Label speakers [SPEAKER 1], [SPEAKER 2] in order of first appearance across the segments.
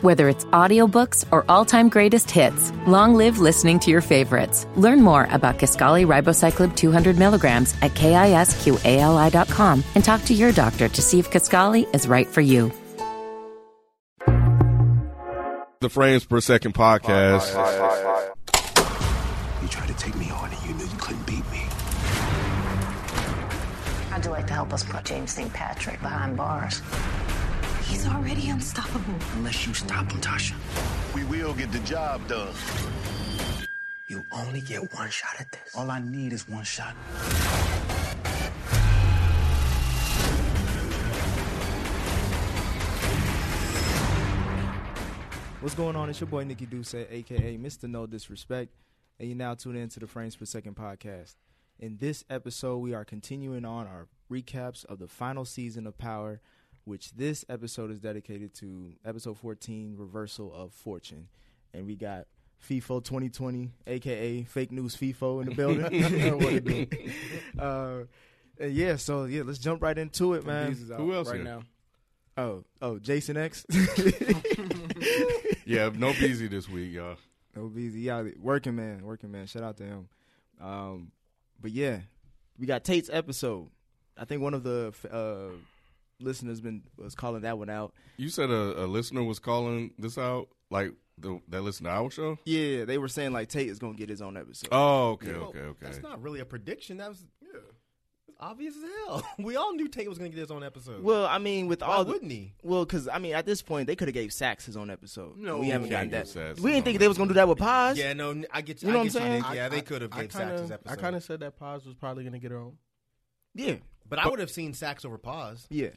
[SPEAKER 1] Whether it's audiobooks or all-time greatest hits, long live listening to your favorites. Learn more about Kaskali Ribocyclib 200 milligrams at kisqali.com and talk to your doctor to see if Kaskali is right for you.
[SPEAKER 2] The Frames Per Second podcast.
[SPEAKER 3] You tried to take me on and you knew you couldn't beat me.
[SPEAKER 4] How'd you like to help us put James St. Patrick behind bars?
[SPEAKER 5] He's already unstoppable.
[SPEAKER 3] Unless you stop him, Tasha.
[SPEAKER 6] We will get the job done.
[SPEAKER 3] You only get one shot at this.
[SPEAKER 7] All I need is one shot.
[SPEAKER 8] What's going on? It's your boy Nikki Duce, aka Mr. No Disrespect, and you now tune in to the Frames Per Second podcast. In this episode, we are continuing on our recaps of the final season of Power, which this episode is dedicated to episode 14, Reversal of Fortune. And we got FIFO 2020, aka Fake News FIFO, in the building. You know what it do. Uh, and yeah, so yeah, let's jump right into it, man.
[SPEAKER 2] Who else here?
[SPEAKER 8] Oh, oh, Jason X.
[SPEAKER 2] Yeah, no BZ this week, y'all.
[SPEAKER 8] No BZ. Yeah, working man, working man. Shout out to him. Um, but yeah, we got Tate's episode. I think one of the uh, listeners been was calling that one out.
[SPEAKER 2] You said a, a listener was calling this out, like the, that listen to our show.
[SPEAKER 8] Yeah, they were saying like Tate is gonna get his own episode.
[SPEAKER 2] Oh, okay, okay, okay.
[SPEAKER 9] That's not really a prediction. That was yeah. It's obvious as hell. We all knew Tate was gonna get his own episode.
[SPEAKER 8] well, I mean, with
[SPEAKER 9] Why
[SPEAKER 8] all the-
[SPEAKER 9] wouldn't he?
[SPEAKER 8] Well, because I mean, at this point, they could have gave Sax his own episode.
[SPEAKER 9] No,
[SPEAKER 8] we haven't
[SPEAKER 9] we
[SPEAKER 8] gotten
[SPEAKER 9] can't
[SPEAKER 8] that.
[SPEAKER 2] give Sax
[SPEAKER 8] We
[SPEAKER 2] his
[SPEAKER 8] didn't think
[SPEAKER 2] own
[SPEAKER 8] they was gonna do that with Paz.
[SPEAKER 9] Yeah, no, n- I get you.
[SPEAKER 8] You know
[SPEAKER 9] I
[SPEAKER 8] what I'm
[SPEAKER 9] get you,
[SPEAKER 8] saying?
[SPEAKER 9] Nick. Yeah, they could have
[SPEAKER 10] I
[SPEAKER 9] gave Sax his
[SPEAKER 10] kinda,
[SPEAKER 9] episode.
[SPEAKER 10] I kind of said that Paz was probably going to get her own.
[SPEAKER 8] yeah,
[SPEAKER 9] but I would have seen Sax over Pause.
[SPEAKER 8] yeah.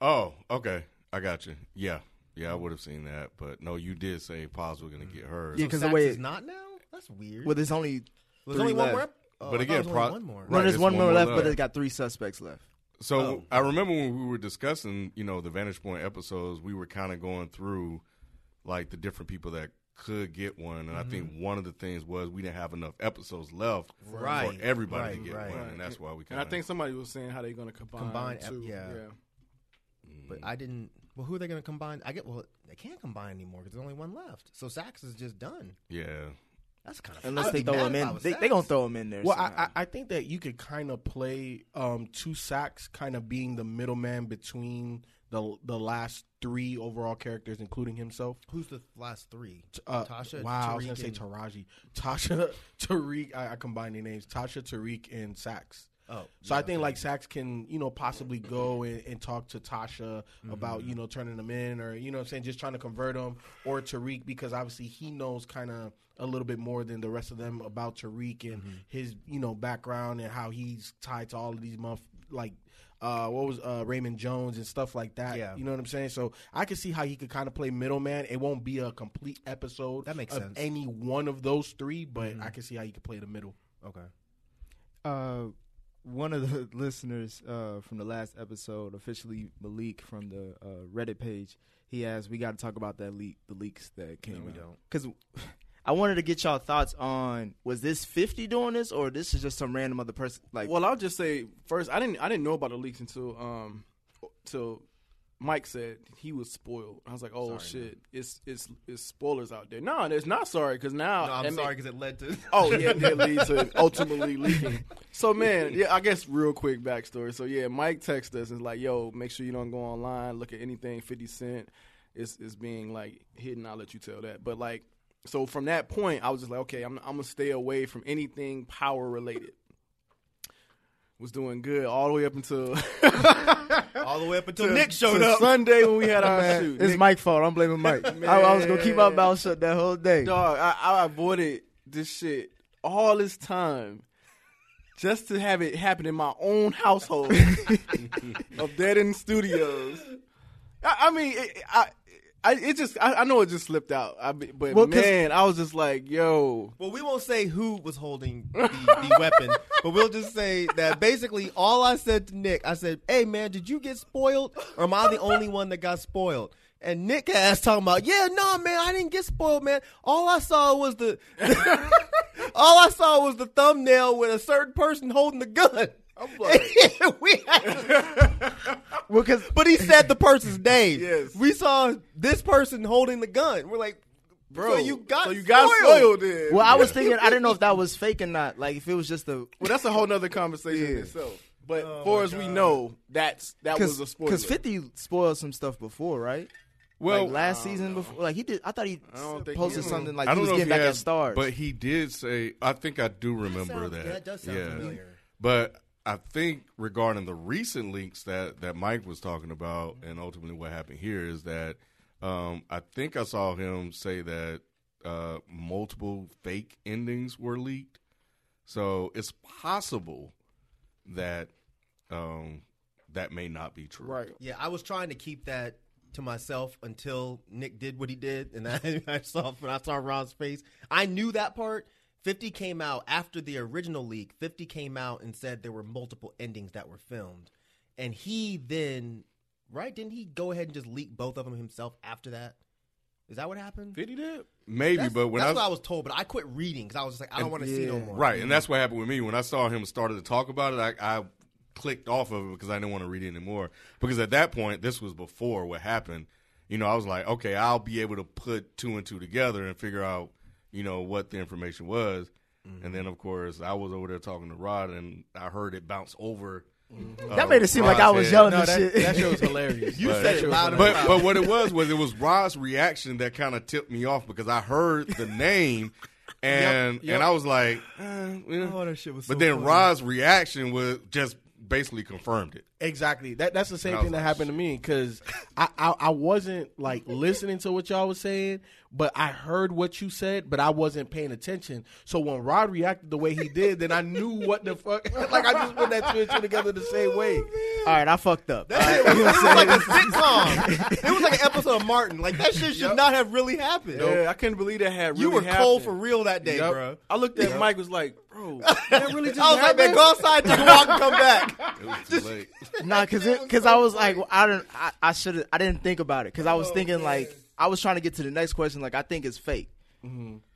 [SPEAKER 2] Oh, okay. I got you. Yeah, yeah. I would have seen that, but no, you did say Paz was gonna get hers.
[SPEAKER 8] Yeah.
[SPEAKER 9] So
[SPEAKER 8] 'cause
[SPEAKER 9] Sax
[SPEAKER 8] the way
[SPEAKER 9] is
[SPEAKER 8] it-
[SPEAKER 9] not now. That's weird.
[SPEAKER 8] Well, there's only
[SPEAKER 9] There's
[SPEAKER 8] three
[SPEAKER 9] only
[SPEAKER 8] left.
[SPEAKER 9] one more. ep- Oh,
[SPEAKER 2] But
[SPEAKER 9] I thought
[SPEAKER 2] again,
[SPEAKER 9] it was
[SPEAKER 2] pro-
[SPEAKER 9] only one more.
[SPEAKER 8] No,
[SPEAKER 2] Right,
[SPEAKER 8] there's
[SPEAKER 2] there's
[SPEAKER 8] one,
[SPEAKER 2] one
[SPEAKER 8] more
[SPEAKER 2] more
[SPEAKER 8] left,
[SPEAKER 2] left.
[SPEAKER 8] but it's got three suspects left.
[SPEAKER 2] So
[SPEAKER 9] Oh.
[SPEAKER 2] I remember when we were discussing, you know, the Vantage Point episodes, we were kind of going through like the different people that could get one, and I think one of the things was we didn't have enough episodes left
[SPEAKER 9] Right,
[SPEAKER 2] for everybody to
[SPEAKER 9] right,
[SPEAKER 2] get
[SPEAKER 9] right.
[SPEAKER 2] one, and that's why we
[SPEAKER 10] And
[SPEAKER 2] kind
[SPEAKER 10] I
[SPEAKER 2] of.
[SPEAKER 10] think somebody was saying how they're going to combine,
[SPEAKER 9] Combine, uh,
[SPEAKER 10] two.
[SPEAKER 9] yeah. But I didn't. Well, who are they going to combine? I get. Well, they can't combine anymore because there's only one left. So Sax is just done.
[SPEAKER 2] yeah,
[SPEAKER 9] That's kind of
[SPEAKER 8] Unless they throw him in, they, they gonna throw him in there.
[SPEAKER 10] Well,
[SPEAKER 8] somehow.
[SPEAKER 10] I, I I think that you could kind of play um, two sacks, kind of being the middleman between the the last three overall characters, including himself.
[SPEAKER 9] Who's the last three?
[SPEAKER 10] T- uh,
[SPEAKER 9] Tasha.
[SPEAKER 10] Wow, I was
[SPEAKER 9] Tariq,
[SPEAKER 10] gonna say
[SPEAKER 9] and-
[SPEAKER 10] Taraji. Tasha, Tariq. I, I combined their names. Tasha, Tariq, and Sax.
[SPEAKER 9] Oh,
[SPEAKER 10] so I think like Sax can you know possibly go and, and talk to Tasha
[SPEAKER 9] Mm-hmm.
[SPEAKER 10] about you know turning them in or you know what I'm saying just trying to convert them or Tariq because obviously he knows kind of a little bit more than the rest of them about Tariq and
[SPEAKER 9] Mm-hmm.
[SPEAKER 10] his you know background and how he's tied to all of these month like uh, what was uh, Raymond Jones and stuff like that.
[SPEAKER 9] Yeah.
[SPEAKER 10] You know what I'm saying? So I can see how he could kind of play middleman. It won't be a complete episode
[SPEAKER 9] That makes
[SPEAKER 10] of
[SPEAKER 9] sense. Mm-hmm.
[SPEAKER 10] any one of those three, but I can see how you could play the middle.
[SPEAKER 9] Okay.
[SPEAKER 8] uh, one of the listeners uh, from the last episode, officially Malik from the uh, Reddit page, he asked, "We got to talk about that leak, the leaks that came
[SPEAKER 9] we
[SPEAKER 8] out."
[SPEAKER 9] don't.
[SPEAKER 8] Because I wanted to get y'all thoughts on was this fifty doing this or this is just some random other person? Like,
[SPEAKER 10] Well,
[SPEAKER 8] well,
[SPEAKER 10] I-
[SPEAKER 8] I,
[SPEAKER 10] I'll
[SPEAKER 11] I'll just say first, I didn't I didn't know about the leaks until um till Mike said he was spoiled. I was like, oh shit, it's it's it's spoilers out there. No, it's not sorry because now
[SPEAKER 9] No, I'm
[SPEAKER 11] that ma-
[SPEAKER 9] sorry because it led to.
[SPEAKER 11] Oh yeah, it did lead to it ultimately leaking. So man, yeah, I guess real quick backstory. So yeah, Mike texted us and was like, "Yo, make sure you don't go online, look at anything Fifty Cent is is being like hidden." I'll let you tell that. But like, so from that point, I was just like, "Okay, I'm I'm gonna stay away from anything power related." Was doing good all the way up until
[SPEAKER 9] all the way up until Nick showed
[SPEAKER 11] to
[SPEAKER 9] up.
[SPEAKER 11] Sunday when we had our shoot.
[SPEAKER 8] it's
[SPEAKER 11] Nick-
[SPEAKER 8] Mike's fault. I'm blaming Mike. I, I was gonna keep my mouth shut that whole day.
[SPEAKER 11] Dog, I, I avoided this shit all this time just to have it happen in my own household of Dead End Studios. I, I mean, it, I, I, it just, I, I know it just slipped out. I, be- but
[SPEAKER 8] Well, 'cause-
[SPEAKER 11] man, I was just like, yo.
[SPEAKER 9] Well, we won't say who was holding the, the weapon, but we'll just say that basically all I said to Nick, I said, "Hey man, did you get spoiled, or am I the only one that got spoiled?" And Nick ass talking about, "Yeah, no man, I didn't get spoiled, man. All I saw was the, all I saw was the thumbnail with a certain person holding the gun."
[SPEAKER 11] I'm like,
[SPEAKER 12] we had- well, cause, but he said the person's name.
[SPEAKER 11] Yes.
[SPEAKER 12] We saw this person holding the gun. We're like,
[SPEAKER 11] bro,
[SPEAKER 12] so you got,
[SPEAKER 11] so you got spoiled.
[SPEAKER 12] spoiled.
[SPEAKER 11] then.
[SPEAKER 8] Well, I was thinking, I didn't know if that was fake or not. Like, if it was just a.
[SPEAKER 11] Well, that's a whole nother conversation in itself. But
[SPEAKER 9] Oh,
[SPEAKER 11] far as we know, that's that was a spoiler.
[SPEAKER 8] Because 50 spoiled some stuff before, right?
[SPEAKER 2] Well,
[SPEAKER 8] like last season, before, like he did. I thought he
[SPEAKER 11] don't think
[SPEAKER 8] posted
[SPEAKER 11] he-
[SPEAKER 8] something like
[SPEAKER 2] I
[SPEAKER 8] he
[SPEAKER 2] don't
[SPEAKER 8] was
[SPEAKER 2] know if
[SPEAKER 8] getting back
[SPEAKER 2] has,
[SPEAKER 8] at stars.
[SPEAKER 2] But he did say, I think I do remember that.
[SPEAKER 10] sound- that does sound familiar.
[SPEAKER 2] But I think regarding the recent leaks that, that Mike was talking about, and ultimately what happened here is that um, I think I saw him say that uh, multiple fake endings were leaked. So it's possible that um, that may not be true.
[SPEAKER 11] right.
[SPEAKER 9] Yeah, I was trying to keep that to myself until Nick did what he did, and I, I saw when I saw Ron's face, I knew that part. Fifty came out after the original leak. Fifty came out and said there were multiple endings that were filmed, and he then, right? Didn't he go ahead and just leak both of them himself after that? Is that what happened?
[SPEAKER 11] Did he did?
[SPEAKER 2] Maybe,
[SPEAKER 9] That's,
[SPEAKER 2] but when
[SPEAKER 9] that's
[SPEAKER 2] I,
[SPEAKER 9] what I was told, but I quit reading because I was just like, I don't want to see no more.
[SPEAKER 2] Right, and that's what happened with me when I saw him started to talk about it. I, I clicked off of it because I didn't want to read it anymore. Because at that point, this was before what happened. You know, I was like, okay, I'll be able to put two and two together and figure out, you know, what the information was. And then, of course, I was over there talking to Rod, and I heard it bounce over. uh,
[SPEAKER 8] that made it seem like I
[SPEAKER 2] Rod's
[SPEAKER 8] was
[SPEAKER 2] head.
[SPEAKER 8] yelling
[SPEAKER 10] No,
[SPEAKER 8] and
[SPEAKER 10] that,
[SPEAKER 8] shit.
[SPEAKER 10] that show was hilarious. you
[SPEAKER 2] said it
[SPEAKER 9] loud and
[SPEAKER 2] But but what it was was it was Rod's reaction that kind of tipped me off because I heard the name. And and I was like, eh, yeah.
[SPEAKER 12] Oh, that shit was
[SPEAKER 2] But
[SPEAKER 12] so
[SPEAKER 2] then
[SPEAKER 12] funny.
[SPEAKER 2] Rod's reaction was just basically confirmed it.
[SPEAKER 10] Exactly. That that's the same
[SPEAKER 2] And I
[SPEAKER 10] thing
[SPEAKER 2] was
[SPEAKER 10] that
[SPEAKER 2] like,
[SPEAKER 10] happened to me because I, I I wasn't like listening to what y'all was saying, but I heard what you said, but I wasn't paying attention. So when Rod reacted the way he did, then I knew what the fuck. like I just put that two and two together the same way.
[SPEAKER 11] Oh,
[SPEAKER 8] All right, I fucked up.
[SPEAKER 9] That shit was, it was like a sitcom. It was like an episode of Martin. Like that shit should not have really happened.
[SPEAKER 11] Yeah, I couldn't believe that had really
[SPEAKER 9] You were
[SPEAKER 11] happened.
[SPEAKER 9] cold for real that day,
[SPEAKER 11] Yep.
[SPEAKER 9] bro.
[SPEAKER 11] I looked at Mike was like, bro, that really just
[SPEAKER 9] I was like, man, go outside, take a walk, and come back.
[SPEAKER 2] It was too late.
[SPEAKER 8] Nah, cause it, cause I was like, well, I didn't, I, I should, I didn't think about it, cause I was thinking like, I was trying to get to the next question, like I think it's fake,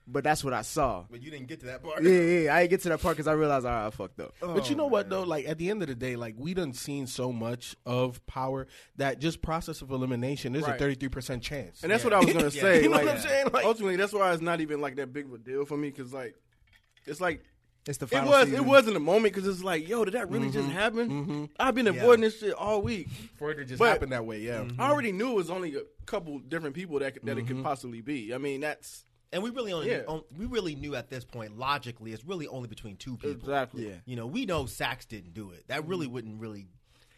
[SPEAKER 8] but that's what I saw.
[SPEAKER 9] But you didn't get to that part.
[SPEAKER 8] Yeah, yeah, yeah, I didn't get to that part because I realized, all right, I fucked up.
[SPEAKER 10] But you know what though? Like at the end of the day, like we done seen so much of power that just process of elimination. There's a
[SPEAKER 11] Right.
[SPEAKER 10] thirty three percent chance.
[SPEAKER 11] And that's what I was gonna say.
[SPEAKER 9] You know
[SPEAKER 11] like,
[SPEAKER 9] what I'm saying? Like-
[SPEAKER 11] ultimately, that's why it's not even like that big of a deal for me because like, it's like
[SPEAKER 8] It's the
[SPEAKER 11] it
[SPEAKER 8] final
[SPEAKER 11] was
[SPEAKER 8] season.
[SPEAKER 11] it was in a moment because it's like, yo, did that really
[SPEAKER 2] Mm-hmm.
[SPEAKER 11] just happen? I've been avoiding this shit all week.
[SPEAKER 10] for it to just
[SPEAKER 11] But-
[SPEAKER 10] happen that way. Yeah.
[SPEAKER 11] I already knew it was only a couple different people that that it could possibly be. I mean, that's
[SPEAKER 9] And we really only
[SPEAKER 11] Yeah.
[SPEAKER 9] on- we really knew at this point logically it's really only between two people.
[SPEAKER 11] Exactly. Mm-hmm. Yeah.
[SPEAKER 9] You know, we know Sax didn't do it. That really wouldn't really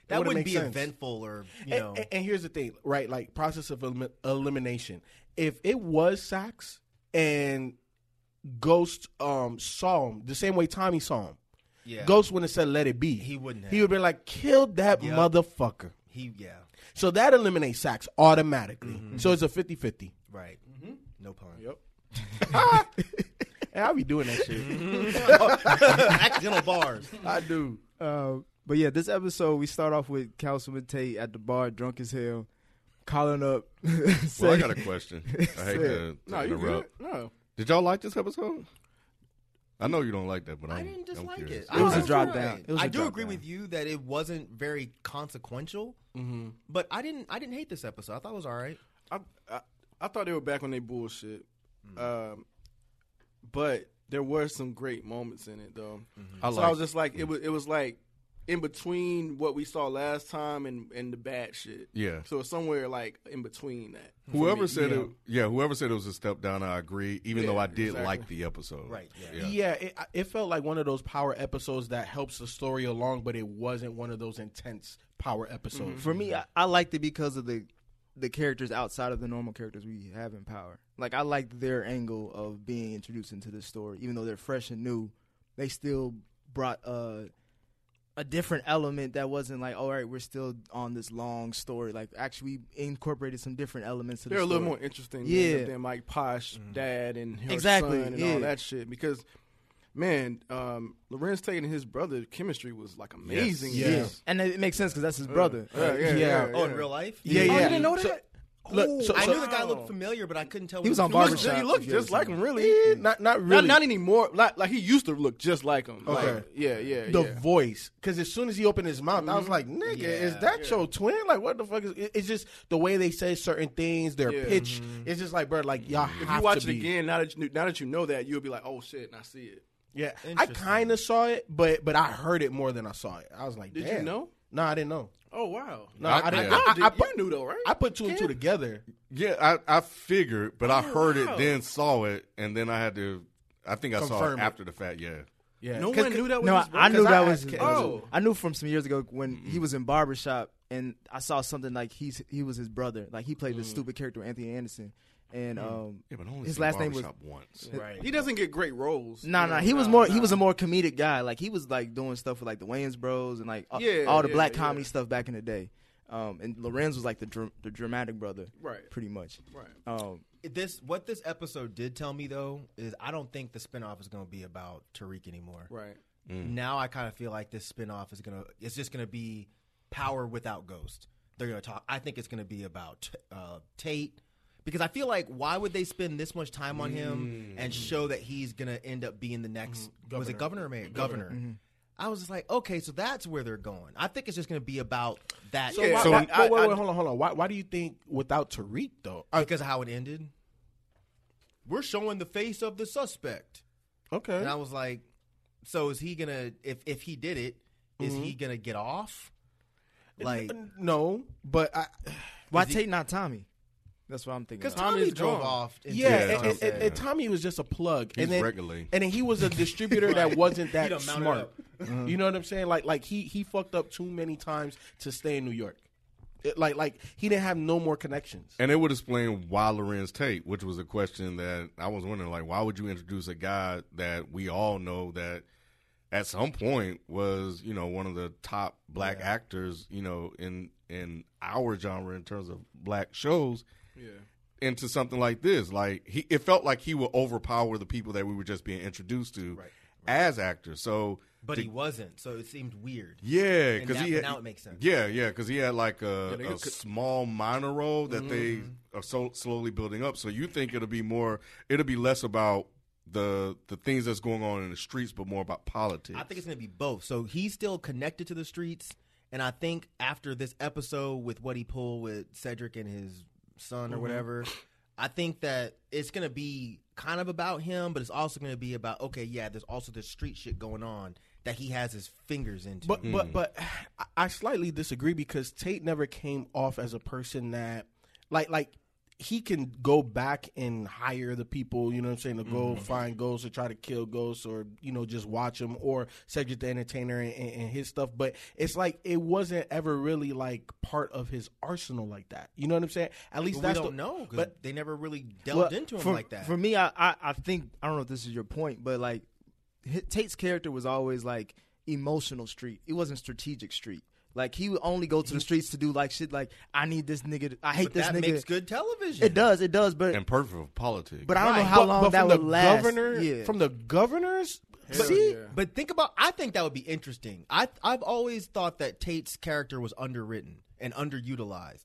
[SPEAKER 9] that
[SPEAKER 10] wouldn't
[SPEAKER 9] wouldn't
[SPEAKER 10] make
[SPEAKER 9] be
[SPEAKER 10] sense.
[SPEAKER 9] eventful or
[SPEAKER 11] Eh,
[SPEAKER 9] you
[SPEAKER 10] And-
[SPEAKER 9] know.
[SPEAKER 10] And, and here's the thing, right? Like process of elim- elimination. If it was Sacks and Ghost um, saw him the same way Tommy saw him,
[SPEAKER 9] yeah.
[SPEAKER 10] Ghost wouldn't have said "Let it be."
[SPEAKER 9] He wouldn't have.
[SPEAKER 10] He would be like, "Kill that
[SPEAKER 9] Yep.
[SPEAKER 10] motherfucker."
[SPEAKER 9] He yeah.
[SPEAKER 10] So that eliminates Sacks automatically. So it's a 50-50.
[SPEAKER 9] Right.
[SPEAKER 11] Mm-hmm.
[SPEAKER 9] No pun.
[SPEAKER 10] And I be doing that shit.
[SPEAKER 9] Accidental bars.
[SPEAKER 10] I do.
[SPEAKER 8] Uh, but yeah, this episode we start off with Councilman Tate at the bar, drunk as hell, calling up.
[SPEAKER 2] Well, I
[SPEAKER 8] saying-
[SPEAKER 2] got a question. I hate to, to
[SPEAKER 11] no, you good?
[SPEAKER 2] interrupt.
[SPEAKER 11] No,
[SPEAKER 2] Did y'all like this episode? I know you don't like that, but I'm,
[SPEAKER 9] I didn't
[SPEAKER 2] I'm
[SPEAKER 9] dislike
[SPEAKER 2] curious.
[SPEAKER 9] it.
[SPEAKER 8] It was
[SPEAKER 9] I-
[SPEAKER 8] a drop
[SPEAKER 9] alright.
[SPEAKER 8] down. It was
[SPEAKER 9] I
[SPEAKER 8] a
[SPEAKER 9] do
[SPEAKER 8] drop
[SPEAKER 9] agree
[SPEAKER 8] down.
[SPEAKER 9] with you that it wasn't very consequential, but I didn't. I didn't hate this episode. I thought it was all right.
[SPEAKER 11] I, I I thought they were back on their bullshit,
[SPEAKER 2] Mm.
[SPEAKER 11] um, but there were some great moments in it though.
[SPEAKER 2] Mm-hmm.
[SPEAKER 11] so I was just like, it was it was like in between what we saw last time and and the bad shit.
[SPEAKER 2] Yeah. Mm-hmm.
[SPEAKER 11] So it's somewhere like in between that.
[SPEAKER 2] Whoever said it, yeah, whoever said it was a step down, I agree. Even though I did like the episode,
[SPEAKER 9] Right, yeah.
[SPEAKER 2] Yeah.
[SPEAKER 10] Yeah, it, it felt like one of those power episodes that helps the story along, but it wasn't one of those intense power
[SPEAKER 11] Mm-hmm.
[SPEAKER 10] episodes.
[SPEAKER 8] For me, I, I liked it because of the the characters outside of the normal characters we have in power. Like I liked their angle of being introduced into this story, even though they're fresh and new. They still brought a a different element that wasn't like, all right, we're still on this long story. Like actually, we incorporated some different elements to the
[SPEAKER 11] They're a
[SPEAKER 8] story.
[SPEAKER 11] little more interesting
[SPEAKER 8] Yeah.
[SPEAKER 11] than, than like Posh
[SPEAKER 10] Mm-hmm.
[SPEAKER 11] dad and her
[SPEAKER 8] Exactly,
[SPEAKER 11] son and
[SPEAKER 8] yeah.
[SPEAKER 11] all that shit because. Man, um, Lorenz Tate and his brother chemistry was like amazing.
[SPEAKER 10] Yes.
[SPEAKER 8] and it, it makes sense because that's his brother.
[SPEAKER 11] Uh, Yeah, yeah, yeah,
[SPEAKER 10] Yeah.
[SPEAKER 11] yeah.
[SPEAKER 9] Oh, in real life,
[SPEAKER 10] Yeah, yeah.
[SPEAKER 11] didn't know
[SPEAKER 10] So-
[SPEAKER 11] that? Oh,
[SPEAKER 10] Look, so,
[SPEAKER 9] I
[SPEAKER 10] so- Oh.
[SPEAKER 9] knew the guy looked familiar, but I couldn't tell.
[SPEAKER 8] He was on
[SPEAKER 9] who
[SPEAKER 11] He
[SPEAKER 8] Barbershop.
[SPEAKER 11] looked just like him, really.
[SPEAKER 10] Yeah, not not
[SPEAKER 11] Not,
[SPEAKER 10] really.
[SPEAKER 11] not anymore. Like, like he used to look just like him. Like,
[SPEAKER 10] Okay.
[SPEAKER 11] yeah, yeah,
[SPEAKER 10] the
[SPEAKER 11] yeah. Mm-hmm.
[SPEAKER 10] voice because as soon as he opened his mouth, I was like, "Nigga, is that your twin? Like, what the fuck is?" it- It's just the way they say certain things, their
[SPEAKER 11] Yeah. Mm-hmm.
[SPEAKER 10] pitch. It's just like, bro, like y'all have
[SPEAKER 11] If you watch
[SPEAKER 10] to
[SPEAKER 11] it
[SPEAKER 10] be.
[SPEAKER 11] again, now that you, now that you know that, you'll be like, oh shit, and I see it.
[SPEAKER 10] Yeah, I kind of saw it, but but I heard it more than I saw it. I was like,
[SPEAKER 11] Did you
[SPEAKER 10] Damn.
[SPEAKER 11] know?
[SPEAKER 10] No, I didn't know.
[SPEAKER 11] Oh wow.
[SPEAKER 10] No,
[SPEAKER 2] I-
[SPEAKER 10] I, didn't.
[SPEAKER 2] yeah.
[SPEAKER 10] I, I,
[SPEAKER 11] Did-
[SPEAKER 10] I put,
[SPEAKER 11] you knew though, right?
[SPEAKER 10] I put two and two together.
[SPEAKER 2] Yeah, I, I figured, but I heard it, then saw it, and then I had to. I think I saw
[SPEAKER 10] Confirm
[SPEAKER 2] it
[SPEAKER 10] it.
[SPEAKER 2] after the fact. Yeah,
[SPEAKER 10] Yeah,
[SPEAKER 11] No
[SPEAKER 10] 'Cause-
[SPEAKER 11] one knew that.
[SPEAKER 8] No,
[SPEAKER 11] was
[SPEAKER 8] I,
[SPEAKER 11] his
[SPEAKER 8] I
[SPEAKER 11] voice?
[SPEAKER 8] knew
[SPEAKER 10] 'Cause
[SPEAKER 8] that
[SPEAKER 10] I
[SPEAKER 8] was.
[SPEAKER 10] asked Kevin.
[SPEAKER 11] Oh.
[SPEAKER 8] I knew from some years ago when he
[SPEAKER 11] Mm-hmm.
[SPEAKER 8] was in barbershop and I saw something like he's he was his brother. Like he played the
[SPEAKER 11] Mm.
[SPEAKER 8] stupid character Anthony Anderson, and um,
[SPEAKER 2] yeah, but I only
[SPEAKER 8] his
[SPEAKER 2] seen
[SPEAKER 8] last name was
[SPEAKER 2] Barbershop once.
[SPEAKER 11] He doesn't get great roles.
[SPEAKER 8] No,
[SPEAKER 11] You
[SPEAKER 8] no,
[SPEAKER 11] know,
[SPEAKER 8] he was
[SPEAKER 11] nah,
[SPEAKER 8] more. He
[SPEAKER 11] nah.
[SPEAKER 8] was a more comedic guy. Like he was like doing stuff with like the Wayans Bros and like all,
[SPEAKER 11] Yeah,
[SPEAKER 8] all the
[SPEAKER 11] yeah,
[SPEAKER 8] black
[SPEAKER 11] yeah.
[SPEAKER 8] comedy stuff back in the day. Um, and Lorenz was like the dr- the dramatic brother,
[SPEAKER 11] Right.
[SPEAKER 8] Pretty much,
[SPEAKER 11] Right.
[SPEAKER 8] Um,
[SPEAKER 9] this what this episode did tell me though is I don't think the spinoff is going to be about Tariq anymore.
[SPEAKER 11] Right.
[SPEAKER 9] Now I kind of feel like this spinoff is going to it's just going to be power without ghost. They're going to talk I think it's going to be about uh, Tate because I feel like why would they spend this much time on him and
[SPEAKER 11] Mm.
[SPEAKER 9] show that he's going to end up being the next
[SPEAKER 11] Mm-hmm.
[SPEAKER 9] was it governor or mayor governor. I was just like, okay, so that's where they're going. I think it's just going to be about that
[SPEAKER 11] So why-
[SPEAKER 10] So,
[SPEAKER 11] why-
[SPEAKER 10] wait,
[SPEAKER 11] I-
[SPEAKER 10] wait,
[SPEAKER 11] I-
[SPEAKER 10] wait, hold on, hold on. Why, why do you think without Tariq though?
[SPEAKER 9] because of how it ended. We're showing the face of the suspect.
[SPEAKER 10] Okay,
[SPEAKER 9] And I was like, so is he gonna if if he did it, is he gonna get off? Like
[SPEAKER 10] Uh, no, but I,
[SPEAKER 8] why Tate not Tommy? That's what I'm thinking.
[SPEAKER 9] because
[SPEAKER 8] Of.
[SPEAKER 9] Tommy
[SPEAKER 11] Tommy's
[SPEAKER 9] drove
[SPEAKER 11] gone.
[SPEAKER 9] off. into-
[SPEAKER 10] yeah,
[SPEAKER 2] Yeah,
[SPEAKER 10] and, and-
[SPEAKER 2] Tommy-
[SPEAKER 10] and Tommy was just a plug,
[SPEAKER 2] He's
[SPEAKER 10] and then
[SPEAKER 2] regularly.
[SPEAKER 10] and then he was a distributor that wasn't that
[SPEAKER 9] done mounted
[SPEAKER 10] smart.
[SPEAKER 9] up.
[SPEAKER 10] You know what I'm saying? Like like he he fucked up too many times to stay in New York. It- like like he didn't have no more connections.
[SPEAKER 2] And it would explain why Lorenz Tate, which was a question that I was wondering, like, why would you introduce a guy that we all know that at some point was, you know, one of the top black actors, you know, in in our genre in terms of black shows, into something like this? Like, he it felt like he would overpower the people that we were just being introduced to as actors. So,
[SPEAKER 9] but
[SPEAKER 2] to-
[SPEAKER 9] he wasn't, so it seemed weird.
[SPEAKER 2] yeah,
[SPEAKER 9] And
[SPEAKER 2] because
[SPEAKER 9] that-
[SPEAKER 2] he had,
[SPEAKER 9] now it makes sense.
[SPEAKER 2] Yeah, yeah, because he had like a,
[SPEAKER 11] they
[SPEAKER 2] a
[SPEAKER 11] could-
[SPEAKER 2] small minor role that
[SPEAKER 9] Mm-hmm.
[SPEAKER 2] they are so slowly building up. So you think it'll be more, it'll be less about the the things that's going on in the streets, but more about politics.
[SPEAKER 9] I think it's gonna be both. So he's still connected to the streets, and I think after this episode with what he pulled with Cedric and his son or whatever, I think that it's gonna be kind of about him, but it's also gonna be about okay, yeah, there's also this street shit going on that he has his fingers into.
[SPEAKER 10] But but but I- I slightly disagree because Tate never came off as a person that like like he can go back and hire the people, you know what I'm saying, to go
[SPEAKER 9] Mm-hmm.
[SPEAKER 10] find ghosts or try to kill ghosts or, you know, just watch them or Cedric the Entertainer and, and, and his stuff. But it's like it wasn't ever really like part of his arsenal like that. You know what I'm saying? At least
[SPEAKER 9] Well,
[SPEAKER 10] that's
[SPEAKER 9] we
[SPEAKER 10] the,
[SPEAKER 9] don't know because
[SPEAKER 10] But
[SPEAKER 9] they never really delved
[SPEAKER 8] Well,
[SPEAKER 9] into him
[SPEAKER 8] for,
[SPEAKER 9] like that.
[SPEAKER 8] For me, I, I I think I don't know if this is your point, but like hi- Tate's character was always like emotional street. It wasn't strategic street. Like he would only go to the streets to do like shit. Like I need this nigga. To, I hate
[SPEAKER 9] but
[SPEAKER 8] this
[SPEAKER 9] that
[SPEAKER 8] nigga.
[SPEAKER 9] makes good television.
[SPEAKER 8] It does. It does. But
[SPEAKER 2] and perfect for politics.
[SPEAKER 8] but I don't know
[SPEAKER 9] Right.
[SPEAKER 8] how
[SPEAKER 10] but-
[SPEAKER 8] long
[SPEAKER 10] but
[SPEAKER 8] that
[SPEAKER 10] from
[SPEAKER 8] would
[SPEAKER 10] the
[SPEAKER 8] last.
[SPEAKER 10] governor
[SPEAKER 8] yeah.
[SPEAKER 10] from the governor's
[SPEAKER 11] Hell
[SPEAKER 10] see
[SPEAKER 11] yeah.
[SPEAKER 9] But think about I think that would be interesting. I I've always thought that Tate's character was underwritten and underutilized.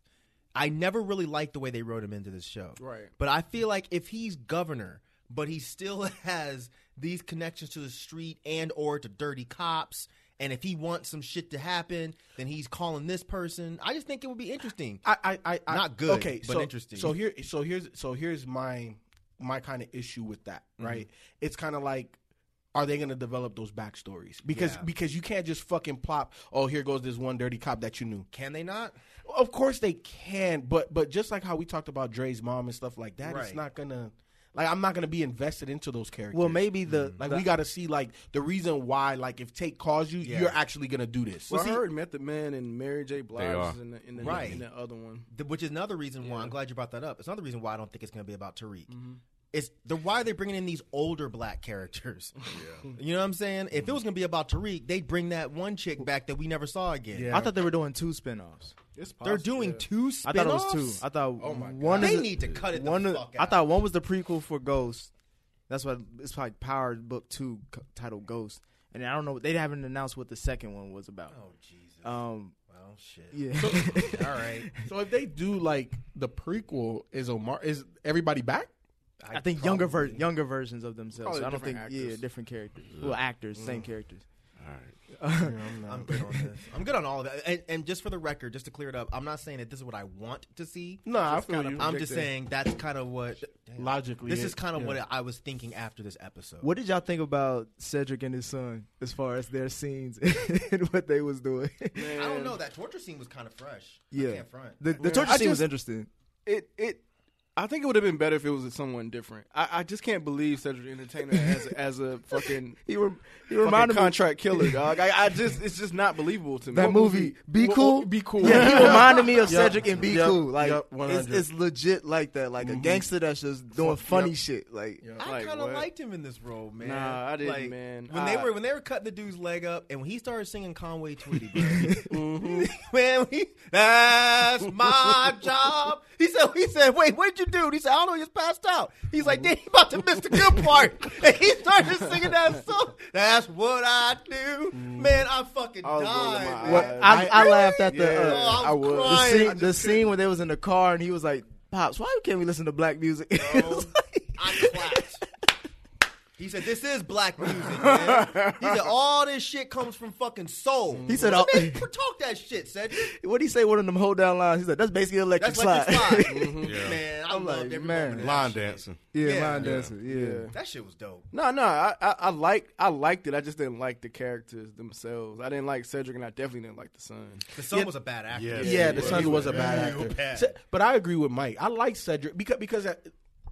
[SPEAKER 9] I never really liked the way they wrote him into this show.
[SPEAKER 11] Right.
[SPEAKER 9] But I feel like if he's governor, but he still has these connections to the street and or to dirty cops and if he wants some shit to happen, then he's calling this person. I just think it would be interesting.
[SPEAKER 10] I, I, I, I
[SPEAKER 9] Not good,
[SPEAKER 10] Okay,
[SPEAKER 9] but
[SPEAKER 10] so,
[SPEAKER 9] interesting.
[SPEAKER 10] So here, so here's, so here's my my kind of issue with that.
[SPEAKER 9] Mm-hmm.
[SPEAKER 10] Right, it's kind of like. Are they going to develop those backstories? Because
[SPEAKER 9] Yeah.
[SPEAKER 10] because you can't just fucking plop. Oh, here goes this one dirty cop that you knew.
[SPEAKER 9] Can they not?
[SPEAKER 10] Of course they can, but but just like how we talked about Dre's mom and stuff like that,
[SPEAKER 9] Right.
[SPEAKER 10] it's not gonna. Like I'm not gonna be invested into those characters. Mm-hmm.
[SPEAKER 8] well, maybe the
[SPEAKER 10] like we got to see like the reason why. Like if Tate calls you, you're actually gonna do this.
[SPEAKER 11] Well, I heard Method Man and Mary J. Blige is
[SPEAKER 2] are.
[SPEAKER 11] in the, in, the,
[SPEAKER 9] Right.
[SPEAKER 11] in the other one.
[SPEAKER 9] Th- which is another reason why I'm glad you brought that up. It's another reason why I don't think it's going to be about Tariq. It's the why are they bringing in these older black characters? you know what I'm saying? If it was going to be about Tariq, they'd bring that one chick back that we never saw again.
[SPEAKER 8] I thought they were doing two spin-offs.
[SPEAKER 11] It's
[SPEAKER 9] They're
[SPEAKER 11] possible,
[SPEAKER 9] doing
[SPEAKER 11] yeah.
[SPEAKER 9] two
[SPEAKER 8] I
[SPEAKER 9] spin-offs?
[SPEAKER 8] thought it was two. I thought oh one.
[SPEAKER 9] They
[SPEAKER 8] is a-
[SPEAKER 9] need to cut it the
[SPEAKER 8] One. is-
[SPEAKER 9] fuck
[SPEAKER 8] I
[SPEAKER 9] out.
[SPEAKER 8] thought one was the prequel for Ghost. That's why it's probably Power Book Two co- titled Ghost. And I don't know. They haven't announced what the second one was about. Oh Jesus. Um.
[SPEAKER 9] Oh shit.
[SPEAKER 8] Yeah.
[SPEAKER 9] All right.
[SPEAKER 10] So if they do like the prequel, is Omar is everybody back?
[SPEAKER 8] I think younger ver- younger versions of themselves.
[SPEAKER 11] Probably
[SPEAKER 8] I don't think
[SPEAKER 11] different
[SPEAKER 8] yeah,
[SPEAKER 11] actors.
[SPEAKER 8] different characters. Well, actors, same characters.
[SPEAKER 9] I'm good on this. I'm good on all of that. And, and just for the record, just to clear it up, I'm not saying that this is what I want to see.
[SPEAKER 10] No, I
[SPEAKER 11] Just
[SPEAKER 10] feel
[SPEAKER 11] kinda
[SPEAKER 10] you.
[SPEAKER 9] I'm just
[SPEAKER 11] Objective.
[SPEAKER 9] saying that's kind of what
[SPEAKER 10] Logically,
[SPEAKER 9] This
[SPEAKER 10] it-
[SPEAKER 9] is kind of
[SPEAKER 10] yeah.
[SPEAKER 9] what I was thinking after this episode.
[SPEAKER 8] What did y'all think about Cedric and his son as far as their scenes and what they was doing?
[SPEAKER 9] I don't know. That torture scene was kind of fresh. I
[SPEAKER 8] Yeah,
[SPEAKER 9] can't front.
[SPEAKER 8] the, the
[SPEAKER 11] Man,
[SPEAKER 8] torture
[SPEAKER 11] I
[SPEAKER 8] scene was
[SPEAKER 11] just-
[SPEAKER 8] interesting.
[SPEAKER 11] it it I think it would have been better if it was someone different. I, I just can't believe Cedric the Entertainer as a, as a fucking
[SPEAKER 8] He rem- he
[SPEAKER 11] fucking
[SPEAKER 8] reminded me-
[SPEAKER 11] contract killer, dog. I, I just it's just not believable to me.
[SPEAKER 8] That
[SPEAKER 11] What
[SPEAKER 8] movie, Be
[SPEAKER 11] what-
[SPEAKER 8] Cool,
[SPEAKER 11] what- be cool.
[SPEAKER 8] Yeah, he reminded me
[SPEAKER 11] Yup.
[SPEAKER 8] of Cedric and Be
[SPEAKER 11] Yup.
[SPEAKER 8] Cool. Like
[SPEAKER 11] Yup,
[SPEAKER 8] it's,
[SPEAKER 11] 100.
[SPEAKER 8] it's legit like that, like a gangster that's just doing
[SPEAKER 11] Fuck,
[SPEAKER 8] funny
[SPEAKER 11] yup.
[SPEAKER 8] shit. Like
[SPEAKER 9] I
[SPEAKER 11] Like,
[SPEAKER 9] kind of
[SPEAKER 11] what?
[SPEAKER 9] liked him in this role, man.
[SPEAKER 11] Nah, I didn't,
[SPEAKER 9] Like,
[SPEAKER 11] man.
[SPEAKER 9] When they
[SPEAKER 11] I-
[SPEAKER 9] were when they were cutting the dude's leg up, and when he started singing Conway Twitty, bro,
[SPEAKER 11] Mm-hmm.
[SPEAKER 9] man, we, that's my job. He said, he said, wait, what did you do? And He said, I don't know, he just passed out. He's like, then he about to miss the good part, and he started singing that song. That's what I do, man. I fucking
[SPEAKER 11] Mm-hmm. I was rolling
[SPEAKER 9] died.
[SPEAKER 11] my
[SPEAKER 9] man.
[SPEAKER 11] What?
[SPEAKER 8] I, I, laughed at the
[SPEAKER 11] Yeah,
[SPEAKER 8] uh,
[SPEAKER 9] Oh, I
[SPEAKER 11] I
[SPEAKER 9] was
[SPEAKER 11] was.
[SPEAKER 8] the
[SPEAKER 9] crying. I
[SPEAKER 8] scene,
[SPEAKER 9] just
[SPEAKER 8] the scene when they was in the car and he was like, "Pops, why can't we listen to black music?" It's
[SPEAKER 11] Oh.
[SPEAKER 8] like-
[SPEAKER 9] I clapped. He said, "This is black music, man." He said, "All this shit comes from fucking soul."
[SPEAKER 8] He said,
[SPEAKER 9] "Man,
[SPEAKER 8] "I'll-
[SPEAKER 9] talk that shit, said
[SPEAKER 8] what do you say? One of them hold down lines. He's like, "That's basically electric,
[SPEAKER 9] That's like
[SPEAKER 8] slide."
[SPEAKER 9] slide.
[SPEAKER 2] Yeah.
[SPEAKER 9] Man, I
[SPEAKER 8] I'm
[SPEAKER 9] loved
[SPEAKER 8] like,
[SPEAKER 9] every
[SPEAKER 8] man.
[SPEAKER 9] moment. of that
[SPEAKER 2] Line
[SPEAKER 9] shit.
[SPEAKER 2] dancing.
[SPEAKER 8] yeah,
[SPEAKER 9] Yeah.
[SPEAKER 8] line dancing. Yeah.
[SPEAKER 9] That shit was dope.
[SPEAKER 11] No, no, I, I, I like I liked it. I just didn't like the characters themselves. I didn't like Cedric, and I definitely didn't like the son.
[SPEAKER 9] The son was a bad actor.
[SPEAKER 2] Yeah.
[SPEAKER 10] Yeah,
[SPEAKER 2] Yeah,
[SPEAKER 10] the
[SPEAKER 2] he
[SPEAKER 10] son was
[SPEAKER 2] was
[SPEAKER 10] a bad
[SPEAKER 9] real
[SPEAKER 10] actor.
[SPEAKER 9] bad.
[SPEAKER 10] Ce- But I agree with Mike. I like Cedric because because uh,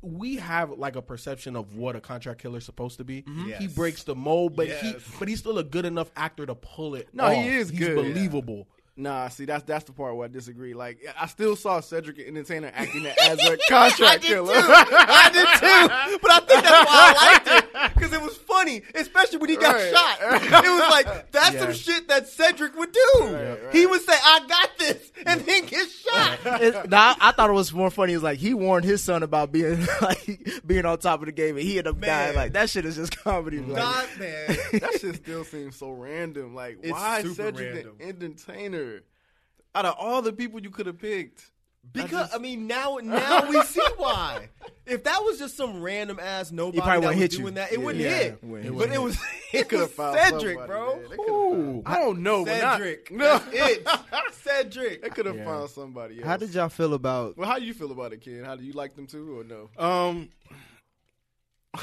[SPEAKER 10] we have like a perception of what a contract killer is supposed to be. He
[SPEAKER 11] Mm-hmm.
[SPEAKER 9] Yes.
[SPEAKER 10] breaks the mold, but he
[SPEAKER 9] Yes.
[SPEAKER 10] but he's still a good enough actor to pull it.
[SPEAKER 11] No, he
[SPEAKER 10] off.
[SPEAKER 11] is
[SPEAKER 10] He's
[SPEAKER 11] good.
[SPEAKER 10] believable.
[SPEAKER 11] Nah, see that's that's the part where I disagree. Like I still saw Cedric the Entertainer acting as a contract killer.
[SPEAKER 9] I did too, but I think that's why I liked it because it was funny, especially when he got
[SPEAKER 11] Right.
[SPEAKER 9] shot. It was like that's some shit that Cedric would do. He would say, "I got this," and then get shot.
[SPEAKER 8] It's- nah, I, I thought it was more funny. It's like he warned his son about being like being on top of the game, and he ended up
[SPEAKER 9] Man.
[SPEAKER 8] dying. Like that shit is just comedy. Like,
[SPEAKER 9] God, man.
[SPEAKER 11] that shit still seems so random. Like, why
[SPEAKER 9] super
[SPEAKER 11] Cedric
[SPEAKER 9] random.
[SPEAKER 11] the Entertainer? Out of all the people you could have picked,
[SPEAKER 9] Because I, mean, now now we see why. If that was just some random ass nobody
[SPEAKER 8] probably
[SPEAKER 9] that
[SPEAKER 8] wouldn't
[SPEAKER 9] was
[SPEAKER 8] hit you.
[SPEAKER 9] doing that, it
[SPEAKER 8] Yeah.
[SPEAKER 9] wouldn't
[SPEAKER 8] Yeah.
[SPEAKER 9] hit.
[SPEAKER 8] It wouldn't
[SPEAKER 9] but it was it
[SPEAKER 11] could
[SPEAKER 9] was
[SPEAKER 11] have found
[SPEAKER 9] Cedric,
[SPEAKER 11] somebody,
[SPEAKER 9] bro.
[SPEAKER 11] man. They could've found- I don't know. but not-
[SPEAKER 9] Cedric,
[SPEAKER 11] no,
[SPEAKER 9] that's it.
[SPEAKER 11] They
[SPEAKER 9] Cedric.
[SPEAKER 11] could have found somebody. Else.
[SPEAKER 8] How did y'all feel about?
[SPEAKER 11] Well, how do you feel about it, Ken? How do you like them too, or no?
[SPEAKER 2] Um,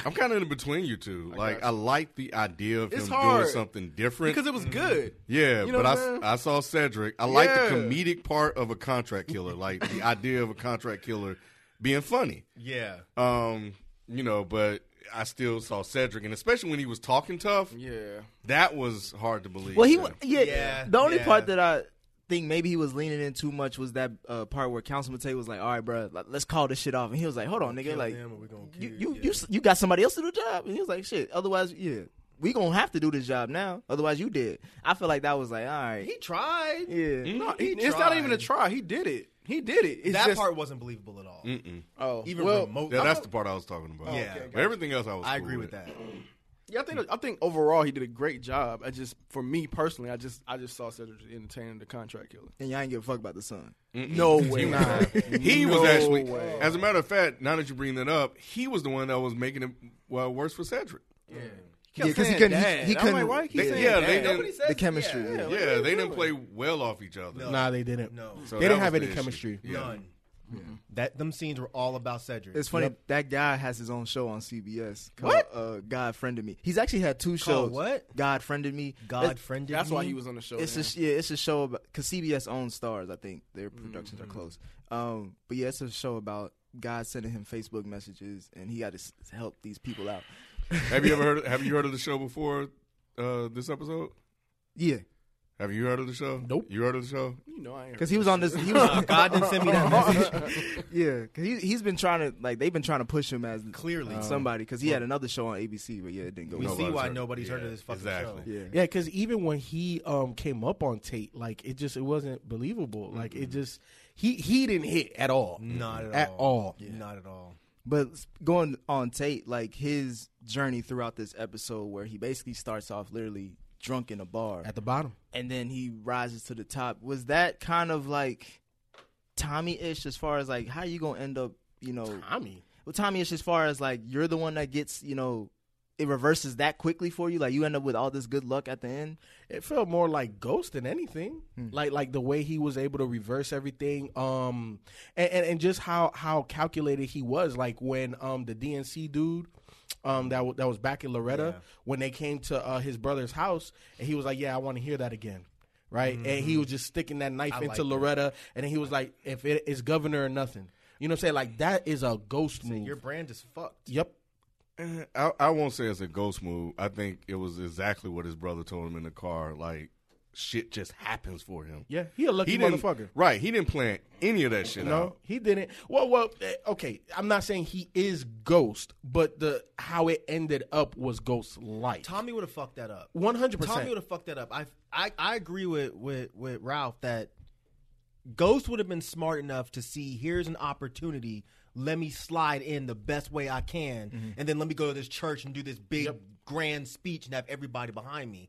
[SPEAKER 2] I'm kind of in between you two. like, I like the idea of
[SPEAKER 11] It's
[SPEAKER 2] him
[SPEAKER 11] hard.
[SPEAKER 2] doing something different.
[SPEAKER 11] Because it was good.
[SPEAKER 2] yeah,
[SPEAKER 11] You know
[SPEAKER 2] but I,
[SPEAKER 11] what I'm
[SPEAKER 2] s- I saw Cedric. I like
[SPEAKER 11] Yeah.
[SPEAKER 2] the comedic part of a contract killer, like the idea of a contract killer being funny.
[SPEAKER 9] Yeah.
[SPEAKER 2] Um, you know, but I still saw Cedric, and especially when he was talking tough,
[SPEAKER 11] Yeah.
[SPEAKER 2] that was hard to believe.
[SPEAKER 8] Well, he
[SPEAKER 2] too.
[SPEAKER 8] wa- yeah.
[SPEAKER 9] Yeah,
[SPEAKER 8] The only
[SPEAKER 9] yeah.
[SPEAKER 8] part that I think maybe he was leaning in too much was that uh, part where Councilman Tate was like, "All right, bro, let's call this shit off," and he was like, "Hold on, nigga, like
[SPEAKER 9] him or we gonna
[SPEAKER 8] you
[SPEAKER 9] kill
[SPEAKER 8] you,
[SPEAKER 9] you."
[SPEAKER 8] you s- you got somebody else to do the job," and he was like, "Shit, otherwise, yeah." We gonna have to do this job now, otherwise you did. I feel like that was like, all right,
[SPEAKER 9] He tried.
[SPEAKER 8] yeah,
[SPEAKER 11] No,
[SPEAKER 9] He
[SPEAKER 11] he- it's not
[SPEAKER 9] tried.
[SPEAKER 11] even a try. He did it. He did it. It's
[SPEAKER 9] that
[SPEAKER 11] just,
[SPEAKER 9] part wasn't believable at all.
[SPEAKER 11] Oh,
[SPEAKER 9] Even
[SPEAKER 11] well,
[SPEAKER 9] remotely.
[SPEAKER 2] Yeah, that's the part I was talking about.
[SPEAKER 9] Yeah. okay,
[SPEAKER 2] but everything else I was.
[SPEAKER 9] I
[SPEAKER 2] cool
[SPEAKER 9] agree with that.
[SPEAKER 11] Yeah, I think I think overall he did a great job. I just for me personally, I just I just saw Cedric the Entertainer the contract killer.
[SPEAKER 8] and y'all ain't give a fuck about the son.
[SPEAKER 11] No way.
[SPEAKER 2] He
[SPEAKER 11] No
[SPEAKER 2] was actually,
[SPEAKER 11] way.
[SPEAKER 2] as a matter of fact, now that you bring that up, he was the one that was making it well worse for Cedric.
[SPEAKER 11] kept
[SPEAKER 8] Yeah, 'cause he
[SPEAKER 11] saying
[SPEAKER 8] couldn't-
[SPEAKER 11] dad.
[SPEAKER 8] he
[SPEAKER 11] And I'm
[SPEAKER 8] couldn't-
[SPEAKER 11] like, why you keep
[SPEAKER 2] They-
[SPEAKER 11] saying
[SPEAKER 2] yeah,
[SPEAKER 11] dad?
[SPEAKER 2] they didn't.
[SPEAKER 9] says-
[SPEAKER 8] The chemistry, yeah.
[SPEAKER 2] yeah, they didn't play well off each other.
[SPEAKER 10] Nah, they didn't.
[SPEAKER 9] No.
[SPEAKER 2] So
[SPEAKER 10] they
[SPEAKER 2] that
[SPEAKER 10] didn't have
[SPEAKER 2] was
[SPEAKER 10] any
[SPEAKER 2] the issue.
[SPEAKER 10] chemistry.
[SPEAKER 2] Yeah.
[SPEAKER 9] None. That them scenes were all about Cedric.
[SPEAKER 8] It's funny
[SPEAKER 10] Yep.
[SPEAKER 8] that guy has his own show on CBS. Called, what? Uh, God friended me. He's actually had two shows.
[SPEAKER 9] what?
[SPEAKER 8] God friended me.
[SPEAKER 9] God friended.
[SPEAKER 11] That's why
[SPEAKER 9] me.
[SPEAKER 11] he was on the show.
[SPEAKER 8] It's
[SPEAKER 11] man.
[SPEAKER 8] a yeah, it's a show about because CBS owns Stars. I think their
[SPEAKER 9] Mm,
[SPEAKER 8] productions are close. Um, but yeah, it's a show about God sending him Facebook messages, and he got to s- help these people out.
[SPEAKER 2] Have you ever heard? Have you heard of the show before uh, this episode?
[SPEAKER 8] Yeah,
[SPEAKER 2] Have you heard of the show?
[SPEAKER 10] Nope.
[SPEAKER 2] You heard of the show?
[SPEAKER 11] you know I ain't
[SPEAKER 8] because he was on this. He was,
[SPEAKER 9] God didn't send me that message.
[SPEAKER 8] yeah, because he he's been trying to like they've been trying to push him as
[SPEAKER 9] Clearly.
[SPEAKER 8] somebody because he had another show on ABC, but yeah, it didn't go.
[SPEAKER 9] We
[SPEAKER 8] well.
[SPEAKER 9] see
[SPEAKER 2] Nobody's
[SPEAKER 9] why
[SPEAKER 2] heard.
[SPEAKER 9] nobody's heard of
[SPEAKER 2] Yeah,
[SPEAKER 9] this fucking
[SPEAKER 2] exactly.
[SPEAKER 9] show.
[SPEAKER 8] Yeah.
[SPEAKER 10] Yeah, because even when he um came up on Tate, like it just it wasn't believable. Like it just he he didn't hit at all.
[SPEAKER 9] Not at,
[SPEAKER 10] At all.
[SPEAKER 9] Not at all.
[SPEAKER 8] But s- going on Tate, like his journey throughout this episode, where he basically starts off literally drunk in a bar,
[SPEAKER 10] At the bottom.
[SPEAKER 8] and then he rises to the top. Was that kind of like Tommy-ish as far as like how you gonna end up? You know,
[SPEAKER 10] I mean,
[SPEAKER 8] well, Tommy-ish as far as like you're the one that gets. You know, it reverses that quickly for you. Like you end up with all this good luck at the end.
[SPEAKER 10] it felt more like ghost than anything. Like like the way he was able to reverse everything. Um and, and, and just how how calculated he was. Like when um the DNC dude um that w- that was back in Loretta when they came to uh, his brother's house and he was like, Yeah, I want to hear that again. Right? And he was just sticking that knife into Loretta and then he was like, If it is governor or nothing. You know what I'm saying? Like that is a ghost move.
[SPEAKER 9] Your brand is fucked.
[SPEAKER 10] yep.
[SPEAKER 2] Eh, I, I won't say it's a ghost move. I think it was exactly what his brother told him in the car. Like shit just happens for him.
[SPEAKER 10] Yeah, he a lucky
[SPEAKER 2] didn't-
[SPEAKER 10] motherfucker.
[SPEAKER 2] Right. He didn't plan any of that shit
[SPEAKER 10] No,
[SPEAKER 2] out.
[SPEAKER 10] he didn't. Well, well, eh, okay. I'm not saying he is Ghost, but the how it ended up was Ghost like.
[SPEAKER 9] Tommy would have fucked that up.
[SPEAKER 10] 100%.
[SPEAKER 9] Tommy would have fucked that up. I, I I agree with with with Ralph that Ghost would have been smart enough to see here's an opportunity. Let me slide in the best way I can,
[SPEAKER 2] Mm-hmm.
[SPEAKER 9] and then let me go to this church and do this big grand speech and have everybody behind me.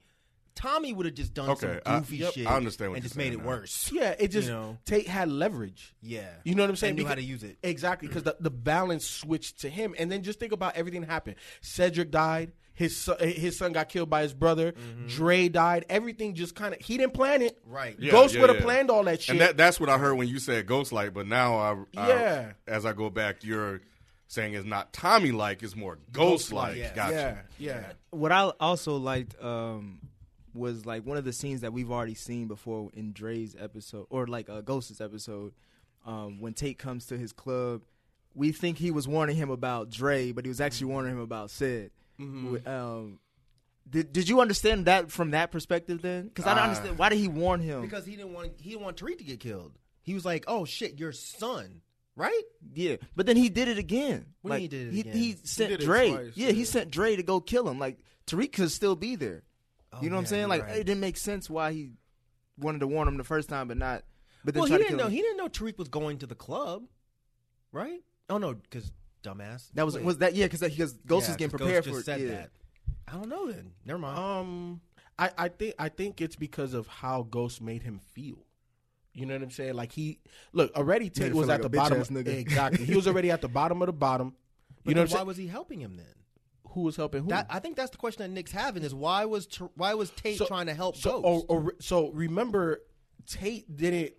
[SPEAKER 9] Tommy would have just done
[SPEAKER 2] Okay, I-
[SPEAKER 9] some goofy
[SPEAKER 2] yep,
[SPEAKER 9] shit.
[SPEAKER 2] I understand what
[SPEAKER 9] and
[SPEAKER 2] you're
[SPEAKER 9] just made
[SPEAKER 2] saying
[SPEAKER 9] it
[SPEAKER 2] now.
[SPEAKER 9] worse.
[SPEAKER 10] Yeah, it just
[SPEAKER 9] You know.
[SPEAKER 10] Tate had leverage.
[SPEAKER 9] Yeah.
[SPEAKER 10] You know what I'm
[SPEAKER 9] And
[SPEAKER 10] saying?
[SPEAKER 9] knew how
[SPEAKER 10] Because-
[SPEAKER 9] to use it. Mm.
[SPEAKER 10] Exactly, because the, the balance switched to him. And then just think about everything that happened. Cedric died. His son, eh, his son got killed by his brother. Dre died. Everything just kind of he didn't plan it.
[SPEAKER 9] Mm-hmm. Right.
[SPEAKER 2] Yeah,
[SPEAKER 10] Ghost
[SPEAKER 2] yeah,
[SPEAKER 10] would have
[SPEAKER 2] yeah.
[SPEAKER 10] planned all that shit.
[SPEAKER 2] And that, that's what I heard when you said ghost like, but now I, I-
[SPEAKER 10] Yeah.
[SPEAKER 2] as I go back, you're saying it's not Tommy like, it's more ghost like.
[SPEAKER 9] Ghost-like, yeah.
[SPEAKER 2] Gotcha.
[SPEAKER 10] yeah, yeah.
[SPEAKER 8] what I also liked um, was like one of the scenes that we've already seen before in Dre's episode or like uh, Ghost's episode um, when Tate comes to his club. We think he was warning him about Dre, but he was actually warning him about Sid. Wi- Um, did Did you understand that from that perspective then? Because I don't understand why did he warn him?
[SPEAKER 9] because he didn't want he didn't want Tariq to get killed. He was like, "Oh shit, your son, right?"
[SPEAKER 8] Yeah, but then he did it again.
[SPEAKER 9] What do
[SPEAKER 8] like,
[SPEAKER 9] you mean he did it
[SPEAKER 8] he,
[SPEAKER 9] again?
[SPEAKER 8] he sent
[SPEAKER 11] did it
[SPEAKER 8] Dre.
[SPEAKER 11] twice,
[SPEAKER 8] yeah, he sent Dre to go kill him. Like Tariq could still be there. you know what I'm
[SPEAKER 9] Oh, yeah,
[SPEAKER 8] saying?
[SPEAKER 9] you're
[SPEAKER 8] Like
[SPEAKER 9] right.
[SPEAKER 8] it didn't make sense why he wanted to warn him the first time, but not. But then
[SPEAKER 9] well, he
[SPEAKER 8] tried
[SPEAKER 9] didn't
[SPEAKER 8] to
[SPEAKER 9] know
[SPEAKER 8] kill him.
[SPEAKER 9] he didn't know Tariq was going to the club, right? Oh no, because dumbass.
[SPEAKER 8] That was
[SPEAKER 9] Wait.
[SPEAKER 8] was that yeah because because Ghost
[SPEAKER 9] Yeah,
[SPEAKER 8] is getting
[SPEAKER 9] 'cause
[SPEAKER 8] prepared
[SPEAKER 9] Ghost
[SPEAKER 8] for
[SPEAKER 9] just said
[SPEAKER 8] it. Yeah.
[SPEAKER 9] that. I don't know. Then never mind.
[SPEAKER 10] Um, I, I think I think it's because of how Ghost made him feel. You know what I'm saying? Like he look already.
[SPEAKER 8] him
[SPEAKER 10] Tate
[SPEAKER 8] feel
[SPEAKER 10] was
[SPEAKER 8] like
[SPEAKER 10] at
[SPEAKER 8] a
[SPEAKER 10] the
[SPEAKER 8] bitch
[SPEAKER 10] bottom.
[SPEAKER 8] ass nigga.
[SPEAKER 10] Exactly. he was already at the bottom of the bottom.
[SPEAKER 9] But
[SPEAKER 10] you know
[SPEAKER 9] then
[SPEAKER 10] what I'm
[SPEAKER 9] why
[SPEAKER 10] saying?
[SPEAKER 9] was he helping him then?
[SPEAKER 10] who was helping who?
[SPEAKER 9] That, I think that's the question that Nick's having is why was Tar- why was Tate trying to help
[SPEAKER 10] so, oh.
[SPEAKER 9] Ghost?
[SPEAKER 10] or- or- so remember, Tate didn't.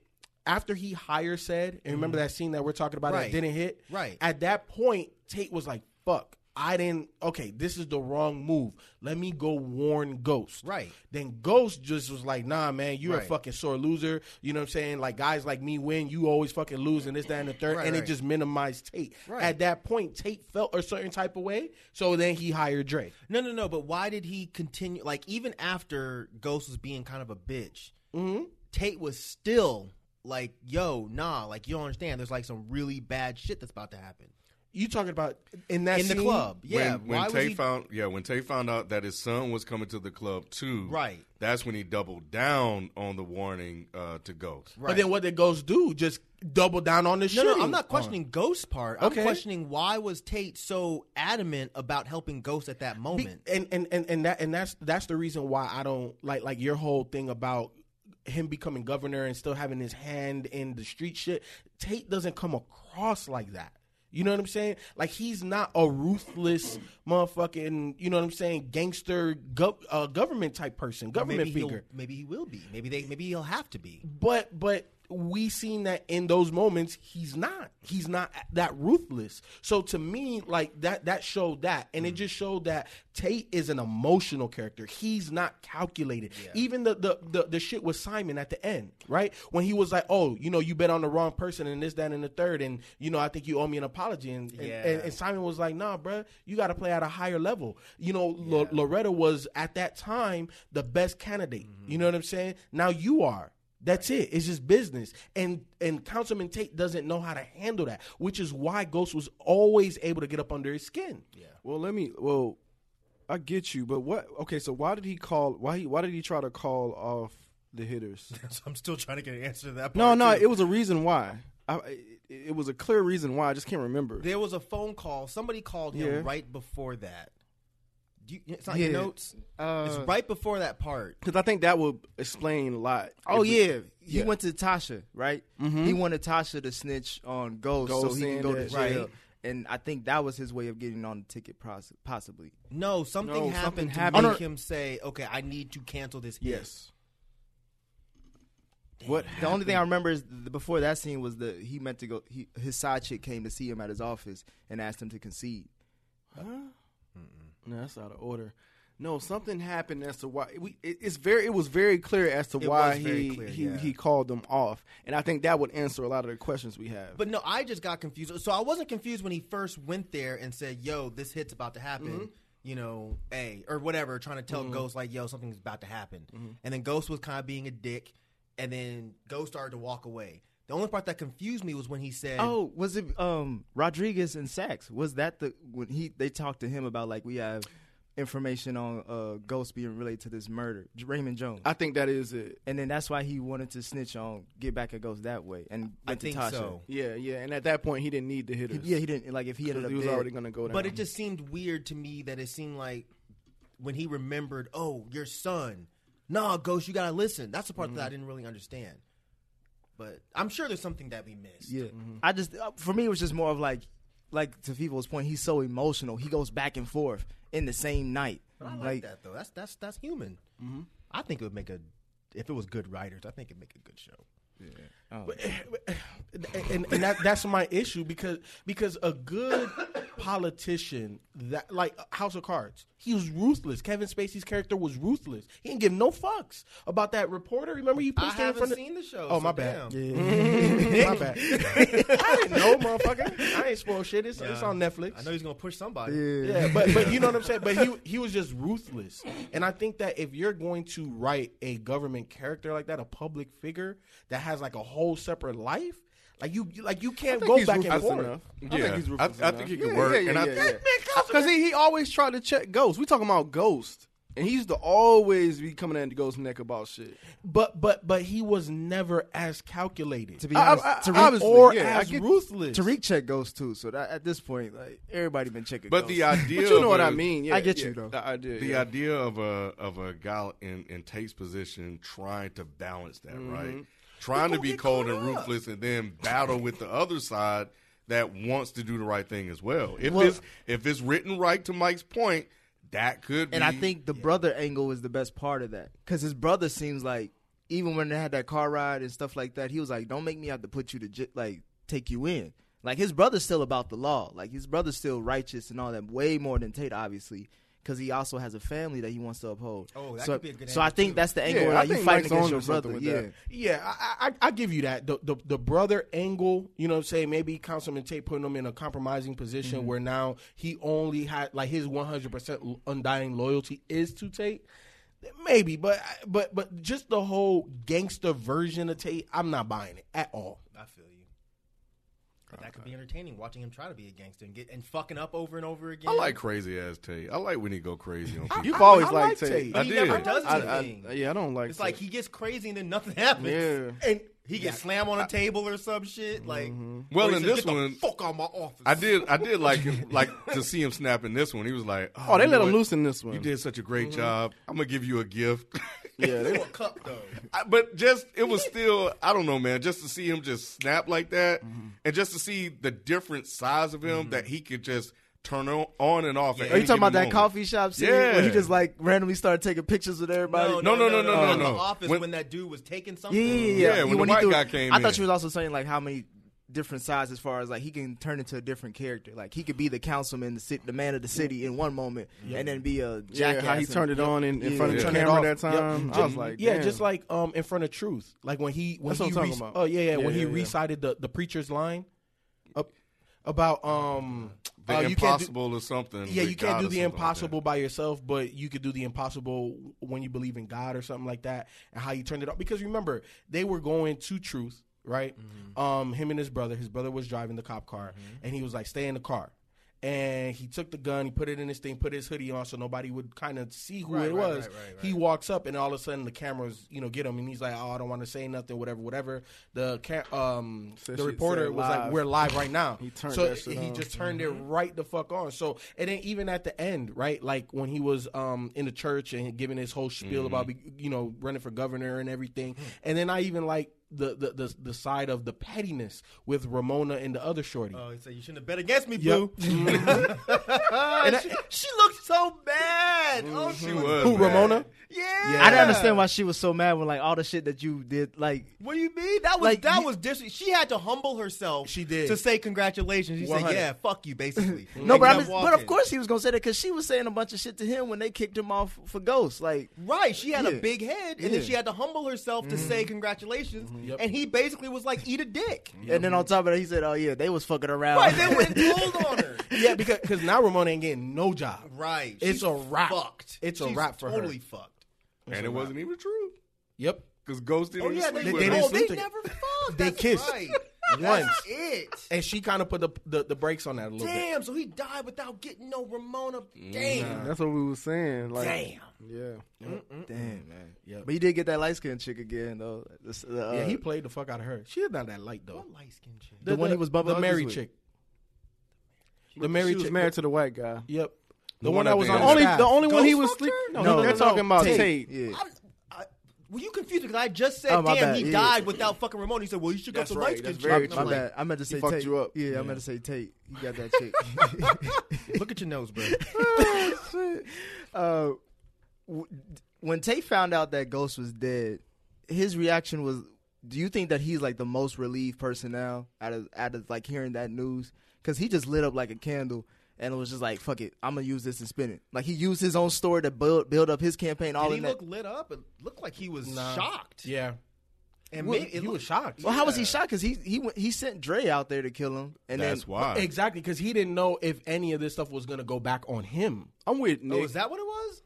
[SPEAKER 10] After he hired said, and remember that scene that we're talking about
[SPEAKER 9] Mm-hmm. Right.
[SPEAKER 10] that didn't hit.
[SPEAKER 9] Right.
[SPEAKER 10] At that point, Tate was like, "Fuck, I didn't. Okay, this is the wrong move. Let me go warn Ghost."
[SPEAKER 9] Right.
[SPEAKER 10] Then Ghost just was like, "Nah, man, you're a
[SPEAKER 9] Right.
[SPEAKER 10] fucking sore loser. You know what I'm saying? Like guys like me win, you always fucking lose, and this, that, and the third,
[SPEAKER 9] Right,
[SPEAKER 10] and it
[SPEAKER 9] right.
[SPEAKER 10] just minimized Tate.
[SPEAKER 9] Right.
[SPEAKER 10] At that point, Tate felt a certain type of way, so then he hired Dre.
[SPEAKER 9] no, no, no. But why did he continue? Like even after Ghost was being kind of a bitch,
[SPEAKER 10] Mm-hmm.
[SPEAKER 9] Tate was still like, "Yo, nah, like you don't understand. There's like some really bad shit that's about to happen
[SPEAKER 10] You talking about in that
[SPEAKER 9] in the
[SPEAKER 10] scene?
[SPEAKER 9] club." Yeah,
[SPEAKER 2] when, when
[SPEAKER 9] why was
[SPEAKER 2] Tay
[SPEAKER 9] he?
[SPEAKER 2] found yeah when Tay found out that his son was coming to the club too
[SPEAKER 9] Right.
[SPEAKER 2] that's when he doubled down on the warning uh, to Ghost
[SPEAKER 10] But then what did Ghost do? Just double down on the
[SPEAKER 9] No,
[SPEAKER 10] shit.
[SPEAKER 9] no, I'm not questioning Ghost part. I'm
[SPEAKER 10] Oh. Okay.
[SPEAKER 9] questioning why was Tate so adamant about helping Ghost at that moment.
[SPEAKER 10] And, and and and that and that's that's the reason why I don't like like your whole thing about him becoming governor and still having his hand in the street shit. Tate doesn't come across like that. You know what I'm saying? Like he's not a ruthless motherfucking, you know what I'm saying, gangster gov- uh, government type person, government
[SPEAKER 9] maybe he'll,
[SPEAKER 10] figure.
[SPEAKER 9] maybe he will be. Maybe they. Maybe he'll have to be.
[SPEAKER 10] But but we seen that in those moments he's not he's not that ruthless. So to me like that that showed that and it just showed that Tate is an emotional character. He's not calculated. Even the, the the the shit with Simon at the end, right? When he was like, "Oh, you know, you bet on the wrong person and this that and the third and you know, I think you owe me an apology." And and, and, and Simon was like, "Nah, bruh, you got to play at a higher level." You know, Lo- Loretta was at that time the best candidate.
[SPEAKER 11] Mm-hmm.
[SPEAKER 10] You know what I'm saying? Now you are that's it. It's just business. And and Councilman Tate doesn't know how to handle that, which is why Ghost was always able to get up under his skin. Yeah.
[SPEAKER 11] Well, let me. Well, I get you, but what? Okay, so why did he call? Why he? Why did he try to call off the hitters?
[SPEAKER 9] So I'm still trying to get an answer to that.
[SPEAKER 11] no, no, it was a reason why. I, it, it was a clear reason why. I just can't remember.
[SPEAKER 9] There was a phone call. Somebody called him
[SPEAKER 11] Yeah.
[SPEAKER 9] right before that. Do you, it's not your notes.
[SPEAKER 11] Uh,
[SPEAKER 9] it's right before that part.
[SPEAKER 11] Because I think that would explain a lot.
[SPEAKER 8] Oh
[SPEAKER 11] If we-
[SPEAKER 8] yeah. he
[SPEAKER 11] yeah.
[SPEAKER 8] went to Tasha, right?
[SPEAKER 9] Mm-hmm.
[SPEAKER 8] He wanted Tasha to snitch on Ghost, so
[SPEAKER 11] Ghost
[SPEAKER 8] he can
[SPEAKER 11] and
[SPEAKER 8] go to
[SPEAKER 11] that,
[SPEAKER 8] jail.
[SPEAKER 11] right.
[SPEAKER 8] And I think that was his way of getting on the ticket, poss- possibly.
[SPEAKER 9] No, something
[SPEAKER 11] No, something
[SPEAKER 9] happened to
[SPEAKER 11] happened.
[SPEAKER 9] make him say, "Okay, I need to cancel this." hit."
[SPEAKER 11] Yes. What?
[SPEAKER 8] The only thing I remember is the, before that scene was the he meant to go. He, his side chick came to see him at his office and asked him to concede.
[SPEAKER 11] No, that's out of order. No, something happened as to why we. It, it's very. It was very clear as to
[SPEAKER 9] It
[SPEAKER 11] why
[SPEAKER 9] was very
[SPEAKER 11] he
[SPEAKER 9] clear,
[SPEAKER 11] he,
[SPEAKER 9] yeah.
[SPEAKER 11] he called them off, and I think that would answer a lot of the questions we have.
[SPEAKER 9] But no, I just got confused. So I wasn't confused when he first went there and said, "Yo, this hit's about to happen." You know, hey, or whatever, trying to tell Ghost like, "Yo, something's about to happen," and then Ghost was kind of being a dick, and then Ghost started to walk away. The only part that confused me was when he said,
[SPEAKER 8] Oh, was it um Rodriguez and Sachs? Was that the when he they talked to him about like we have information on uh Ghost being related to this murder, J- Raymond Jones,
[SPEAKER 11] I think that is it.
[SPEAKER 8] and then that's why he wanted to snitch on get back at Ghost that way and
[SPEAKER 9] "I
[SPEAKER 8] went to
[SPEAKER 9] think
[SPEAKER 8] Tasha.
[SPEAKER 9] so."
[SPEAKER 11] Yeah, yeah. And at that point, he didn't need the hitters.
[SPEAKER 8] Yeah, he didn't like if he ended up
[SPEAKER 11] he was
[SPEAKER 8] dead-
[SPEAKER 11] already going to go down.
[SPEAKER 9] But it just seemed weird to me that it seemed like when he remembered, oh, your son. Nah, Ghost, you gotta listen. That's the part that I didn't really understand. But I'm sure there's something that we missed.
[SPEAKER 8] Yeah,
[SPEAKER 11] Mm-hmm.
[SPEAKER 8] I just uh, for me it was just more of like, like to people's point, he's so emotional. He goes back and forth in the same night.
[SPEAKER 9] But I like, that though. That's that's that's human.
[SPEAKER 2] Mm-hmm.
[SPEAKER 9] I think it would make a if it was good writers. I think it'd make a good show.
[SPEAKER 10] eh, and, and that that's my issue because because a good politician that like House of Cards, he was ruthless. Kevin Spacey's character was ruthless. He didn't give no fucks about that reporter. Remember he
[SPEAKER 9] I
[SPEAKER 10] pushed her in
[SPEAKER 9] haven't
[SPEAKER 10] front of
[SPEAKER 9] seen the show.
[SPEAKER 10] Oh
[SPEAKER 9] so
[SPEAKER 10] my bad.
[SPEAKER 9] damn.
[SPEAKER 10] my bad. I didn't know, motherfucker. I ain't spoiled shit. It's, it's on Netflix.
[SPEAKER 9] I know he's gonna push somebody.
[SPEAKER 10] Yeah, but but you know what I'm saying. But he he was just ruthless, and I think that if you're going to write a government character like that, a public figure that has like a whole separate life, like you like you can't
[SPEAKER 11] I think
[SPEAKER 10] go
[SPEAKER 11] he's
[SPEAKER 10] back and
[SPEAKER 11] ruthless
[SPEAKER 10] forth.
[SPEAKER 11] enough.
[SPEAKER 2] Yeah. I- I think he could work, and I think-
[SPEAKER 11] because he, he always tried to check Ghost. We talking about Ghost, and he used to always be coming at Ghost neck about shit.
[SPEAKER 10] But but but he was never as calculated.
[SPEAKER 8] To be
[SPEAKER 11] I-
[SPEAKER 8] honest,
[SPEAKER 11] I- I-
[SPEAKER 8] Tariq,
[SPEAKER 11] obviously,
[SPEAKER 10] or
[SPEAKER 11] yeah, I
[SPEAKER 10] as
[SPEAKER 11] get-
[SPEAKER 10] ruthless.
[SPEAKER 8] Tariq checked Ghost too. So that, at this point, like everybody been checking.
[SPEAKER 2] But
[SPEAKER 8] Ghost.
[SPEAKER 2] the idea,
[SPEAKER 11] But you know
[SPEAKER 2] of
[SPEAKER 11] what
[SPEAKER 2] a-
[SPEAKER 11] I mean? Yeah,
[SPEAKER 8] I get
[SPEAKER 11] yeah,
[SPEAKER 8] you, though.
[SPEAKER 11] The idea.
[SPEAKER 2] The
[SPEAKER 11] yeah.
[SPEAKER 2] idea of a of a guy in in Tate's position trying to balance that, right? Trying to be cold and ruthless, and then battle with the other side that wants to do the right thing as well. If
[SPEAKER 8] Well-
[SPEAKER 2] it's if it's written right to Mike's point, that could.
[SPEAKER 8] and
[SPEAKER 2] be,
[SPEAKER 8] I think the brother angle is the best part of that because his brother seems like even when they had that car ride and stuff like that, he was like, "Don't make me have to put you to j- like take you in." Like his brother's still about the law, like his brother's still righteous and all that, way more than Tate, obviously, because he also has a family that he wants to uphold.
[SPEAKER 9] Oh, that
[SPEAKER 8] so,
[SPEAKER 9] could be a good
[SPEAKER 8] so I
[SPEAKER 9] angle,
[SPEAKER 8] think
[SPEAKER 9] too.
[SPEAKER 8] that's the angle
[SPEAKER 11] Yeah,
[SPEAKER 8] where
[SPEAKER 11] I
[SPEAKER 8] like, you
[SPEAKER 11] think
[SPEAKER 8] fighting
[SPEAKER 11] Mike's
[SPEAKER 8] against
[SPEAKER 11] on
[SPEAKER 8] your
[SPEAKER 11] to something
[SPEAKER 8] brother.
[SPEAKER 11] with
[SPEAKER 8] Yeah,
[SPEAKER 11] that.
[SPEAKER 10] Yeah, I, I I give you that. The, the the brother angle, you know what I'm saying? Maybe Councilman Tate putting him in a compromising position
[SPEAKER 8] Mm-hmm.
[SPEAKER 10] where now he only had like his 100% undying loyalty is to Tate. Maybe, but but but just the whole gangster version of Tate, I'm not buying it at all.
[SPEAKER 9] I feel you. But that could be entertaining watching him try to be a gangster and get and fucking up over and over again.
[SPEAKER 2] I like crazy ass Tate. I like when he go crazy on people.
[SPEAKER 11] You've always
[SPEAKER 10] I
[SPEAKER 11] liked
[SPEAKER 10] like
[SPEAKER 11] Tate.
[SPEAKER 10] Tate.
[SPEAKER 2] I
[SPEAKER 9] he
[SPEAKER 2] did.
[SPEAKER 9] never does
[SPEAKER 11] I,
[SPEAKER 9] anything.
[SPEAKER 11] I, yeah, I don't like.
[SPEAKER 9] it's like
[SPEAKER 11] Tate.
[SPEAKER 9] he gets crazy and then nothing happens.
[SPEAKER 11] Yeah.
[SPEAKER 9] And he gets slammed on a table or some shit. Like,
[SPEAKER 2] Mm-hmm. Well,
[SPEAKER 9] or he
[SPEAKER 2] in
[SPEAKER 9] says,
[SPEAKER 2] this
[SPEAKER 9] "Get the
[SPEAKER 2] one-
[SPEAKER 9] fuck out my office.
[SPEAKER 2] I did. I did like him, like to see him snap in this one. He was like, "Oh,
[SPEAKER 11] Oh, they
[SPEAKER 2] you
[SPEAKER 11] let
[SPEAKER 2] know
[SPEAKER 11] him
[SPEAKER 2] what?
[SPEAKER 11] loose in this one.
[SPEAKER 2] You did such a great job. I'm gonna give you a gift."
[SPEAKER 11] Yeah, they,
[SPEAKER 9] a cup though.
[SPEAKER 2] I, but just it was still I don't know, man. Just to see him just snap like that, and just to see the different size of him that he could just turn on, on and off. at
[SPEAKER 8] Are you
[SPEAKER 2] any
[SPEAKER 8] talking about that
[SPEAKER 2] given moment.
[SPEAKER 8] coffee shop scene
[SPEAKER 2] Yeah.
[SPEAKER 8] where he just like randomly started taking pictures with everybody?
[SPEAKER 2] No, no, no, no, no,
[SPEAKER 9] In the
[SPEAKER 2] no.
[SPEAKER 9] office
[SPEAKER 2] When-
[SPEAKER 9] when, that dude was taking something.
[SPEAKER 8] Yeah, yeah, yeah.
[SPEAKER 2] Yeah, when the
[SPEAKER 8] he
[SPEAKER 2] white
[SPEAKER 8] threw-
[SPEAKER 2] guy came
[SPEAKER 8] I
[SPEAKER 2] in.
[SPEAKER 8] thought you was also saying like how many different sides as far as like he can turn into a different character. Like he could be the councilman, the city, the man of the city in one moment, and then be a
[SPEAKER 11] yeah,
[SPEAKER 8] jackass.
[SPEAKER 11] how he
[SPEAKER 8] and-
[SPEAKER 11] turned it on in, in
[SPEAKER 8] Yeah.
[SPEAKER 11] front of the
[SPEAKER 2] Turn
[SPEAKER 10] Turn it
[SPEAKER 11] camera
[SPEAKER 10] off.
[SPEAKER 11] that
[SPEAKER 10] Yep.
[SPEAKER 11] time. I
[SPEAKER 10] Ju-
[SPEAKER 11] was like,
[SPEAKER 10] yeah,
[SPEAKER 11] damn.
[SPEAKER 10] just like um in front of Truth, like when he when
[SPEAKER 11] That's what
[SPEAKER 10] he
[SPEAKER 11] I'm talking
[SPEAKER 10] rec-
[SPEAKER 11] about.
[SPEAKER 10] oh yeah yeah, when
[SPEAKER 11] Yeah,
[SPEAKER 10] he
[SPEAKER 11] yeah, yeah.
[SPEAKER 10] recited the the preacher's line, up about um
[SPEAKER 2] the
[SPEAKER 10] uh, you can't do-
[SPEAKER 2] impossible or something.
[SPEAKER 10] Yeah,
[SPEAKER 2] with
[SPEAKER 10] you can't
[SPEAKER 2] God
[SPEAKER 10] do
[SPEAKER 2] or something
[SPEAKER 10] the
[SPEAKER 2] like that.
[SPEAKER 10] impossible by yourself, but you could do the impossible when you believe in God or something like that, and how you turned it off. Because remember, they were going to truth, right? Um, him and his brother. His brother was driving the cop car, and he was like, "Stay in the car." and he took the gun, he put it in his thing, put his hoodie on, so nobody would kind of see who
[SPEAKER 9] Right,
[SPEAKER 10] it
[SPEAKER 9] right, right,
[SPEAKER 10] was.
[SPEAKER 9] right, right.
[SPEAKER 10] He walks up, and all of a sudden the cameras, you know, get him, and he's like, "Oh, I don't want to say nothing, whatever, whatever." The ca- um,
[SPEAKER 11] Said
[SPEAKER 10] the
[SPEAKER 11] she-
[SPEAKER 10] reporter
[SPEAKER 11] said
[SPEAKER 10] was
[SPEAKER 11] live.
[SPEAKER 10] like, "We're live right now."
[SPEAKER 11] He turned
[SPEAKER 10] so
[SPEAKER 11] that shit
[SPEAKER 10] he
[SPEAKER 11] on.
[SPEAKER 10] just turned it right the fuck on. So and then even at the end, right, like when he was um in the church and giving his whole spiel
[SPEAKER 9] Mm-hmm.
[SPEAKER 10] about be- you know running for governor and everything, and then I even like. The, the, the the side of the pettiness with Ramona and the other shorty.
[SPEAKER 9] Oh, he said you shouldn't have bet against me,
[SPEAKER 10] Yep.
[SPEAKER 9] boo. she, she looked so bad. Oh, she was.
[SPEAKER 10] Who Ramona?
[SPEAKER 9] Yeah.
[SPEAKER 8] I didn't understand why she was so mad when like all the shit that you did. Like
[SPEAKER 9] What do you mean? That was
[SPEAKER 8] Like,
[SPEAKER 9] that
[SPEAKER 8] you-
[SPEAKER 9] was dis- She had to humble herself.
[SPEAKER 10] She did.
[SPEAKER 9] to say congratulations. She
[SPEAKER 10] 100.
[SPEAKER 9] said, "Yeah, fuck you," basically.
[SPEAKER 8] no,
[SPEAKER 9] And
[SPEAKER 8] but
[SPEAKER 9] kept
[SPEAKER 8] I'm just, but of
[SPEAKER 9] walking.
[SPEAKER 8] course he was gonna say that because she was saying a bunch of shit to him when they kicked him off for ghosts. Like
[SPEAKER 9] Right, she had
[SPEAKER 8] Yeah.
[SPEAKER 9] a big head, and then
[SPEAKER 8] Yeah.
[SPEAKER 9] she had to humble herself
[SPEAKER 10] Mm-hmm.
[SPEAKER 9] to say congratulations, and he basically was like, "Eat a dick."
[SPEAKER 10] Mm-hmm.
[SPEAKER 8] And then on top of that, he said, "Oh yeah, they was fucking around."
[SPEAKER 9] Right, they went cold on her.
[SPEAKER 10] yeah, because cause now Ramona ain't getting no job.
[SPEAKER 9] Right,
[SPEAKER 10] It's
[SPEAKER 9] she's
[SPEAKER 10] a wrap.
[SPEAKER 9] Fucked.
[SPEAKER 10] It's a
[SPEAKER 9] She's
[SPEAKER 10] wrap for her.
[SPEAKER 9] Totally fucked.
[SPEAKER 2] and it wasn't even true.
[SPEAKER 10] Yep.
[SPEAKER 2] Because Ghost didn't
[SPEAKER 9] Oh
[SPEAKER 2] even
[SPEAKER 9] yeah,
[SPEAKER 2] sleep
[SPEAKER 9] they,
[SPEAKER 2] with
[SPEAKER 10] they
[SPEAKER 2] her.
[SPEAKER 10] didn't
[SPEAKER 9] oh, they
[SPEAKER 10] sleep together.
[SPEAKER 9] never fucked.
[SPEAKER 10] They
[SPEAKER 9] That's
[SPEAKER 10] kissed
[SPEAKER 9] right.
[SPEAKER 10] once.
[SPEAKER 9] That's it.
[SPEAKER 10] And she kind of put the, the the brakes on that a little bit.
[SPEAKER 9] Damn, so he died without getting no Ramona. Damn.
[SPEAKER 11] That's what we were saying. Like,
[SPEAKER 9] Damn.
[SPEAKER 11] Yeah.
[SPEAKER 8] Damn man. But he did get that light skinned chick again though. This- the, uh,
[SPEAKER 10] Yeah, he played the fuck out of her. She is not that light though.
[SPEAKER 9] Light skinned chick.
[SPEAKER 8] The one he was bumping
[SPEAKER 10] the
[SPEAKER 8] uglies
[SPEAKER 10] Mary
[SPEAKER 8] with.
[SPEAKER 10] chick. The Mary
[SPEAKER 11] she
[SPEAKER 10] chick.
[SPEAKER 11] was married to the white guy.
[SPEAKER 10] Yep.
[SPEAKER 2] The
[SPEAKER 10] The, one
[SPEAKER 2] one
[SPEAKER 10] that
[SPEAKER 2] at
[SPEAKER 10] was
[SPEAKER 2] the
[SPEAKER 10] on
[SPEAKER 2] end.
[SPEAKER 11] The only,
[SPEAKER 10] staff.
[SPEAKER 11] the only one he
[SPEAKER 9] Ghost
[SPEAKER 11] was
[SPEAKER 9] fucked
[SPEAKER 11] sleeping.
[SPEAKER 9] her?
[SPEAKER 11] No,
[SPEAKER 8] No,
[SPEAKER 11] they're
[SPEAKER 8] no,
[SPEAKER 11] talking about Tate.
[SPEAKER 8] Yeah.
[SPEAKER 9] I'm, I, well, you confused because I just said,
[SPEAKER 8] Oh, my
[SPEAKER 9] "Damn,
[SPEAKER 8] bad.
[SPEAKER 9] he
[SPEAKER 8] Yeah.
[SPEAKER 9] died without fucking Ramona." He said, "Well, you should
[SPEAKER 11] That's
[SPEAKER 9] got the
[SPEAKER 11] right.
[SPEAKER 9] light skin."
[SPEAKER 11] That's very
[SPEAKER 8] My
[SPEAKER 11] true.
[SPEAKER 8] bad. I meant to
[SPEAKER 11] He
[SPEAKER 8] say
[SPEAKER 11] fucked
[SPEAKER 8] Tate.
[SPEAKER 11] you up.
[SPEAKER 8] Yeah, I meant to say Tate. He got that chick.
[SPEAKER 9] Look at your nose, bro.
[SPEAKER 8] uh, w- when Tate found out that Ghost was dead, his reaction was, "Do you think that he's like the most relieved person now out of out of like hearing that news? Because he just lit up like a candle." And was just like, fuck it, I'm gonna use this and spin it. Like he used his own story to build build up his campaign. All
[SPEAKER 9] Did he
[SPEAKER 8] in that.
[SPEAKER 9] look lit up? It looked like he was
[SPEAKER 10] Nah.
[SPEAKER 9] shocked.
[SPEAKER 10] Yeah.
[SPEAKER 9] and
[SPEAKER 10] Well,
[SPEAKER 9] maybe it
[SPEAKER 10] he
[SPEAKER 9] looked-
[SPEAKER 10] was shocked.
[SPEAKER 8] well, how was he shocked? Because he he went, he sent Dre out there to kill him, and
[SPEAKER 2] That's
[SPEAKER 8] then
[SPEAKER 2] why.
[SPEAKER 10] Exactly, because he didn't know if any of this stuff was gonna go back on him.
[SPEAKER 11] I'm with Nick.
[SPEAKER 9] Oh, is that what it was?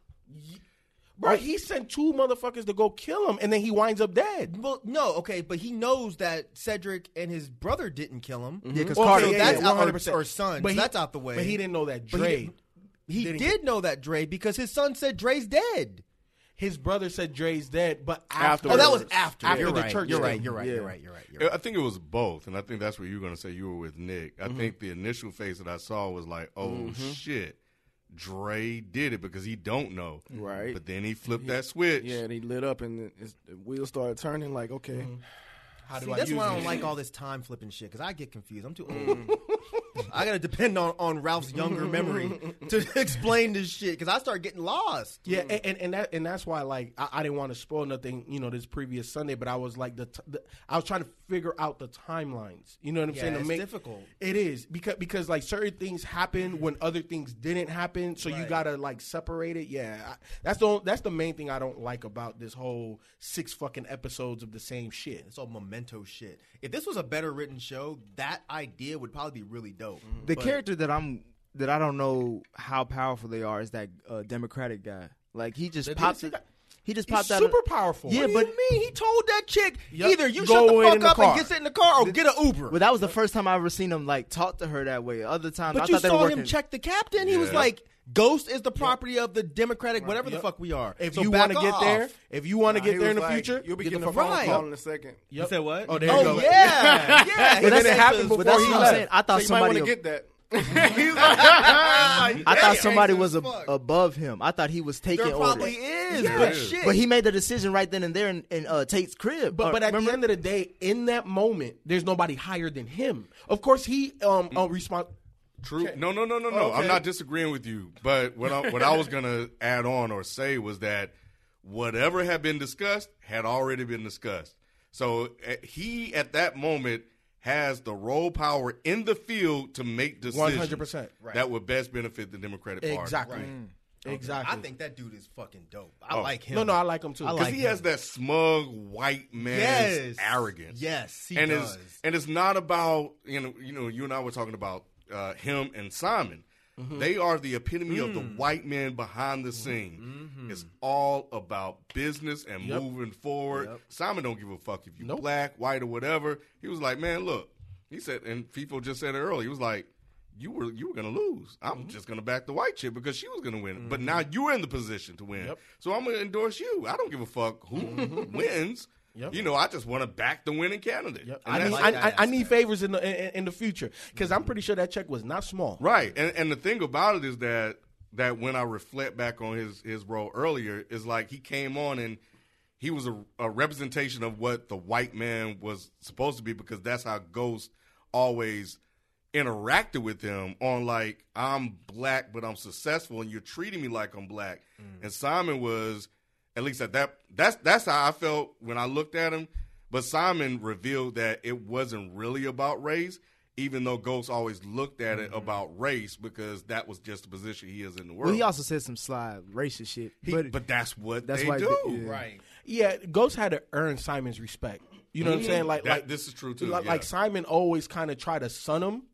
[SPEAKER 10] Bro, he sent two motherfuckers to go kill him, and then he winds up dead.
[SPEAKER 9] Well, no, okay, but he knows that Cedric and his brother didn't kill him.
[SPEAKER 8] yeah, because
[SPEAKER 10] Well,
[SPEAKER 8] Carter.
[SPEAKER 10] okay,
[SPEAKER 9] so
[SPEAKER 10] yeah,
[SPEAKER 9] Mm-hmm. that's
[SPEAKER 10] yeah,
[SPEAKER 9] out- or-
[SPEAKER 10] 100%.
[SPEAKER 9] or son, so
[SPEAKER 10] he-
[SPEAKER 9] that's out the way.
[SPEAKER 10] But he didn't know that
[SPEAKER 9] But he
[SPEAKER 10] Dre.
[SPEAKER 9] didn't- He
[SPEAKER 10] Didn't
[SPEAKER 9] did know that Dre because his son said Dre's dead.
[SPEAKER 10] his brother said Dre's dead, but after
[SPEAKER 11] Afterwards.
[SPEAKER 9] Oh, that was after.
[SPEAKER 10] after
[SPEAKER 9] You're
[SPEAKER 10] the
[SPEAKER 9] right,
[SPEAKER 10] church.
[SPEAKER 9] You're
[SPEAKER 10] thing.
[SPEAKER 9] right. You're right. You're right. You're right. You're
[SPEAKER 2] I-
[SPEAKER 9] right.
[SPEAKER 2] I think it was both, and I think that's what you were going to say. You were with Nick. I
[SPEAKER 11] Mm-hmm.
[SPEAKER 2] think the initial face that I saw was like, "Oh shit, Dre did it," because he don't know,
[SPEAKER 11] Right.
[SPEAKER 2] But then he flipped that switch.
[SPEAKER 11] Yeah, and he lit up and the- his the wheels started turning. Like, okay,
[SPEAKER 10] Mm-hmm. How do
[SPEAKER 9] See,
[SPEAKER 10] I
[SPEAKER 9] that's
[SPEAKER 10] use
[SPEAKER 9] why I
[SPEAKER 10] this?
[SPEAKER 9] don't like all this time flipping shit because I get confused. I'm too old. I gotta depend on, on Ralph's younger memory to explain this shit because I start getting lost.
[SPEAKER 10] Yeah, and, and and that and that's why like I, I didn't want to spoil nothing, you know, this previous Sunday, but I was like the, t- the I was trying to figure out the timelines. You know what I'm
[SPEAKER 9] Yeah,
[SPEAKER 10] saying? To
[SPEAKER 9] it's difficult.
[SPEAKER 10] It is because because like certain things happen when other things didn't happen, so you
[SPEAKER 9] Right.
[SPEAKER 10] gotta like separate it. Yeah, I, that's the only, that's the main thing I don't like about this whole six fucking episodes of the same shit.
[SPEAKER 9] It's all memento shit. If this was a better written show, that idea would probably be really dope.
[SPEAKER 8] The character that I'm that I don't know how powerful they are is that uh, Democratic guy. Like he just
[SPEAKER 10] That
[SPEAKER 8] popped.
[SPEAKER 10] dude-
[SPEAKER 8] He just
[SPEAKER 10] He's
[SPEAKER 8] popped out.
[SPEAKER 10] super
[SPEAKER 8] of,
[SPEAKER 10] powerful.
[SPEAKER 8] Yeah,
[SPEAKER 10] What do
[SPEAKER 8] but
[SPEAKER 10] you
[SPEAKER 9] Me, he told that chick
[SPEAKER 10] Yep.
[SPEAKER 9] either you
[SPEAKER 10] Go
[SPEAKER 9] shut the
[SPEAKER 10] away in
[SPEAKER 9] fuck
[SPEAKER 10] the
[SPEAKER 9] up
[SPEAKER 10] car.
[SPEAKER 9] and get sit in the car or get an Uber.
[SPEAKER 8] Well, that was the first time I've ever seen him like talk to her that way. Other times, I
[SPEAKER 9] but you
[SPEAKER 8] thought they
[SPEAKER 9] saw
[SPEAKER 8] were
[SPEAKER 9] him
[SPEAKER 8] working-
[SPEAKER 9] check the captain. He was
[SPEAKER 2] Yeah.
[SPEAKER 9] like, "Ghost is the property of the Democratic, whatever the fuck we are."
[SPEAKER 10] If
[SPEAKER 9] So
[SPEAKER 10] you
[SPEAKER 9] back
[SPEAKER 10] want to get
[SPEAKER 9] off.
[SPEAKER 10] there, if you want to
[SPEAKER 11] Nah,
[SPEAKER 10] get
[SPEAKER 11] he
[SPEAKER 10] there
[SPEAKER 11] was
[SPEAKER 10] in the
[SPEAKER 11] like,
[SPEAKER 10] future,
[SPEAKER 11] you'll be
[SPEAKER 10] get
[SPEAKER 11] getting
[SPEAKER 10] the
[SPEAKER 11] a
[SPEAKER 10] fuck
[SPEAKER 11] phone
[SPEAKER 9] right.
[SPEAKER 11] call in a second.
[SPEAKER 10] Yep.
[SPEAKER 9] You said what?
[SPEAKER 10] Oh, there
[SPEAKER 9] oh
[SPEAKER 10] you go.
[SPEAKER 9] yeah, yeah.
[SPEAKER 8] But
[SPEAKER 10] And
[SPEAKER 8] that's-
[SPEAKER 10] then it happened
[SPEAKER 8] but
[SPEAKER 10] before
[SPEAKER 8] that's
[SPEAKER 10] he
[SPEAKER 8] what I'm
[SPEAKER 10] left.
[SPEAKER 8] saying. I thought
[SPEAKER 11] so you might
[SPEAKER 8] somebody.
[SPEAKER 11] want to get that. He's like,
[SPEAKER 8] I thought
[SPEAKER 9] Yeah.
[SPEAKER 8] somebody
[SPEAKER 9] Crazy
[SPEAKER 8] was
[SPEAKER 9] as
[SPEAKER 8] ab-
[SPEAKER 9] fuck.
[SPEAKER 8] above him. I thought he was taking
[SPEAKER 9] there probably
[SPEAKER 8] orders.
[SPEAKER 9] is,
[SPEAKER 2] Yeah.
[SPEAKER 9] but
[SPEAKER 2] Yeah.
[SPEAKER 9] shit.
[SPEAKER 8] But he made the decision right then and there in, in uh, Tate's crib.
[SPEAKER 10] But,
[SPEAKER 8] Or-
[SPEAKER 10] but at
[SPEAKER 8] remember-
[SPEAKER 10] the end of the day, in that moment, there's nobody higher than him. Of course, he um, um respond.
[SPEAKER 2] True. No, no, no, no, no. I'm not disagreeing with you, but what I, what I was gonna add on or say was that whatever had been discussed had already been discussed. So uh, he at that moment has the role power in the field to make decisions
[SPEAKER 10] 100%, right.
[SPEAKER 2] that would best benefit the Democratic Party.
[SPEAKER 10] Exactly,
[SPEAKER 9] Mm.
[SPEAKER 10] exactly.
[SPEAKER 9] I think that dude is fucking dope. I like him.
[SPEAKER 10] no, no, I like him too.
[SPEAKER 9] Oh. I
[SPEAKER 2] Because
[SPEAKER 9] like
[SPEAKER 2] he
[SPEAKER 9] him.
[SPEAKER 2] has that smug white man
[SPEAKER 9] yes
[SPEAKER 2] arrogance.
[SPEAKER 9] Yes, he
[SPEAKER 2] and
[SPEAKER 9] does.
[SPEAKER 2] it's and it's not about you know you know you and I were talking about uh, him and Simon.
[SPEAKER 9] Mm-hmm.
[SPEAKER 2] They are the epitome of the
[SPEAKER 9] Mm.
[SPEAKER 2] white man behind the scene.
[SPEAKER 9] Mm-hmm.
[SPEAKER 2] It's all about business and moving forward. Simon don't give a fuck if you black, white, or whatever. He was like, man, look. He said, and FIFO just said it earlier. He was like, you were you were gonna lose. I'm just gonna back the white chick because she was gonna win. But now you're in the position to win. So I'm gonna endorse you. I don't give a fuck who wins. You know, I just want to back the winning candidate. And
[SPEAKER 10] I
[SPEAKER 2] that's
[SPEAKER 10] need,
[SPEAKER 2] it.
[SPEAKER 10] I, I, I need favors in the in, in the future because I'm pretty sure that check was not small.
[SPEAKER 2] Right, and and the thing about it is that that when I reflect back on his his role earlier, is like he came on and he was a, a representation of what the white man was supposed to be because that's how Ghost always interacted with him on like I'm black but I'm successful and you're treating me like I'm black. And Simon was at least at that that's that's how I felt when I looked at him. But Simon revealed that it wasn't really about race, even though Ghost always looked at it about race because that was just the position he is in the world.
[SPEAKER 8] Well, he also said some sly racist shit.
[SPEAKER 2] He-
[SPEAKER 8] but
[SPEAKER 2] but, that's what
[SPEAKER 8] that's
[SPEAKER 2] they
[SPEAKER 8] why-
[SPEAKER 2] do.
[SPEAKER 8] yeah.
[SPEAKER 2] Right.
[SPEAKER 10] Yeah, Ghost had to earn Simon's respect. You know what I'm saying? Like,
[SPEAKER 2] That-
[SPEAKER 10] like
[SPEAKER 2] this is true, too,
[SPEAKER 10] Like,
[SPEAKER 2] yeah.
[SPEAKER 10] like Simon always kind of tried to sun him,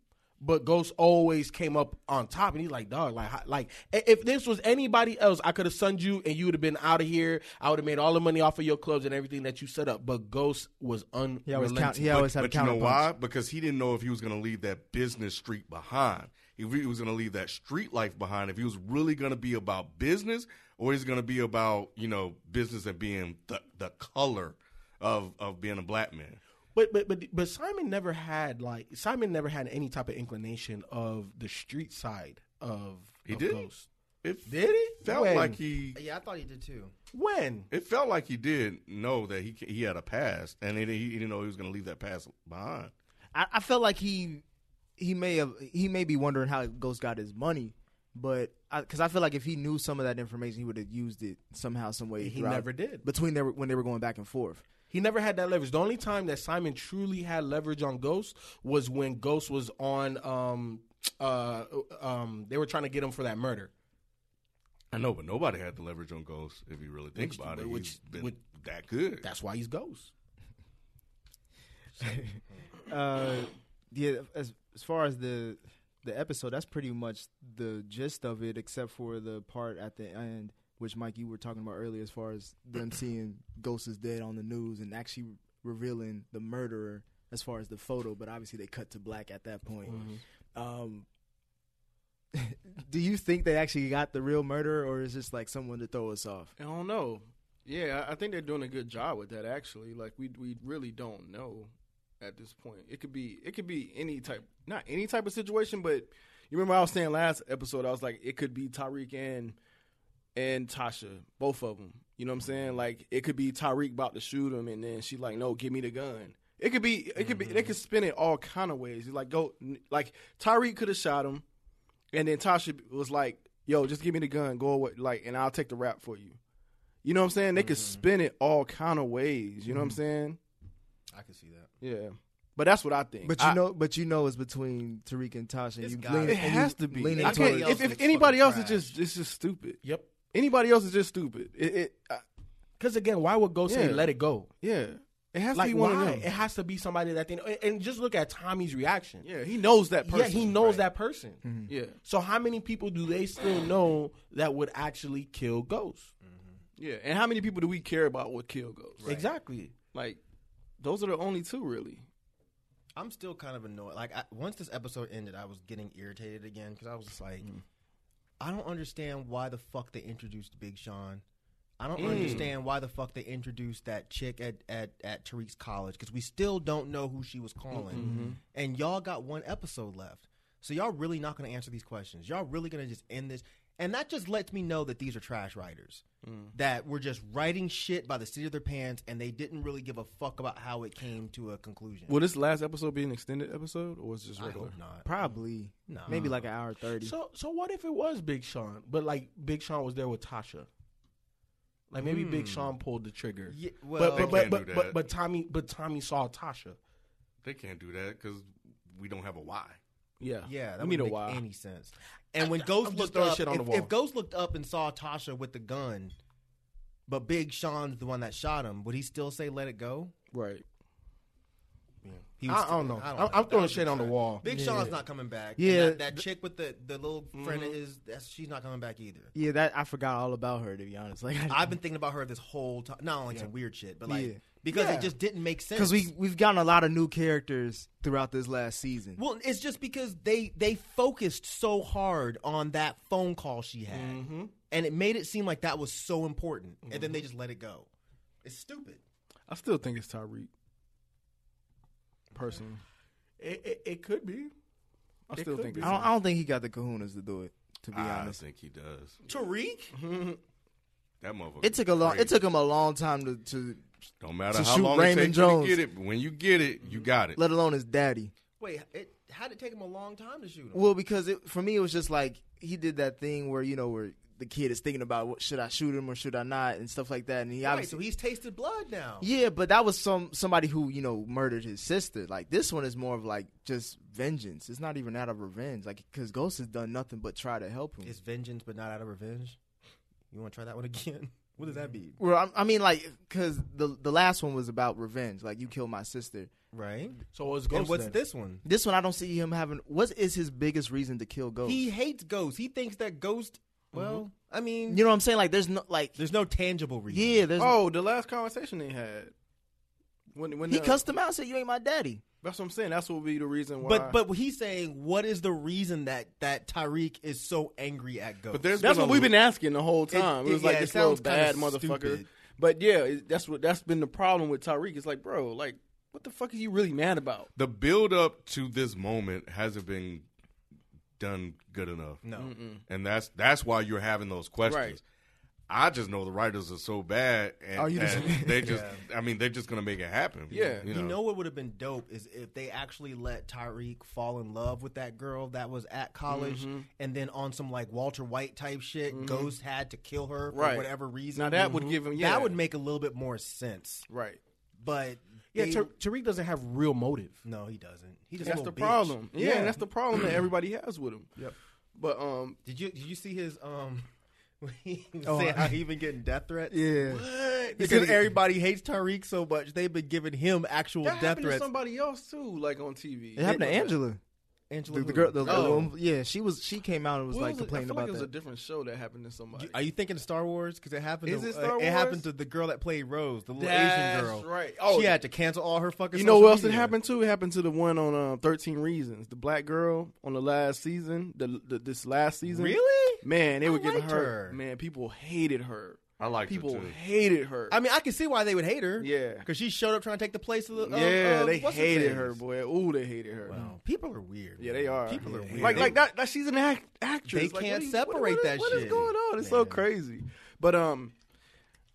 [SPEAKER 10] but Ghost always came up on top, and he's like, "Dog, like, how- like i- if this was anybody else, I could have sunned you, and you would have been out of here. I would have made all the money off of your clubs and everything that you set up." But Ghost was unrelenting.
[SPEAKER 8] he always, count, he always had a
[SPEAKER 2] But you know
[SPEAKER 8] counterpunch.
[SPEAKER 2] why? Because he didn't know if he was going to leave that business street behind. If he was going to leave that street life behind, if he was really going to be about business or he's going to be about, you know, business and being the, the color of, of being a black man.
[SPEAKER 10] But but but but Simon never had like Simon never had any type of inclination of the street side of
[SPEAKER 2] He
[SPEAKER 10] of
[SPEAKER 2] did?
[SPEAKER 10] Ghost.
[SPEAKER 2] It
[SPEAKER 10] Did he?
[SPEAKER 2] felt
[SPEAKER 10] When?
[SPEAKER 2] like he
[SPEAKER 9] Yeah, I thought he did too.
[SPEAKER 10] When?
[SPEAKER 2] It felt like he did know that he he had a past, and he, he didn't know he was going to leave that past behind.
[SPEAKER 8] I, I felt like he he may have he may be wondering how Ghost got his money, but because I, feel like if he knew some of that information, he would have used it somehow, some way.
[SPEAKER 10] He
[SPEAKER 8] throughout-
[SPEAKER 10] never did.
[SPEAKER 8] between their when they were going back and forth.
[SPEAKER 10] He never had that leverage. The only time that Simon truly had leverage on Ghost was when Ghost was on um uh um they were trying to get him for that murder.
[SPEAKER 2] I know, but nobody had the leverage on Ghost if you really think
[SPEAKER 10] Which-
[SPEAKER 2] about it.
[SPEAKER 10] which-
[SPEAKER 2] He's been
[SPEAKER 10] which-
[SPEAKER 2] that good.
[SPEAKER 10] That's why he's Ghost.
[SPEAKER 8] Uh, yeah, as as far as the the episode, that's pretty much the gist of it, except for the part at the end, which Mike you were talking about earlier, as far as them seeing Ghost is dead on the news and actually revealing the murderer as far as the photo. But obviously, they cut to black at that point.
[SPEAKER 11] Mm-hmm.
[SPEAKER 8] Um, do you think they actually got the real murderer, or is this like someone to throw us off?
[SPEAKER 11] I don't know. Yeah, I I think they're doing a good job with that. Actually, like we we really don't know at this point. It could be it could be any type, not any type of situation, but you remember I was saying last episode, I was like, it could be Tyreek and and Tasha, both of them. You know what I'm saying? Like it could be Tyreek about to shoot him, and then she like, no, give me the gun. It could be it could be they could spin it all kind of ways. Like go like Tyreek could have shot him. And then Tasha was like, "Yo, just give me the gun, go away, like, and I'll take the rap for you." You know what I'm saying? They could
[SPEAKER 9] Mm-hmm.
[SPEAKER 11] spin it all kind of ways. You know what I'm saying?
[SPEAKER 9] I can see that.
[SPEAKER 11] Yeah, but that's what I think.
[SPEAKER 8] But you
[SPEAKER 11] I-
[SPEAKER 8] know, but you know, it's between Tariq and Tasha. And
[SPEAKER 9] It's
[SPEAKER 8] you
[SPEAKER 9] gotta
[SPEAKER 8] lean,
[SPEAKER 9] be.
[SPEAKER 11] it
[SPEAKER 8] and you
[SPEAKER 11] has to be.
[SPEAKER 8] leaning
[SPEAKER 11] I
[SPEAKER 8] towards-
[SPEAKER 11] can't,
[SPEAKER 9] else
[SPEAKER 11] if,
[SPEAKER 9] is
[SPEAKER 11] if
[SPEAKER 9] fucking
[SPEAKER 11] anybody else is
[SPEAKER 9] trash.
[SPEAKER 11] just it's just stupid.
[SPEAKER 10] Yep.
[SPEAKER 11] Anybody else is just stupid. It, it I,
[SPEAKER 10] Because again, why would Ghost say
[SPEAKER 11] Yeah.
[SPEAKER 10] let it go?
[SPEAKER 11] yeah, it has
[SPEAKER 10] Like
[SPEAKER 11] to be one
[SPEAKER 10] why?
[SPEAKER 11] of
[SPEAKER 10] It
[SPEAKER 11] them.
[SPEAKER 10] has to be somebody that they know. And- And just look at Tommy's reaction.
[SPEAKER 11] Yeah, he knows that person. Mm-hmm.
[SPEAKER 10] yeah, he knows that person.
[SPEAKER 11] Yeah,
[SPEAKER 10] So how many people do they still know that would actually kill Ghost?
[SPEAKER 11] Mm-hmm. yeah. And how many people do we care about what kill goes?
[SPEAKER 10] Exactly.
[SPEAKER 11] Like, those are the only two really.
[SPEAKER 9] I'm still kind of annoyed. Like I, once this episode ended, I was getting irritated again because I was just like, I don't understand why the fuck they introduced Big Sean. I don't understand why the fuck they introduced that chick at at, at Tariq's college because we still don't know who she was calling, and y'all got one episode left. So y'all really not going to answer these questions. Y'all really going to just end this, and that just lets me know that these are trash writers that were just writing shit by the seat of their pants, and they didn't really give a fuck about how it came to a conclusion.
[SPEAKER 11] Will this last episode be an extended episode or is it just
[SPEAKER 9] I
[SPEAKER 11] regular?
[SPEAKER 9] hope not.
[SPEAKER 8] Probably.
[SPEAKER 9] Nah.
[SPEAKER 8] Maybe like an hour 30.
[SPEAKER 10] So so what if it was Big Sean, but like Big Sean was there with Tasha? Like maybe Big Sean pulled the trigger.
[SPEAKER 9] Hmm. Yeah,
[SPEAKER 10] but,
[SPEAKER 9] well-
[SPEAKER 10] but,
[SPEAKER 2] They
[SPEAKER 10] but,
[SPEAKER 2] can't
[SPEAKER 10] but,
[SPEAKER 2] do
[SPEAKER 10] but
[SPEAKER 2] that.
[SPEAKER 10] but Tommy but Tommy saw Tasha.
[SPEAKER 2] They can't do that because we don't have a why.
[SPEAKER 11] Yeah,
[SPEAKER 9] Yeah, that
[SPEAKER 11] we need
[SPEAKER 9] wouldn't
[SPEAKER 11] a
[SPEAKER 9] make
[SPEAKER 11] while.
[SPEAKER 9] any sense. And when Ghost
[SPEAKER 10] just
[SPEAKER 9] looked
[SPEAKER 10] throwing
[SPEAKER 9] up,
[SPEAKER 10] shit on
[SPEAKER 9] if,
[SPEAKER 10] the wall.
[SPEAKER 9] if Ghost looked up and saw Tasha with the gun, but Big Sean's the one that shot him, would he still say "Let it go"?
[SPEAKER 11] Right.
[SPEAKER 9] He
[SPEAKER 13] I, I don't know. I am I'm throwing shit on the wall.
[SPEAKER 9] Big Sean's not coming back. And
[SPEAKER 8] Yeah.
[SPEAKER 9] that, that chick with the, the little friend of his, that's, she's not coming back either.
[SPEAKER 8] Yeah, that I forgot all about her to be honest. Like
[SPEAKER 9] I've been thinking about her this whole time. Not only some weird shit, but like
[SPEAKER 8] Yeah.
[SPEAKER 9] because
[SPEAKER 13] Yeah.
[SPEAKER 9] it just didn't make sense.
[SPEAKER 8] because we we've gotten a lot of new characters throughout this last season.
[SPEAKER 9] well, it's just because they they focused so hard on that phone call she had, and it made it seem like that was so important, and then they just let it go. It's stupid.
[SPEAKER 10] I still think it's Tyreek. Personally,
[SPEAKER 13] It, it, it could be.
[SPEAKER 10] I still think it's
[SPEAKER 8] I don't, I don't think he got the kahunas to do it. To be
[SPEAKER 9] Ah,
[SPEAKER 2] I
[SPEAKER 8] honest,
[SPEAKER 2] think he does.
[SPEAKER 9] Tariq,
[SPEAKER 2] That motherfucker.
[SPEAKER 8] it took a long.
[SPEAKER 2] great.
[SPEAKER 8] It took him a long time to, to
[SPEAKER 2] Don't matter
[SPEAKER 8] to
[SPEAKER 2] how
[SPEAKER 8] shoot
[SPEAKER 2] long
[SPEAKER 8] Raymond
[SPEAKER 2] it takes
[SPEAKER 8] Jones.
[SPEAKER 2] you to get it. but When you get it, you got it.
[SPEAKER 8] let alone his daddy.
[SPEAKER 9] wait, it how did it take him a long time to shoot him?
[SPEAKER 8] Well, because it, for me, it was just like he did that thing where you know where the kid is thinking about what, should I shoot him or should I not and stuff like that, and he
[SPEAKER 9] right,
[SPEAKER 8] obviously
[SPEAKER 9] so he's tasted blood now.
[SPEAKER 8] Yeah, but that was some somebody who you know murdered his sister. Like this one is more of like just vengeance. It's not even out of revenge, like because Ghost has done nothing but try to help him.
[SPEAKER 9] It's vengeance, but not out of revenge. You want to try that one again? What does that be?
[SPEAKER 8] well, I, I mean, like because the the last one was about revenge, like you killed my sister.
[SPEAKER 9] Right.
[SPEAKER 13] So what's
[SPEAKER 9] And
[SPEAKER 13] Ghost
[SPEAKER 9] what's
[SPEAKER 13] then?
[SPEAKER 9] this one?
[SPEAKER 8] This one I don't see him having. What is his biggest reason to kill Ghost?
[SPEAKER 9] He hates ghosts. He thinks that ghost. Well, I mean,
[SPEAKER 8] you know what I'm saying? Like there's no like
[SPEAKER 9] there's no tangible reason.
[SPEAKER 8] yeah, there's
[SPEAKER 10] Oh, the last conversation they had. When when
[SPEAKER 8] he
[SPEAKER 10] the-
[SPEAKER 8] cussed him out, and said you ain't my daddy.
[SPEAKER 10] That's what I'm saying. That's what would be the reason why.
[SPEAKER 9] But but he's saying, what is the reason that that Tariq is so angry at ghosts?
[SPEAKER 2] But there's
[SPEAKER 10] that's
[SPEAKER 2] been a-
[SPEAKER 10] what we've been asking the whole time. It,
[SPEAKER 9] it-
[SPEAKER 10] was like
[SPEAKER 9] yeah, it
[SPEAKER 10] this little
[SPEAKER 9] sounds kinda
[SPEAKER 10] bad motherfucker.
[SPEAKER 9] stupid.
[SPEAKER 10] But yeah, it, that's what that's been the problem with Tyreek. It's like, bro, like what the fuck are you really mad about?
[SPEAKER 2] the build up to this moment hasn't been done good enough. No. And that's that's why you're having those questions.
[SPEAKER 10] Right.
[SPEAKER 2] I just know the writers are so bad and,
[SPEAKER 8] Oh, you just-
[SPEAKER 2] and they just I mean they're just gonna make it happen.
[SPEAKER 10] Yeah.
[SPEAKER 2] You know,
[SPEAKER 9] you know what would have been dope is if they actually let Tyreek fall in love with that girl that was at college,
[SPEAKER 10] Mm-hmm.
[SPEAKER 9] and then on some like Walter White type shit, Ghost had to kill her for
[SPEAKER 10] Right.
[SPEAKER 9] whatever reason. Mm-hmm.
[SPEAKER 10] Now that would give him- yeah.
[SPEAKER 9] that would make a little bit more sense.
[SPEAKER 10] Right.
[SPEAKER 9] But
[SPEAKER 13] Yeah,
[SPEAKER 9] they-
[SPEAKER 13] Tar- Tariq doesn't have real motive.
[SPEAKER 9] no, he doesn't. He just a
[SPEAKER 10] That's the
[SPEAKER 9] little bitch.
[SPEAKER 10] problem. Yeah, and that's the problem that everybody has with him. Yep. But um,
[SPEAKER 9] Did you did you see his um? when he was saying how he been getting death threats.
[SPEAKER 8] Yeah.
[SPEAKER 9] What? Because everybody hates Tariq so much, they've been giving him actual
[SPEAKER 10] that
[SPEAKER 9] death
[SPEAKER 10] happened
[SPEAKER 9] threats.
[SPEAKER 10] to somebody else too, like on TV.
[SPEAKER 8] It happened to Angela.
[SPEAKER 9] Angela,
[SPEAKER 8] The, the
[SPEAKER 9] who?
[SPEAKER 8] girl, the, the
[SPEAKER 9] Oh.
[SPEAKER 8] woman- yeah, she was. She came out and was
[SPEAKER 10] What
[SPEAKER 8] like
[SPEAKER 10] was it?
[SPEAKER 8] complaining
[SPEAKER 10] I feel
[SPEAKER 8] about
[SPEAKER 10] like it was
[SPEAKER 8] that.
[SPEAKER 10] a different show that happened to somebody.
[SPEAKER 9] Are you thinking of Star Wars? Because it happened.
[SPEAKER 10] Is
[SPEAKER 9] to, uh,
[SPEAKER 10] it Star
[SPEAKER 9] It
[SPEAKER 10] Wars?
[SPEAKER 9] happened to the girl that played Rose, the little
[SPEAKER 10] That's
[SPEAKER 9] Asian girl.
[SPEAKER 10] right. Oh,
[SPEAKER 9] she had to cancel all her fucking.
[SPEAKER 10] You know
[SPEAKER 9] social
[SPEAKER 10] what else that
[SPEAKER 9] media.
[SPEAKER 10] happened to? It happened to the one on um, Thirteen Reasons, the black girl on the last season, the, the this last season.
[SPEAKER 9] Really?
[SPEAKER 10] Man, they
[SPEAKER 9] I
[SPEAKER 10] were getting
[SPEAKER 9] liked
[SPEAKER 10] her.
[SPEAKER 9] her.
[SPEAKER 10] Man, people hated her.
[SPEAKER 2] I liked her,
[SPEAKER 10] people
[SPEAKER 2] too.
[SPEAKER 10] hated her.
[SPEAKER 9] I mean, I can see why they would hate her.
[SPEAKER 10] Yeah.
[SPEAKER 9] because she showed up trying to take the place of the. of-
[SPEAKER 10] yeah,
[SPEAKER 9] of
[SPEAKER 10] they
[SPEAKER 9] uh, what's
[SPEAKER 10] hated
[SPEAKER 9] face.
[SPEAKER 10] her, boy. Ooh, they hated her.
[SPEAKER 9] Wow. People are weird.
[SPEAKER 10] Yeah,
[SPEAKER 9] man.
[SPEAKER 10] they are.
[SPEAKER 9] People are weird.
[SPEAKER 10] Like, like that, that. She's an act, actress.
[SPEAKER 9] They
[SPEAKER 10] Like, what
[SPEAKER 9] can't
[SPEAKER 10] are you-
[SPEAKER 9] separate
[SPEAKER 10] what- what-
[SPEAKER 9] that
[SPEAKER 10] What is
[SPEAKER 9] shit.
[SPEAKER 10] going on? It's so crazy. But um,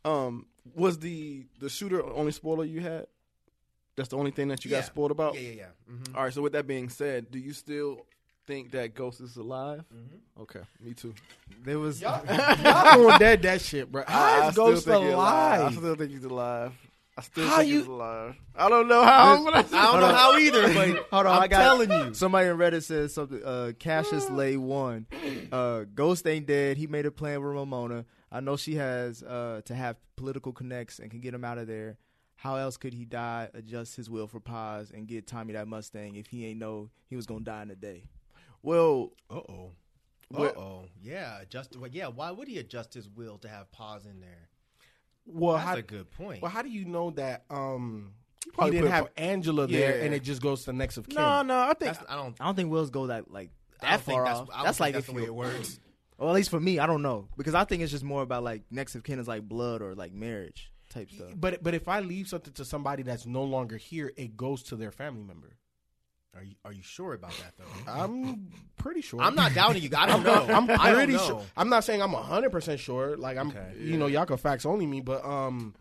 [SPEAKER 10] um, was the the shooter only spoiler you had? That's the only thing that you
[SPEAKER 9] Yeah.
[SPEAKER 10] got spoiled about.
[SPEAKER 9] Yeah, yeah, yeah. Mhm.
[SPEAKER 10] All right. So with that being said, do you still think that Ghost is alive? Okay, me too.
[SPEAKER 8] There was.
[SPEAKER 13] I don't dead that shit, bro.
[SPEAKER 10] I-
[SPEAKER 13] How
[SPEAKER 10] I
[SPEAKER 13] is
[SPEAKER 10] still
[SPEAKER 13] Ghost
[SPEAKER 10] think he
[SPEAKER 13] alive?
[SPEAKER 10] I still think he's alive. I still
[SPEAKER 13] How
[SPEAKER 10] think
[SPEAKER 13] you-
[SPEAKER 10] he's alive. I don't know how. but I still-
[SPEAKER 9] I don't know how either, but
[SPEAKER 8] Hold on,
[SPEAKER 9] I'm
[SPEAKER 8] I got-
[SPEAKER 9] telling you.
[SPEAKER 8] Somebody in Reddit says something. Uh, Cassius Lay one. Uh, Ghost ain't dead. He made a plan with Ramona. I know she has uh, to have political connects and can get him out of there. How else could he die? Adjust his will for Paz and get Tommy that Mustang if he ain't know he was gonna die in a day.
[SPEAKER 10] Well,
[SPEAKER 9] Uh oh. Uh oh. Yeah. Adjust. well, Yeah. Why would he adjust his will to have pause in there?
[SPEAKER 13] Well,
[SPEAKER 9] That's
[SPEAKER 13] how,
[SPEAKER 9] a good point.
[SPEAKER 13] Well, how do you know that um he
[SPEAKER 10] probably
[SPEAKER 13] didn't
[SPEAKER 10] put a
[SPEAKER 13] have Angela there
[SPEAKER 10] Yeah.
[SPEAKER 13] and it just goes to next of kin?
[SPEAKER 10] no, no. I think
[SPEAKER 9] That's, I don't.
[SPEAKER 8] I don't think wills go that like
[SPEAKER 9] I don't
[SPEAKER 8] that
[SPEAKER 9] think
[SPEAKER 8] far
[SPEAKER 9] that's,
[SPEAKER 8] off.
[SPEAKER 9] I don't
[SPEAKER 8] That's
[SPEAKER 9] think
[SPEAKER 8] like
[SPEAKER 9] that's
[SPEAKER 8] if
[SPEAKER 9] the way
[SPEAKER 8] you-
[SPEAKER 9] it works.
[SPEAKER 8] Well, at least for me, I don't know because I think it's just more about like next of kin is like blood or like marriage type stuff.
[SPEAKER 13] But but if I leave something to somebody that's no longer here, it goes to their family member.
[SPEAKER 9] Are you Are you sure about that though?
[SPEAKER 13] I'm pretty sure.
[SPEAKER 9] I'm not doubting you. I don't know.
[SPEAKER 13] I'm
[SPEAKER 9] I don't
[SPEAKER 13] pretty
[SPEAKER 9] know.
[SPEAKER 13] sure. I'm not saying I'm 100 percent sure. Like I'm, you know, y'all can facts only me, but um,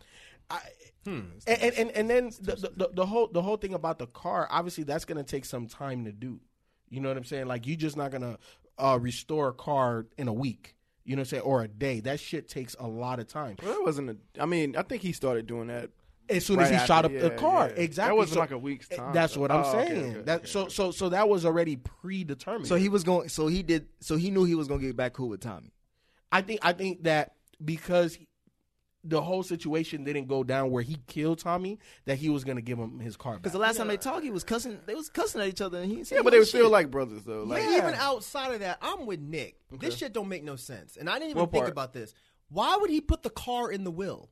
[SPEAKER 13] I.
[SPEAKER 9] Hmm,
[SPEAKER 13] And, and and and then the, the- the the whole the whole thing about the car, obviously, that's gonna take some time to do. You know what I'm saying? Like you're just not gonna uh, restore a car in a week. You know what I'm saying? Or a day. That shit takes a lot of time.
[SPEAKER 10] well, that wasn't a. I mean, I think he started doing that.
[SPEAKER 13] as soon as
[SPEAKER 10] Right
[SPEAKER 13] he shot up
[SPEAKER 10] after,
[SPEAKER 13] the
[SPEAKER 10] yeah,
[SPEAKER 13] car.
[SPEAKER 10] yeah.
[SPEAKER 13] Exactly.
[SPEAKER 10] That wasn't
[SPEAKER 13] So- eh,
[SPEAKER 10] like a week's time,
[SPEAKER 13] That's
[SPEAKER 10] though.
[SPEAKER 13] what I'm
[SPEAKER 10] Oh, okay,
[SPEAKER 13] saying.
[SPEAKER 10] okay,
[SPEAKER 13] that,
[SPEAKER 10] okay,
[SPEAKER 13] so so so that was already predetermined.
[SPEAKER 8] So he was going. So he did. So he knew he was gonna get back cool with Tommy.
[SPEAKER 13] I think I think that because
[SPEAKER 10] the whole situation didn't go down where he killed Tommy, that he was gonna give him his car back.
[SPEAKER 12] Because the last time they talked, he was cussing. They was cussing at each other, and he said,
[SPEAKER 11] Yeah, but they were
[SPEAKER 12] "Shit."
[SPEAKER 11] still like brothers though. Like,
[SPEAKER 12] Yeah.
[SPEAKER 9] Even outside of that, I'm with Nick. This shit don't make no sense. And I didn't even
[SPEAKER 11] What
[SPEAKER 9] think
[SPEAKER 11] part?
[SPEAKER 9] about this. Why would he put the car in the will?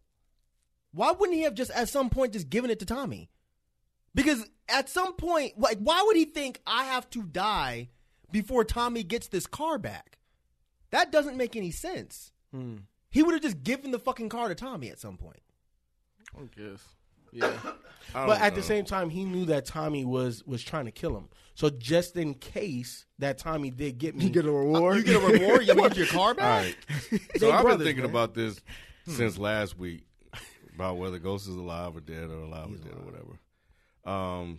[SPEAKER 9] Why wouldn't he have just at some point just given it to Tommy? Because at some point, like, why would he think I have to die before Tommy gets this car back? That doesn't make any sense.
[SPEAKER 8] Hmm.
[SPEAKER 9] He would have just given the fucking car to Tommy at some point.
[SPEAKER 11] I guess. Yeah.
[SPEAKER 10] But at the same time, he knew that Tommy was was trying to kill him. So just in case that Tommy did get me,
[SPEAKER 11] You get a reward.
[SPEAKER 9] You get a reward, you get your car
[SPEAKER 2] All
[SPEAKER 9] back.
[SPEAKER 2] right. So I've been thinking about this
[SPEAKER 10] Hmm.
[SPEAKER 2] since last week about whether Ghost is alive or dead or alive or dead or whatever. Um,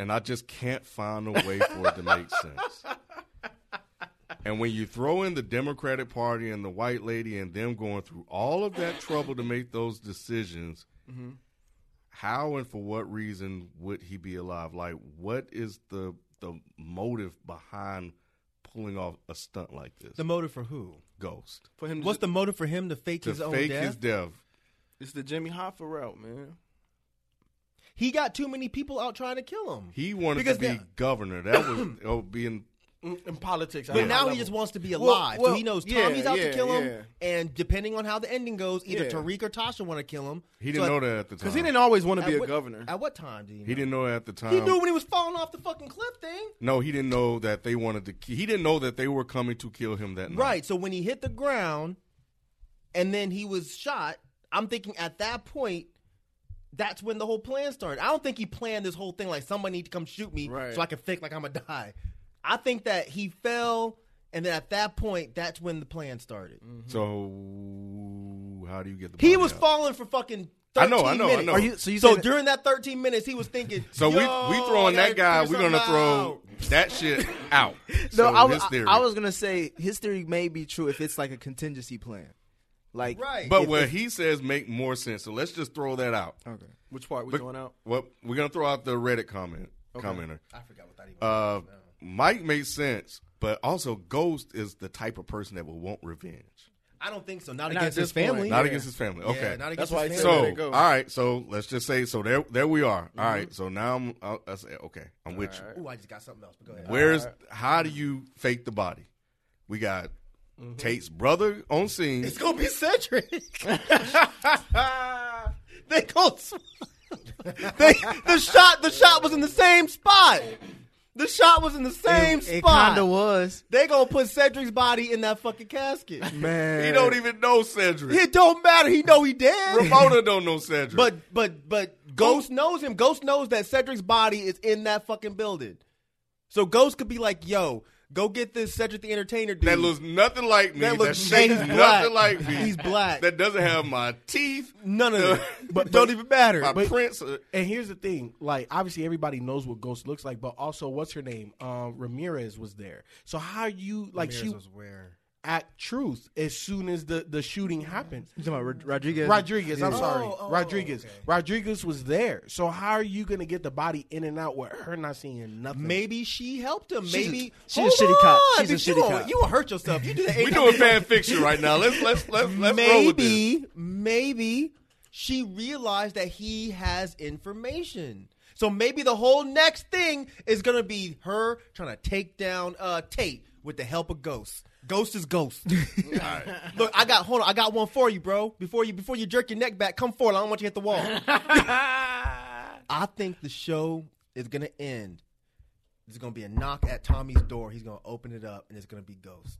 [SPEAKER 2] and I just can't find a way for it to make sense. And when you throw in the Democratic Party and the white lady and them going through all of that trouble to make those decisions,
[SPEAKER 10] Mm-hmm.
[SPEAKER 2] how and for what reason would he be alive? Like, what is the the motive behind pulling off a stunt like this?
[SPEAKER 9] The motive for who?
[SPEAKER 2] Ghost
[SPEAKER 11] For him,
[SPEAKER 9] What's the motive for him to fake
[SPEAKER 2] to
[SPEAKER 9] his own
[SPEAKER 2] fake
[SPEAKER 9] death?
[SPEAKER 2] his death.
[SPEAKER 11] It's the Jimmy Hoffa route, man.
[SPEAKER 13] Uh,
[SPEAKER 9] He got too many people out trying to kill him.
[SPEAKER 2] He wanted
[SPEAKER 9] Because
[SPEAKER 2] to be
[SPEAKER 9] the-
[SPEAKER 2] governor. That was oh, being
[SPEAKER 10] in, in politics.
[SPEAKER 9] But now he just wants to be
[SPEAKER 11] Well,
[SPEAKER 9] alive.
[SPEAKER 11] well,
[SPEAKER 9] so he knows
[SPEAKER 11] yeah,
[SPEAKER 9] Tommy's out
[SPEAKER 11] yeah,
[SPEAKER 9] to kill him,
[SPEAKER 11] yeah.
[SPEAKER 9] and depending on how the ending goes, either
[SPEAKER 11] Yeah.
[SPEAKER 9] Tariq or Tasha want to kill him.
[SPEAKER 2] he didn't
[SPEAKER 9] So
[SPEAKER 2] know
[SPEAKER 9] at-
[SPEAKER 2] that at the time
[SPEAKER 11] Because he didn't always want to
[SPEAKER 9] at
[SPEAKER 11] be a
[SPEAKER 9] what-
[SPEAKER 11] governor.
[SPEAKER 9] At what time did he know?
[SPEAKER 2] He didn't know that at the time.
[SPEAKER 9] He knew when he was falling off the fucking cliff thing.
[SPEAKER 2] no, he didn't know that they wanted to. ki- He didn't know that they were coming to kill him that night.
[SPEAKER 9] Right. So when he hit the ground, and then he was shot. I'm thinking at that point. That's when the whole plan started. I don't think he planned this whole thing like somebody need to come shoot me
[SPEAKER 11] Right.
[SPEAKER 9] so I can fake like I'm gonna die. I think that he fell, and then at that point, that's when the plan started.
[SPEAKER 2] So how do you get the?
[SPEAKER 9] He
[SPEAKER 2] body
[SPEAKER 9] was
[SPEAKER 2] out?
[SPEAKER 9] falling for fucking. 13
[SPEAKER 2] I know, I know, I
[SPEAKER 9] minutes.
[SPEAKER 2] know. Are you-
[SPEAKER 11] so you
[SPEAKER 9] so
[SPEAKER 11] saying-
[SPEAKER 9] during that 13 minutes, he was thinking.
[SPEAKER 2] So
[SPEAKER 9] "Yo,
[SPEAKER 2] we we throwing
[SPEAKER 9] I
[SPEAKER 2] that guy.
[SPEAKER 9] gotta
[SPEAKER 2] We're
[SPEAKER 9] figure
[SPEAKER 2] gonna
[SPEAKER 9] something
[SPEAKER 2] throw that shit out.
[SPEAKER 8] No,
[SPEAKER 2] so
[SPEAKER 8] I,
[SPEAKER 2] his
[SPEAKER 8] was, I,
[SPEAKER 2] theory.
[SPEAKER 8] I was gonna say his theory may be true if it's like a contingency plan, like
[SPEAKER 9] out." Right.
[SPEAKER 2] But what he says make more sense. So let's just throw that out.
[SPEAKER 8] Okay.
[SPEAKER 11] Which part we
[SPEAKER 2] But-
[SPEAKER 11] going out?
[SPEAKER 2] Well, we're gonna throw out the Reddit comment commenter. I forgot what that even. Uh, Mike makes sense, but also Ghost is the type of person that will want revenge,
[SPEAKER 9] I don't think so. Not,
[SPEAKER 11] Not
[SPEAKER 9] against
[SPEAKER 11] at
[SPEAKER 9] his
[SPEAKER 11] this point.
[SPEAKER 9] family.
[SPEAKER 2] not against his family. Okay,
[SPEAKER 9] Yeah, not
[SPEAKER 11] That's
[SPEAKER 9] against
[SPEAKER 11] why
[SPEAKER 9] his
[SPEAKER 11] he said
[SPEAKER 2] so
[SPEAKER 11] let
[SPEAKER 9] family.
[SPEAKER 11] it go.
[SPEAKER 2] all right, so let's just say so. There, there we are. All
[SPEAKER 9] Mm-hmm.
[SPEAKER 2] right, so now I'm. I'll, I say, okay, I'm with you.
[SPEAKER 9] Ooh, I just got something else. But go ahead.
[SPEAKER 2] Where's how do you fake the body? We got
[SPEAKER 9] Mm-hmm.
[SPEAKER 2] Tate's brother on scene.
[SPEAKER 9] It's gonna be Cedric. they go. they the shot. The shot was in the same spot. The shot was in the same
[SPEAKER 8] It, it
[SPEAKER 9] spot.
[SPEAKER 8] kinda was.
[SPEAKER 9] they gonna put Cedric's body in that fucking casket.
[SPEAKER 8] Man,
[SPEAKER 2] he don't even know Cedric.
[SPEAKER 9] It don't matter. He know he dead.
[SPEAKER 2] Ramona don't know Cedric.
[SPEAKER 9] But but but Ghost knows him. Ghost knows that Cedric's body is in that fucking building. So Ghost could be like, "Yo, go get this Cedric the Entertainer dude."
[SPEAKER 2] that looks nothing like me.
[SPEAKER 9] That
[SPEAKER 2] That,
[SPEAKER 9] looks-
[SPEAKER 2] shape's
[SPEAKER 9] and he's
[SPEAKER 2] nothing
[SPEAKER 9] black.
[SPEAKER 2] like me.
[SPEAKER 9] He's black.
[SPEAKER 2] That doesn't have my teeth.
[SPEAKER 9] none of it.
[SPEAKER 10] But-
[SPEAKER 9] don't
[SPEAKER 10] but-
[SPEAKER 9] even matter.
[SPEAKER 2] My
[SPEAKER 10] But-
[SPEAKER 2] prints. uh, Are,
[SPEAKER 10] And here's the thing, like obviously everybody knows what Ghost looks like, but also what's her name? Um, Ramirez was there. So how you like she was
[SPEAKER 9] where?
[SPEAKER 10] at Truth as soon as the the shooting happened?
[SPEAKER 8] You talking about Rod- Rodriguez?
[SPEAKER 10] Rodriguez, I'm
[SPEAKER 8] Yeah.
[SPEAKER 10] sorry,
[SPEAKER 9] Oh, oh,
[SPEAKER 10] Rodriguez. Rodriguez was there. So how are you gonna get the body in and out with her not seeing nothing?
[SPEAKER 9] Maybe she helped him.
[SPEAKER 8] She's a-
[SPEAKER 9] Maybe
[SPEAKER 8] she's a shitty cop.
[SPEAKER 9] on,
[SPEAKER 8] She's a
[SPEAKER 9] bitch, you
[SPEAKER 8] shitty
[SPEAKER 9] gonna-
[SPEAKER 8] cop.
[SPEAKER 9] You will hurt yourself. You do that.
[SPEAKER 2] we doing fan fiction right now. Let's let's let's let's roll with this.
[SPEAKER 9] maybe, maybe she realized that he has information. So maybe the whole next thing is gonna be her trying to take down uh Tate with the help of Ghost. Ghost is Ghost. Look, I got hold on. I got one for you, bro. Before you before you jerk your neck back, come forward. I don't want you to hit the wall. I think the show is gonna end. There's gonna be a knock at Tommy's door. He's gonna open it up, and it's gonna be Ghost.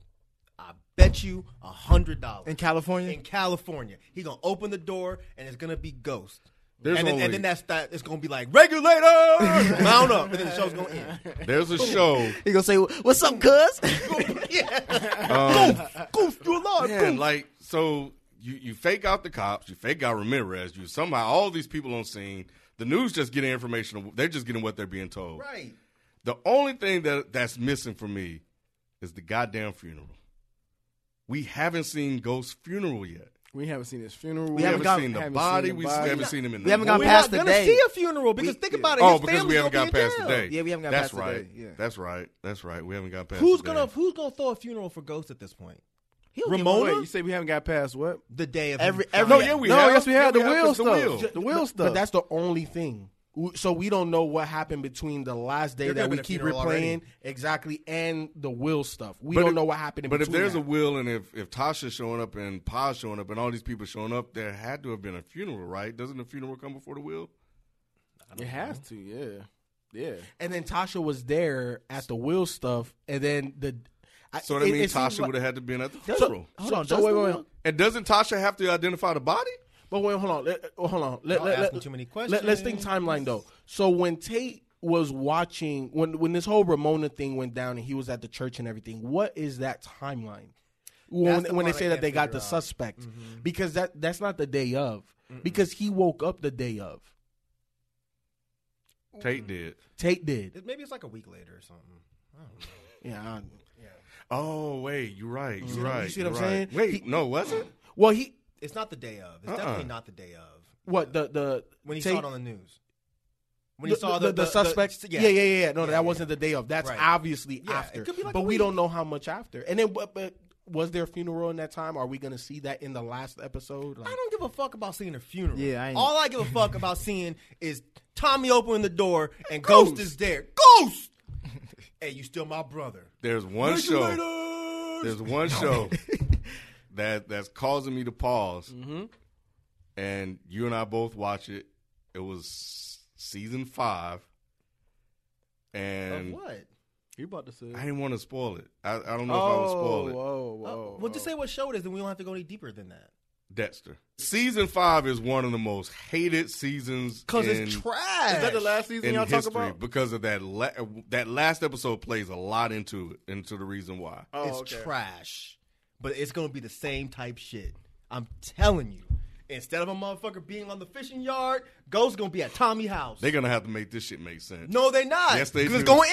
[SPEAKER 9] I bet you a hundred dollars
[SPEAKER 8] in California.
[SPEAKER 9] in California. He's gonna open the door and it's gonna be Ghost.
[SPEAKER 2] There's
[SPEAKER 9] and, then,
[SPEAKER 2] only-
[SPEAKER 9] and then that's that. It's gonna be like regulator, mount up, and then the show's gonna end.
[SPEAKER 2] There's a show.
[SPEAKER 8] He gonna say, "What's up, cuz?"
[SPEAKER 9] yeah,
[SPEAKER 2] Um,
[SPEAKER 9] Goof, you alive?
[SPEAKER 2] man,
[SPEAKER 9] Goof.
[SPEAKER 2] like so you, you fake out the cops, you fake out Ramirez, you somehow all these people on scene. The news just getting information. of- They're just getting what they're being told.
[SPEAKER 9] right.
[SPEAKER 2] The only thing that that's missing for me is the goddamn funeral. We haven't seen Ghost's funeral yet.
[SPEAKER 11] We haven't seen his funeral.
[SPEAKER 2] We, haven't,
[SPEAKER 8] gotten-
[SPEAKER 2] seen the
[SPEAKER 11] haven't
[SPEAKER 2] body.
[SPEAKER 11] seen the
[SPEAKER 2] we
[SPEAKER 11] body.
[SPEAKER 2] haven't seen him in.
[SPEAKER 8] We
[SPEAKER 2] the
[SPEAKER 8] haven't
[SPEAKER 2] movie.
[SPEAKER 8] gotten
[SPEAKER 9] We're
[SPEAKER 8] past
[SPEAKER 9] not
[SPEAKER 8] the
[SPEAKER 9] gonna
[SPEAKER 8] day.
[SPEAKER 9] see a funeral because think about it.
[SPEAKER 2] Oh,
[SPEAKER 9] his
[SPEAKER 2] because we
[SPEAKER 9] family's
[SPEAKER 2] haven't
[SPEAKER 9] gonna
[SPEAKER 2] got
[SPEAKER 9] be in
[SPEAKER 2] past the
[SPEAKER 9] jail.
[SPEAKER 2] day.
[SPEAKER 8] Yeah, we haven't got
[SPEAKER 2] That's
[SPEAKER 8] past the
[SPEAKER 2] right.
[SPEAKER 8] day, yeah.
[SPEAKER 2] That's right. That's right. We haven't got past.
[SPEAKER 9] Who's
[SPEAKER 2] the day.
[SPEAKER 9] gonna Who's gonna throw a funeral for Ghost at this point?
[SPEAKER 8] He'll give
[SPEAKER 9] Ramona?
[SPEAKER 8] away.
[SPEAKER 10] You say we haven't got past what?
[SPEAKER 9] the day of
[SPEAKER 8] Every-
[SPEAKER 9] him
[SPEAKER 8] every-
[SPEAKER 10] No,
[SPEAKER 9] dying.
[SPEAKER 10] yeah, we
[SPEAKER 8] No,
[SPEAKER 10] have.
[SPEAKER 8] yes, we
[SPEAKER 10] Yeah,
[SPEAKER 8] had the
[SPEAKER 10] have,
[SPEAKER 8] wheel
[SPEAKER 10] 'cause
[SPEAKER 8] stuff.
[SPEAKER 10] The wheel
[SPEAKER 8] But-
[SPEAKER 10] stuff.
[SPEAKER 8] But that's the only thing. W- So we don't know what happened between the last day
[SPEAKER 9] There
[SPEAKER 8] that
[SPEAKER 9] could've
[SPEAKER 8] we
[SPEAKER 9] been a
[SPEAKER 8] keep replaying
[SPEAKER 9] funeral already.
[SPEAKER 8] exactly and the will stuff. We
[SPEAKER 2] But
[SPEAKER 8] don't
[SPEAKER 2] if-
[SPEAKER 8] know what happened. In
[SPEAKER 2] But if
[SPEAKER 8] between
[SPEAKER 2] there's
[SPEAKER 8] that.
[SPEAKER 2] a will and if, if Tasha showing up and Pa showing up and all these people showing up, there had to have been a funeral, right? Doesn't the funeral come before the will?
[SPEAKER 10] It has to, yeah. Yeah.
[SPEAKER 8] and then Tasha was there at the will stuff, and then the I-
[SPEAKER 2] So that
[SPEAKER 8] it- it
[SPEAKER 2] means
[SPEAKER 8] seems
[SPEAKER 2] Tasha
[SPEAKER 8] like-
[SPEAKER 2] would have had to been at the
[SPEAKER 8] So-
[SPEAKER 2] funeral.
[SPEAKER 8] So,
[SPEAKER 10] Hold on,
[SPEAKER 8] so
[SPEAKER 10] does
[SPEAKER 8] wait,
[SPEAKER 10] the
[SPEAKER 8] wait,
[SPEAKER 10] will-
[SPEAKER 2] and doesn't Tasha have to identify the body?
[SPEAKER 8] But wait, hold on. Let, uh, hold on. Let,
[SPEAKER 9] Y'all
[SPEAKER 8] let,
[SPEAKER 9] asking
[SPEAKER 8] let-
[SPEAKER 9] too many
[SPEAKER 8] Let, let's think timeline though. So when Tate was watching, when when this whole Ramona thing went down, and he was at the church and everything, what is that timeline? When,
[SPEAKER 9] the
[SPEAKER 8] when they
[SPEAKER 9] part I
[SPEAKER 8] say that
[SPEAKER 9] can't
[SPEAKER 8] they got the
[SPEAKER 9] figure out. Mm-hmm.
[SPEAKER 8] suspect, because that that's not the day of, because he woke up the day of.
[SPEAKER 2] Tate did.
[SPEAKER 8] Tate did.
[SPEAKER 9] It- Maybe it's like a week later or something. I don't know.
[SPEAKER 8] Yeah. I-
[SPEAKER 2] Oh wait, you're right. You're
[SPEAKER 8] see- you
[SPEAKER 2] right.
[SPEAKER 8] see what
[SPEAKER 2] you're
[SPEAKER 8] I'm
[SPEAKER 2] right.
[SPEAKER 8] saying?
[SPEAKER 2] Wait,
[SPEAKER 8] He-
[SPEAKER 2] no, was it?
[SPEAKER 8] Well, he
[SPEAKER 9] It's not the day of. It's
[SPEAKER 2] Uh-uh.
[SPEAKER 9] definitely not the day of.
[SPEAKER 8] what the the
[SPEAKER 9] When he
[SPEAKER 8] Tate-
[SPEAKER 9] saw it on the news. When he saw the,
[SPEAKER 8] the, suspect. yeah. yeah, yeah, yeah. No, that
[SPEAKER 9] yeah,
[SPEAKER 8] wasn't the day of. That's
[SPEAKER 9] Right.
[SPEAKER 8] obviously
[SPEAKER 9] Yeah, it
[SPEAKER 8] after.
[SPEAKER 9] could be like
[SPEAKER 8] but
[SPEAKER 9] a
[SPEAKER 8] we
[SPEAKER 9] week.
[SPEAKER 8] don't know how much after. And then, but, but was there a funeral in that time? Are we going to see that in the last episode? Like,
[SPEAKER 9] I don't give a fuck about seeing a funeral.
[SPEAKER 14] Yeah, I ain't-
[SPEAKER 9] all I give a fuck about seeing is Tommy opening the door and
[SPEAKER 8] Ghost.
[SPEAKER 9] Ghost, is there. Ghost. hey, you still my brother?
[SPEAKER 2] There's one show. There's one show that that's causing me to pause. And you and I both watch it. It was season five. And
[SPEAKER 8] what?
[SPEAKER 10] You about to say.
[SPEAKER 2] I didn't want to spoil it. I, I don't know if I would
[SPEAKER 10] Oh,
[SPEAKER 2] spoil it.
[SPEAKER 10] whoa, whoa.
[SPEAKER 14] Uh,
[SPEAKER 9] well,
[SPEAKER 8] Oh.
[SPEAKER 9] just say what show it is, then we don't have to go any deeper than that.
[SPEAKER 2] Dexter. Season five is one of the most hated seasons
[SPEAKER 9] Because it's
[SPEAKER 2] in-
[SPEAKER 9] trash.
[SPEAKER 10] Is that the last season
[SPEAKER 2] in
[SPEAKER 10] y'all talk
[SPEAKER 2] history
[SPEAKER 10] about?
[SPEAKER 2] because of that la- that last episode plays a lot into it into the reason why.
[SPEAKER 10] Oh,
[SPEAKER 9] it's trash. But it's gonna be the same type shit. I'm telling you. Instead of a motherfucker being on the fishing yard, Ghost gonna be at Tommy house.
[SPEAKER 2] They're gonna have to make this shit make sense.
[SPEAKER 9] no, they not.
[SPEAKER 2] Yes, they
[SPEAKER 9] 'Cause It's
[SPEAKER 2] do.
[SPEAKER 9] going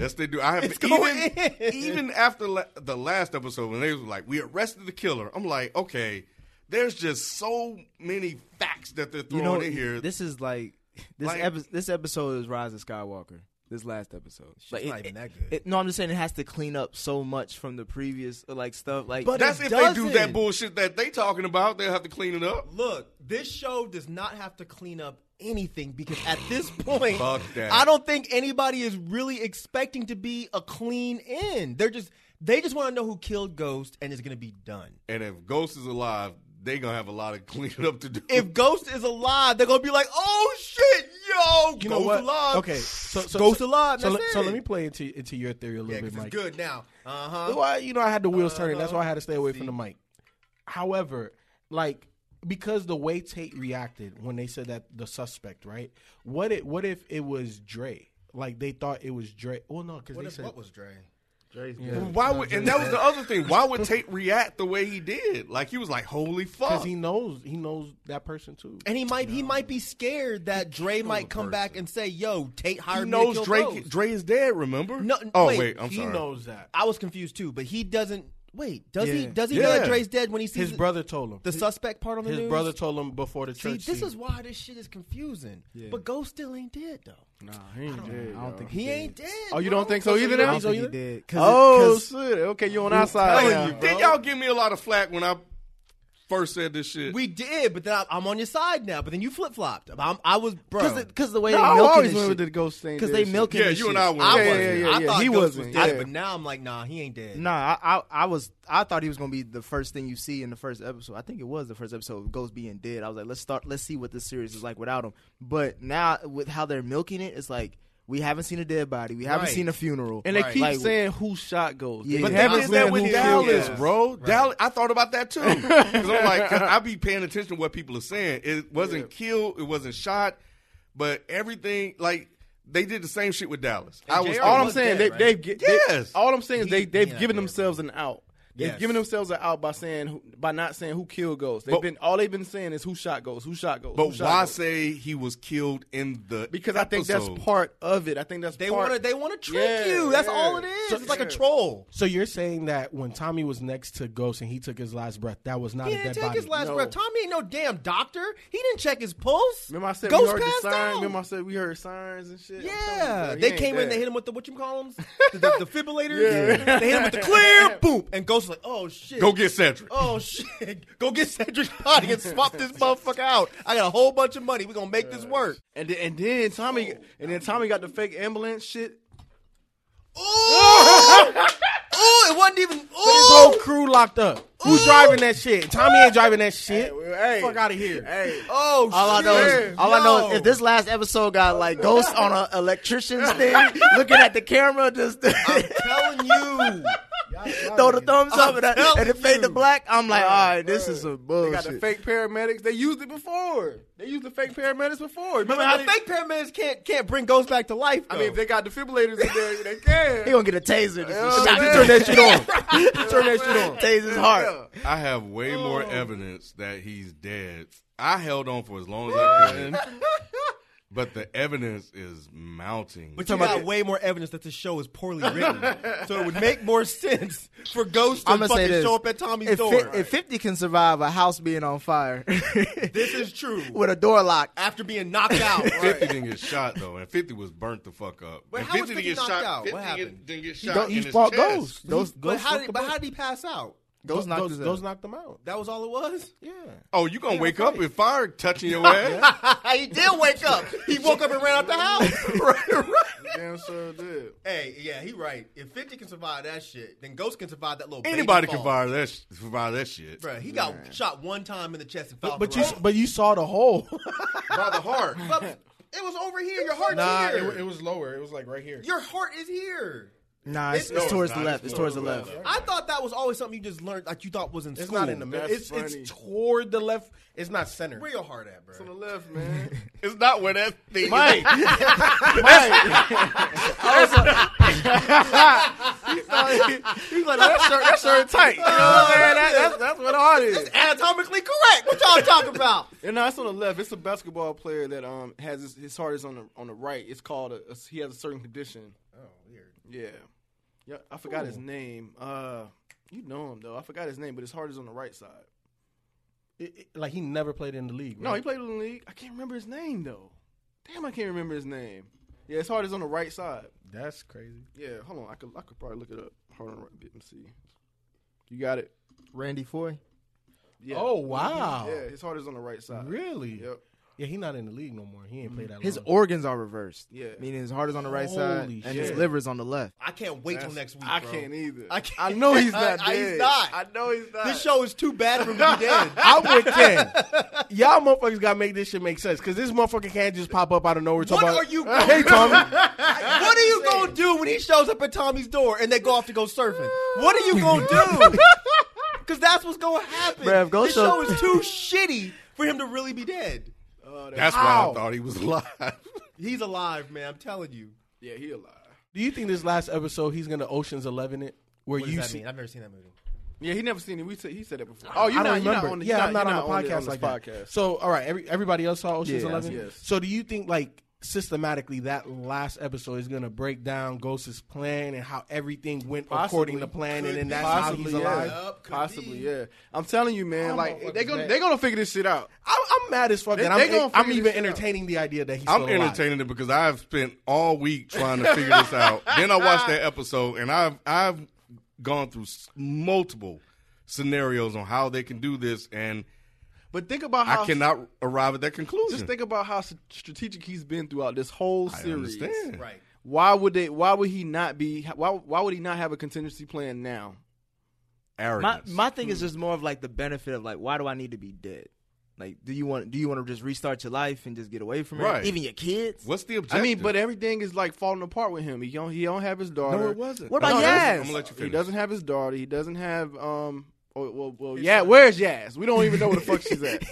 [SPEAKER 2] Yes, they do. I have
[SPEAKER 9] It's
[SPEAKER 2] even,
[SPEAKER 9] going in.
[SPEAKER 2] even after la- the last episode when they was like, "We arrested the killer." I'm like, okay, there's just so many facts that they're
[SPEAKER 14] You
[SPEAKER 2] throwing
[SPEAKER 14] know,
[SPEAKER 2] in here.
[SPEAKER 14] this is like this.
[SPEAKER 2] Like-
[SPEAKER 14] epi- this episode is Rise of Skywalker. This last episode, like,
[SPEAKER 9] not
[SPEAKER 14] it-
[SPEAKER 9] even that
[SPEAKER 14] it-
[SPEAKER 9] good.
[SPEAKER 14] it- no, I'm just saying it has to clean up so much from the previous uh, like stuff. Like
[SPEAKER 9] But
[SPEAKER 2] That's
[SPEAKER 9] it
[SPEAKER 2] if they do that
[SPEAKER 9] doesn't.
[SPEAKER 2] bullshit that they talking about. They'll have to clean it up.
[SPEAKER 9] Look, this show does not have to clean up anything because at this point,
[SPEAKER 2] Fuck that.
[SPEAKER 9] I don't think anybody is really expecting to be a clean end. They're just they just want to know who killed Ghost and it's gonna be done.
[SPEAKER 2] And if Ghost is alive, they gonna have a lot of cleaning up to do.
[SPEAKER 9] If Ghost is alive, they're gonna be like, "Oh shit, yo,
[SPEAKER 8] You
[SPEAKER 9] Ghost
[SPEAKER 8] know what?
[SPEAKER 9] alive."
[SPEAKER 8] Okay, so, so
[SPEAKER 9] Ghost
[SPEAKER 8] so,
[SPEAKER 9] alive,
[SPEAKER 8] So,
[SPEAKER 9] that's
[SPEAKER 8] le- so
[SPEAKER 9] it.
[SPEAKER 8] let me play into into your theory a little
[SPEAKER 9] yeah,
[SPEAKER 8] bit,
[SPEAKER 9] 'cause it's
[SPEAKER 8] Mike.
[SPEAKER 9] good now. Uh-huh. Uh huh.
[SPEAKER 8] Well, I- you know, I had the wheels turning. That's why I had to stay away from the mic. However, like because the way Tate reacted when they said that the suspect, right? What it? What if it was Dre? Like they thought it was Dre. Well, no, because they said
[SPEAKER 9] Dre?
[SPEAKER 2] Why would, and that was the other thing. Why would Tate react the way he did? Like he was like, "Holy fuck!"
[SPEAKER 8] because he knows he knows that person too.
[SPEAKER 9] And he might he might be scared that Dre might come back and say, "Yo, Tate
[SPEAKER 2] He
[SPEAKER 9] hired me." to
[SPEAKER 2] knows
[SPEAKER 9] kill
[SPEAKER 2] Dre.
[SPEAKER 9] Ghost."
[SPEAKER 2] Dre is dead. Remember?
[SPEAKER 9] No,
[SPEAKER 2] Oh wait,
[SPEAKER 9] wait,
[SPEAKER 2] I'm
[SPEAKER 8] he
[SPEAKER 2] sorry.
[SPEAKER 8] knows that.
[SPEAKER 9] I was confused too, but he doesn't. Wait, does he?
[SPEAKER 14] Yeah.
[SPEAKER 9] Does he know
[SPEAKER 2] Yeah.
[SPEAKER 9] that Dre's dead when he sees
[SPEAKER 8] His brother told him.
[SPEAKER 9] the suspect part on the
[SPEAKER 8] His
[SPEAKER 9] news?
[SPEAKER 8] brother told him before the
[SPEAKER 9] See,
[SPEAKER 8] church.
[SPEAKER 9] this
[SPEAKER 8] scene.
[SPEAKER 9] is why this shit is confusing. But Ghost still ain't dead though.
[SPEAKER 10] Nah, he ain't dead,
[SPEAKER 14] I don't
[SPEAKER 10] yo.
[SPEAKER 14] think
[SPEAKER 9] He
[SPEAKER 14] did.
[SPEAKER 9] ain't dead.
[SPEAKER 10] Oh, you
[SPEAKER 9] bro.
[SPEAKER 10] don't think so either
[SPEAKER 14] I
[SPEAKER 10] now?
[SPEAKER 14] don't think he did. 'Cause it-
[SPEAKER 10] Oh
[SPEAKER 14] 'cause-
[SPEAKER 10] shit! Okay, you on our side.
[SPEAKER 2] Hey,
[SPEAKER 10] now.
[SPEAKER 2] Did y'all give me a lot of flack when I first said this shit?
[SPEAKER 9] We did, but then I, I'm on your side now. But then you flip flopped. I was bro.
[SPEAKER 14] Cause, the- cause the way
[SPEAKER 10] No,
[SPEAKER 14] they
[SPEAKER 10] I
[SPEAKER 14] milking
[SPEAKER 10] always
[SPEAKER 14] this
[SPEAKER 10] went
[SPEAKER 14] shit.
[SPEAKER 10] with the ghost thing.
[SPEAKER 14] Cause they milking.
[SPEAKER 2] yeah,
[SPEAKER 14] this
[SPEAKER 2] you and
[SPEAKER 14] shit.
[SPEAKER 2] I were.
[SPEAKER 9] I
[SPEAKER 10] Yeah,
[SPEAKER 9] wasn't.
[SPEAKER 10] yeah, yeah,
[SPEAKER 9] I
[SPEAKER 10] yeah.
[SPEAKER 9] thought
[SPEAKER 10] He
[SPEAKER 9] Ghost
[SPEAKER 10] wasn't,
[SPEAKER 9] was dead,
[SPEAKER 10] yeah.
[SPEAKER 9] but now I'm like, nah, he ain't dead.
[SPEAKER 14] Nah, I, I I was I thought he was gonna be the first thing you see in the first episode. I think it was the first episode of Ghost being dead. I was like, let's start, let's see what this series is like without him. But now with how they're milking it, it's like we haven't seen a dead body, we haven't
[SPEAKER 9] Right.
[SPEAKER 14] seen a funeral,
[SPEAKER 10] And they
[SPEAKER 9] Right.
[SPEAKER 10] keep
[SPEAKER 14] Like-
[SPEAKER 10] saying who shot goes.
[SPEAKER 14] Yeah. But
[SPEAKER 2] But they
[SPEAKER 14] that
[SPEAKER 2] did
[SPEAKER 14] was
[SPEAKER 2] that
[SPEAKER 14] who
[SPEAKER 2] with
[SPEAKER 14] killed
[SPEAKER 2] Dallas,
[SPEAKER 10] us.
[SPEAKER 2] bro. Dallas, I thought about that too. Because I'm like, 'cause I be paying attention to what people are saying. It wasn't killed, it wasn't shot, but everything like they did the same shit with Dallas. I was
[SPEAKER 9] JR
[SPEAKER 10] all I'm
[SPEAKER 9] was dead,
[SPEAKER 10] saying, they,
[SPEAKER 9] right?
[SPEAKER 10] they've get, they-
[SPEAKER 2] Yes.
[SPEAKER 10] all I'm saying is they
[SPEAKER 9] He-
[SPEAKER 10] they've
[SPEAKER 9] he not
[SPEAKER 10] given
[SPEAKER 9] dead,
[SPEAKER 10] themselves an out. They've
[SPEAKER 9] Yes.
[SPEAKER 10] given themselves an out by saying who, by not saying who killed Ghost. They've
[SPEAKER 2] But-
[SPEAKER 10] been all they've been saying is who shot Ghost, who shot Ghost. who
[SPEAKER 2] but
[SPEAKER 10] shot
[SPEAKER 2] why
[SPEAKER 10] Ghost.
[SPEAKER 2] say he was killed in the
[SPEAKER 10] Because I think that's
[SPEAKER 2] episode?
[SPEAKER 10] part of it. I think that's
[SPEAKER 9] They
[SPEAKER 10] part.
[SPEAKER 9] want to. They want to trick
[SPEAKER 10] Yeah,
[SPEAKER 9] you. That's
[SPEAKER 10] yeah.
[SPEAKER 9] all it is.
[SPEAKER 10] So-
[SPEAKER 9] it's like
[SPEAKER 10] yeah.
[SPEAKER 9] a troll.
[SPEAKER 8] So you're saying that when Tommy was next to Ghost and he took his last breath, that was not
[SPEAKER 9] He
[SPEAKER 8] a dead
[SPEAKER 9] didn't take
[SPEAKER 8] body.
[SPEAKER 9] his last
[SPEAKER 10] No.
[SPEAKER 9] breath. Tommy ain't no damn doctor. He didn't check his pulse.
[SPEAKER 10] Remember I said
[SPEAKER 9] Ghost
[SPEAKER 10] we heard
[SPEAKER 9] passed
[SPEAKER 10] the sign.
[SPEAKER 9] out.
[SPEAKER 10] Remember I said we heard signs and shit. I'm telling you,
[SPEAKER 9] yeah,
[SPEAKER 10] bro, he
[SPEAKER 9] they
[SPEAKER 10] ain't
[SPEAKER 9] came in.
[SPEAKER 10] dead.
[SPEAKER 9] They hit him with the what you call them, the, the defibrillators. They hit him with the clear boom, and Ghost just like, oh shit.
[SPEAKER 2] Go get Cedric.
[SPEAKER 9] Oh shit. Go get Cedric's body and swap this motherfucker out. I got a whole bunch of money. We're gonna make this work.
[SPEAKER 10] And then, and then Tommy and then Tommy got the fake ambulance shit.
[SPEAKER 9] Oh, it wasn't even
[SPEAKER 8] But his whole crew locked up. Who's driving that shit? Tommy ain't driving that shit.
[SPEAKER 10] Hey,
[SPEAKER 8] Fuck out of here.
[SPEAKER 10] Hey,
[SPEAKER 9] Oh
[SPEAKER 15] All I
[SPEAKER 9] shit.
[SPEAKER 15] know is, all I know is, if this last episode got like ghosts on an electrician's thing, looking at the camera, just
[SPEAKER 9] telling you.
[SPEAKER 15] throw the thumbs up and, I, and it
[SPEAKER 9] telling
[SPEAKER 15] fade to
[SPEAKER 9] you.
[SPEAKER 15] black. I'm like, all right, this is some
[SPEAKER 10] they got the
[SPEAKER 15] bullshit.
[SPEAKER 10] fake paramedics. They used it before. They used the fake paramedics before. Remember
[SPEAKER 9] I
[SPEAKER 10] they-
[SPEAKER 9] think pyramids can't can't bring ghosts back to life.
[SPEAKER 10] I
[SPEAKER 9] Though.
[SPEAKER 10] mean, if they got defibrillators in there, they
[SPEAKER 15] He
[SPEAKER 10] can.
[SPEAKER 15] gonna get a taser. Just
[SPEAKER 10] Yeah,
[SPEAKER 15] shot.
[SPEAKER 10] man.
[SPEAKER 15] Turn that shit on.
[SPEAKER 10] Turn that shit on.
[SPEAKER 15] Taser's heart.
[SPEAKER 2] I have way more
[SPEAKER 9] Oh.
[SPEAKER 2] evidence that he's dead. I held on for as long as I could, but the evidence is mounting.
[SPEAKER 9] But you got way more evidence that the show is poorly written, so it would make more sense for ghosts to
[SPEAKER 15] I'm gonna say
[SPEAKER 9] fucking
[SPEAKER 15] this.
[SPEAKER 9] show up at Tommy's
[SPEAKER 15] if,
[SPEAKER 9] door.
[SPEAKER 15] fi- if 50 can survive a house being on fire
[SPEAKER 9] this is true,
[SPEAKER 15] with a door locked,
[SPEAKER 9] after being knocked out,
[SPEAKER 2] Fifty didn't get shot though, and Fifty was burnt the fuck up.
[SPEAKER 9] But
[SPEAKER 2] and
[SPEAKER 9] how was 50
[SPEAKER 2] didn't get
[SPEAKER 9] knocked
[SPEAKER 2] shot.
[SPEAKER 9] out? What
[SPEAKER 2] 50
[SPEAKER 9] happened?
[SPEAKER 2] Didn't get
[SPEAKER 10] go-
[SPEAKER 2] shot.
[SPEAKER 10] he
[SPEAKER 2] in his
[SPEAKER 10] fought
[SPEAKER 2] chest.
[SPEAKER 10] ghosts.
[SPEAKER 15] those
[SPEAKER 9] but
[SPEAKER 15] those
[SPEAKER 9] how did but how did he pass out?
[SPEAKER 15] those knocked
[SPEAKER 8] Those,
[SPEAKER 15] his
[SPEAKER 8] those
[SPEAKER 15] out.
[SPEAKER 8] knocked them out.
[SPEAKER 9] That was all it was.
[SPEAKER 8] Yeah.
[SPEAKER 2] Oh, you gonna wake up with fire touching your ass?
[SPEAKER 9] he did wake up. He woke up and ran out the house. right, right.
[SPEAKER 10] Damn sure did.
[SPEAKER 9] Hey, yeah, he right. If Fifty can survive that shit, then Ghost can survive that little. baby
[SPEAKER 2] Anybody can
[SPEAKER 9] fall.
[SPEAKER 2] fire that sh- fire that shit
[SPEAKER 9] Bruh, he got shot one time in the chest and fell.
[SPEAKER 8] But
[SPEAKER 9] for
[SPEAKER 8] you
[SPEAKER 9] a-
[SPEAKER 8] but you saw the hole.
[SPEAKER 2] by the heart.
[SPEAKER 9] But it was over here. Your heart's
[SPEAKER 8] nah,
[SPEAKER 9] here.
[SPEAKER 8] it, it was lower. It was like right here.
[SPEAKER 9] Your heart is here.
[SPEAKER 15] Nah, it's,
[SPEAKER 9] It-
[SPEAKER 15] it's
[SPEAKER 9] no,
[SPEAKER 15] towards
[SPEAKER 2] it's
[SPEAKER 15] the
[SPEAKER 2] not.
[SPEAKER 15] left. It's towards the left.
[SPEAKER 9] I thought that was always something you just learned, like you thought was in
[SPEAKER 8] It's
[SPEAKER 9] school.
[SPEAKER 8] not in the middle.
[SPEAKER 10] That's
[SPEAKER 8] It's
[SPEAKER 10] funny.
[SPEAKER 8] it's toward the left. It's not center.
[SPEAKER 9] Where your heart at, bro?
[SPEAKER 10] On the left, man.
[SPEAKER 2] It's not where that thing.
[SPEAKER 10] Mike.
[SPEAKER 15] He's like, that shirt, that shirt tight. You know what I'm saying? That- that's-
[SPEAKER 10] That's what the heart is.
[SPEAKER 9] Anatomically correct. What y'all talking about?
[SPEAKER 10] And no, it's on the left. It's a basketball player that um has his, his heart is on the on the right. It's called a, a- he has a certain condition. Oh, weird. Yeah, yeah. I forgot his name. Uh, you know him though. I forgot his name, but his heart is on the right side.
[SPEAKER 8] It- it- like he never played in the league.
[SPEAKER 10] No,
[SPEAKER 8] right?
[SPEAKER 10] he played in the league. I can't remember his name though. Damn, I can't remember his name. Yeah, his heart is on the right side.
[SPEAKER 8] That's crazy.
[SPEAKER 10] Yeah, hold on. I could I could probably look it up. Hold on, let me see. You got it.
[SPEAKER 15] Randy Foy.
[SPEAKER 10] Yeah.
[SPEAKER 8] Oh wow.
[SPEAKER 10] Yeah, his heart is on the right side.
[SPEAKER 8] Really?
[SPEAKER 10] Yep.
[SPEAKER 8] Yeah, he's not in the league no more. He ain't played that
[SPEAKER 15] His
[SPEAKER 8] long.
[SPEAKER 15] organs are reversed.
[SPEAKER 10] Yeah.
[SPEAKER 15] Meaning his heart is on the right
[SPEAKER 8] Holy
[SPEAKER 15] side and his
[SPEAKER 8] shit.
[SPEAKER 15] liver is on the left.
[SPEAKER 9] I can't wait till next week.
[SPEAKER 10] I
[SPEAKER 9] bro.
[SPEAKER 10] can't either.
[SPEAKER 9] I
[SPEAKER 10] I,
[SPEAKER 9] can't-
[SPEAKER 10] know he's not
[SPEAKER 9] I- I- he's
[SPEAKER 10] dead.
[SPEAKER 9] not.
[SPEAKER 10] I know he's not.
[SPEAKER 9] This show is too bad for me to be dead.
[SPEAKER 8] I would can. Y'all motherfuckers gotta make this shit make sense because this motherfucker can't just pop up out of nowhere.
[SPEAKER 9] What
[SPEAKER 8] talk about,
[SPEAKER 9] are you-
[SPEAKER 8] Hey Tommy.
[SPEAKER 9] What are you gonna do when he shows up at Tommy's door and they go off to go surfing? What are you gonna do? Because that's what's gonna happen.
[SPEAKER 15] Bruh, go
[SPEAKER 9] this
[SPEAKER 15] show-
[SPEAKER 9] show is too shitty for him to really be dead.
[SPEAKER 2] That's why I
[SPEAKER 8] Ow.
[SPEAKER 2] thought he was alive.
[SPEAKER 9] He's alive, man. I'm telling you.
[SPEAKER 10] Yeah, he alive.
[SPEAKER 8] Do you think this last episode he's gonna Ocean's Eleven it? Where
[SPEAKER 9] What does
[SPEAKER 8] you
[SPEAKER 9] that
[SPEAKER 8] see?
[SPEAKER 9] mean? I've never seen that movie.
[SPEAKER 10] Yeah, he never seen it. We said he said that before. Oh,
[SPEAKER 8] I
[SPEAKER 10] you're
[SPEAKER 8] don't
[SPEAKER 10] not, you're not
[SPEAKER 8] remember.
[SPEAKER 10] on the
[SPEAKER 8] yeah,
[SPEAKER 10] you're
[SPEAKER 8] I'm not,
[SPEAKER 10] you're
[SPEAKER 8] on the podcast
[SPEAKER 10] on this
[SPEAKER 8] like
[SPEAKER 10] podcast.
[SPEAKER 8] that. So, all right, every, everybody else saw Ocean's
[SPEAKER 15] Yeah,
[SPEAKER 8] Eleven.
[SPEAKER 10] yes.
[SPEAKER 8] So, do you think like systematically that last episode is going to break down Ghost's plan and how everything went according to plan, and then that's
[SPEAKER 10] possibly,
[SPEAKER 8] how he's alive?
[SPEAKER 10] yeah.
[SPEAKER 9] Yup, could
[SPEAKER 10] possibly,
[SPEAKER 9] be.
[SPEAKER 10] yeah. I'm telling you, man. Like
[SPEAKER 8] motherfuckers
[SPEAKER 10] they gonna
[SPEAKER 8] back.
[SPEAKER 10] they gonna figure this shit out.
[SPEAKER 8] I, I'm mad as fuck.
[SPEAKER 10] They-
[SPEAKER 8] that
[SPEAKER 10] they
[SPEAKER 8] I'm,
[SPEAKER 10] gonna
[SPEAKER 8] I'm
[SPEAKER 10] figure
[SPEAKER 8] even
[SPEAKER 10] this shit out.
[SPEAKER 8] entertaining the idea that he's.
[SPEAKER 2] I'm
[SPEAKER 8] still alive.
[SPEAKER 2] entertaining it because I've spent all week trying to figure this out. Then I watched that episode, and I've I've gone through s- multiple scenarios on how they can do this, and
[SPEAKER 10] But think about how
[SPEAKER 2] I cannot arrive at that conclusion.
[SPEAKER 10] Uh-huh. just think about how s- strategic he's been throughout this whole
[SPEAKER 2] I
[SPEAKER 10] series.
[SPEAKER 2] understand.
[SPEAKER 9] Right.
[SPEAKER 10] Why would they? Why would he not be? Why why would he not have a contingency plan now?
[SPEAKER 15] My
[SPEAKER 2] Arrogance.
[SPEAKER 15] my thing is just more of like the benefit of like why do I need to be dead? Like do you want do you want to just restart your life and just get away from
[SPEAKER 2] Right.
[SPEAKER 15] it? Even your kids?
[SPEAKER 2] What's the
[SPEAKER 10] I
[SPEAKER 2] objective?
[SPEAKER 10] mean, but everything is like falling apart with him. He don't he don't have his daughter.
[SPEAKER 2] no, it wasn't.
[SPEAKER 15] What about
[SPEAKER 2] No,
[SPEAKER 15] Yaz?
[SPEAKER 2] I'm gonna let you
[SPEAKER 10] He
[SPEAKER 2] finish.
[SPEAKER 10] doesn't have his daughter. He doesn't have um. Oh, well, well, yeah. Where's Yaz? We don't even know where the fuck she's at.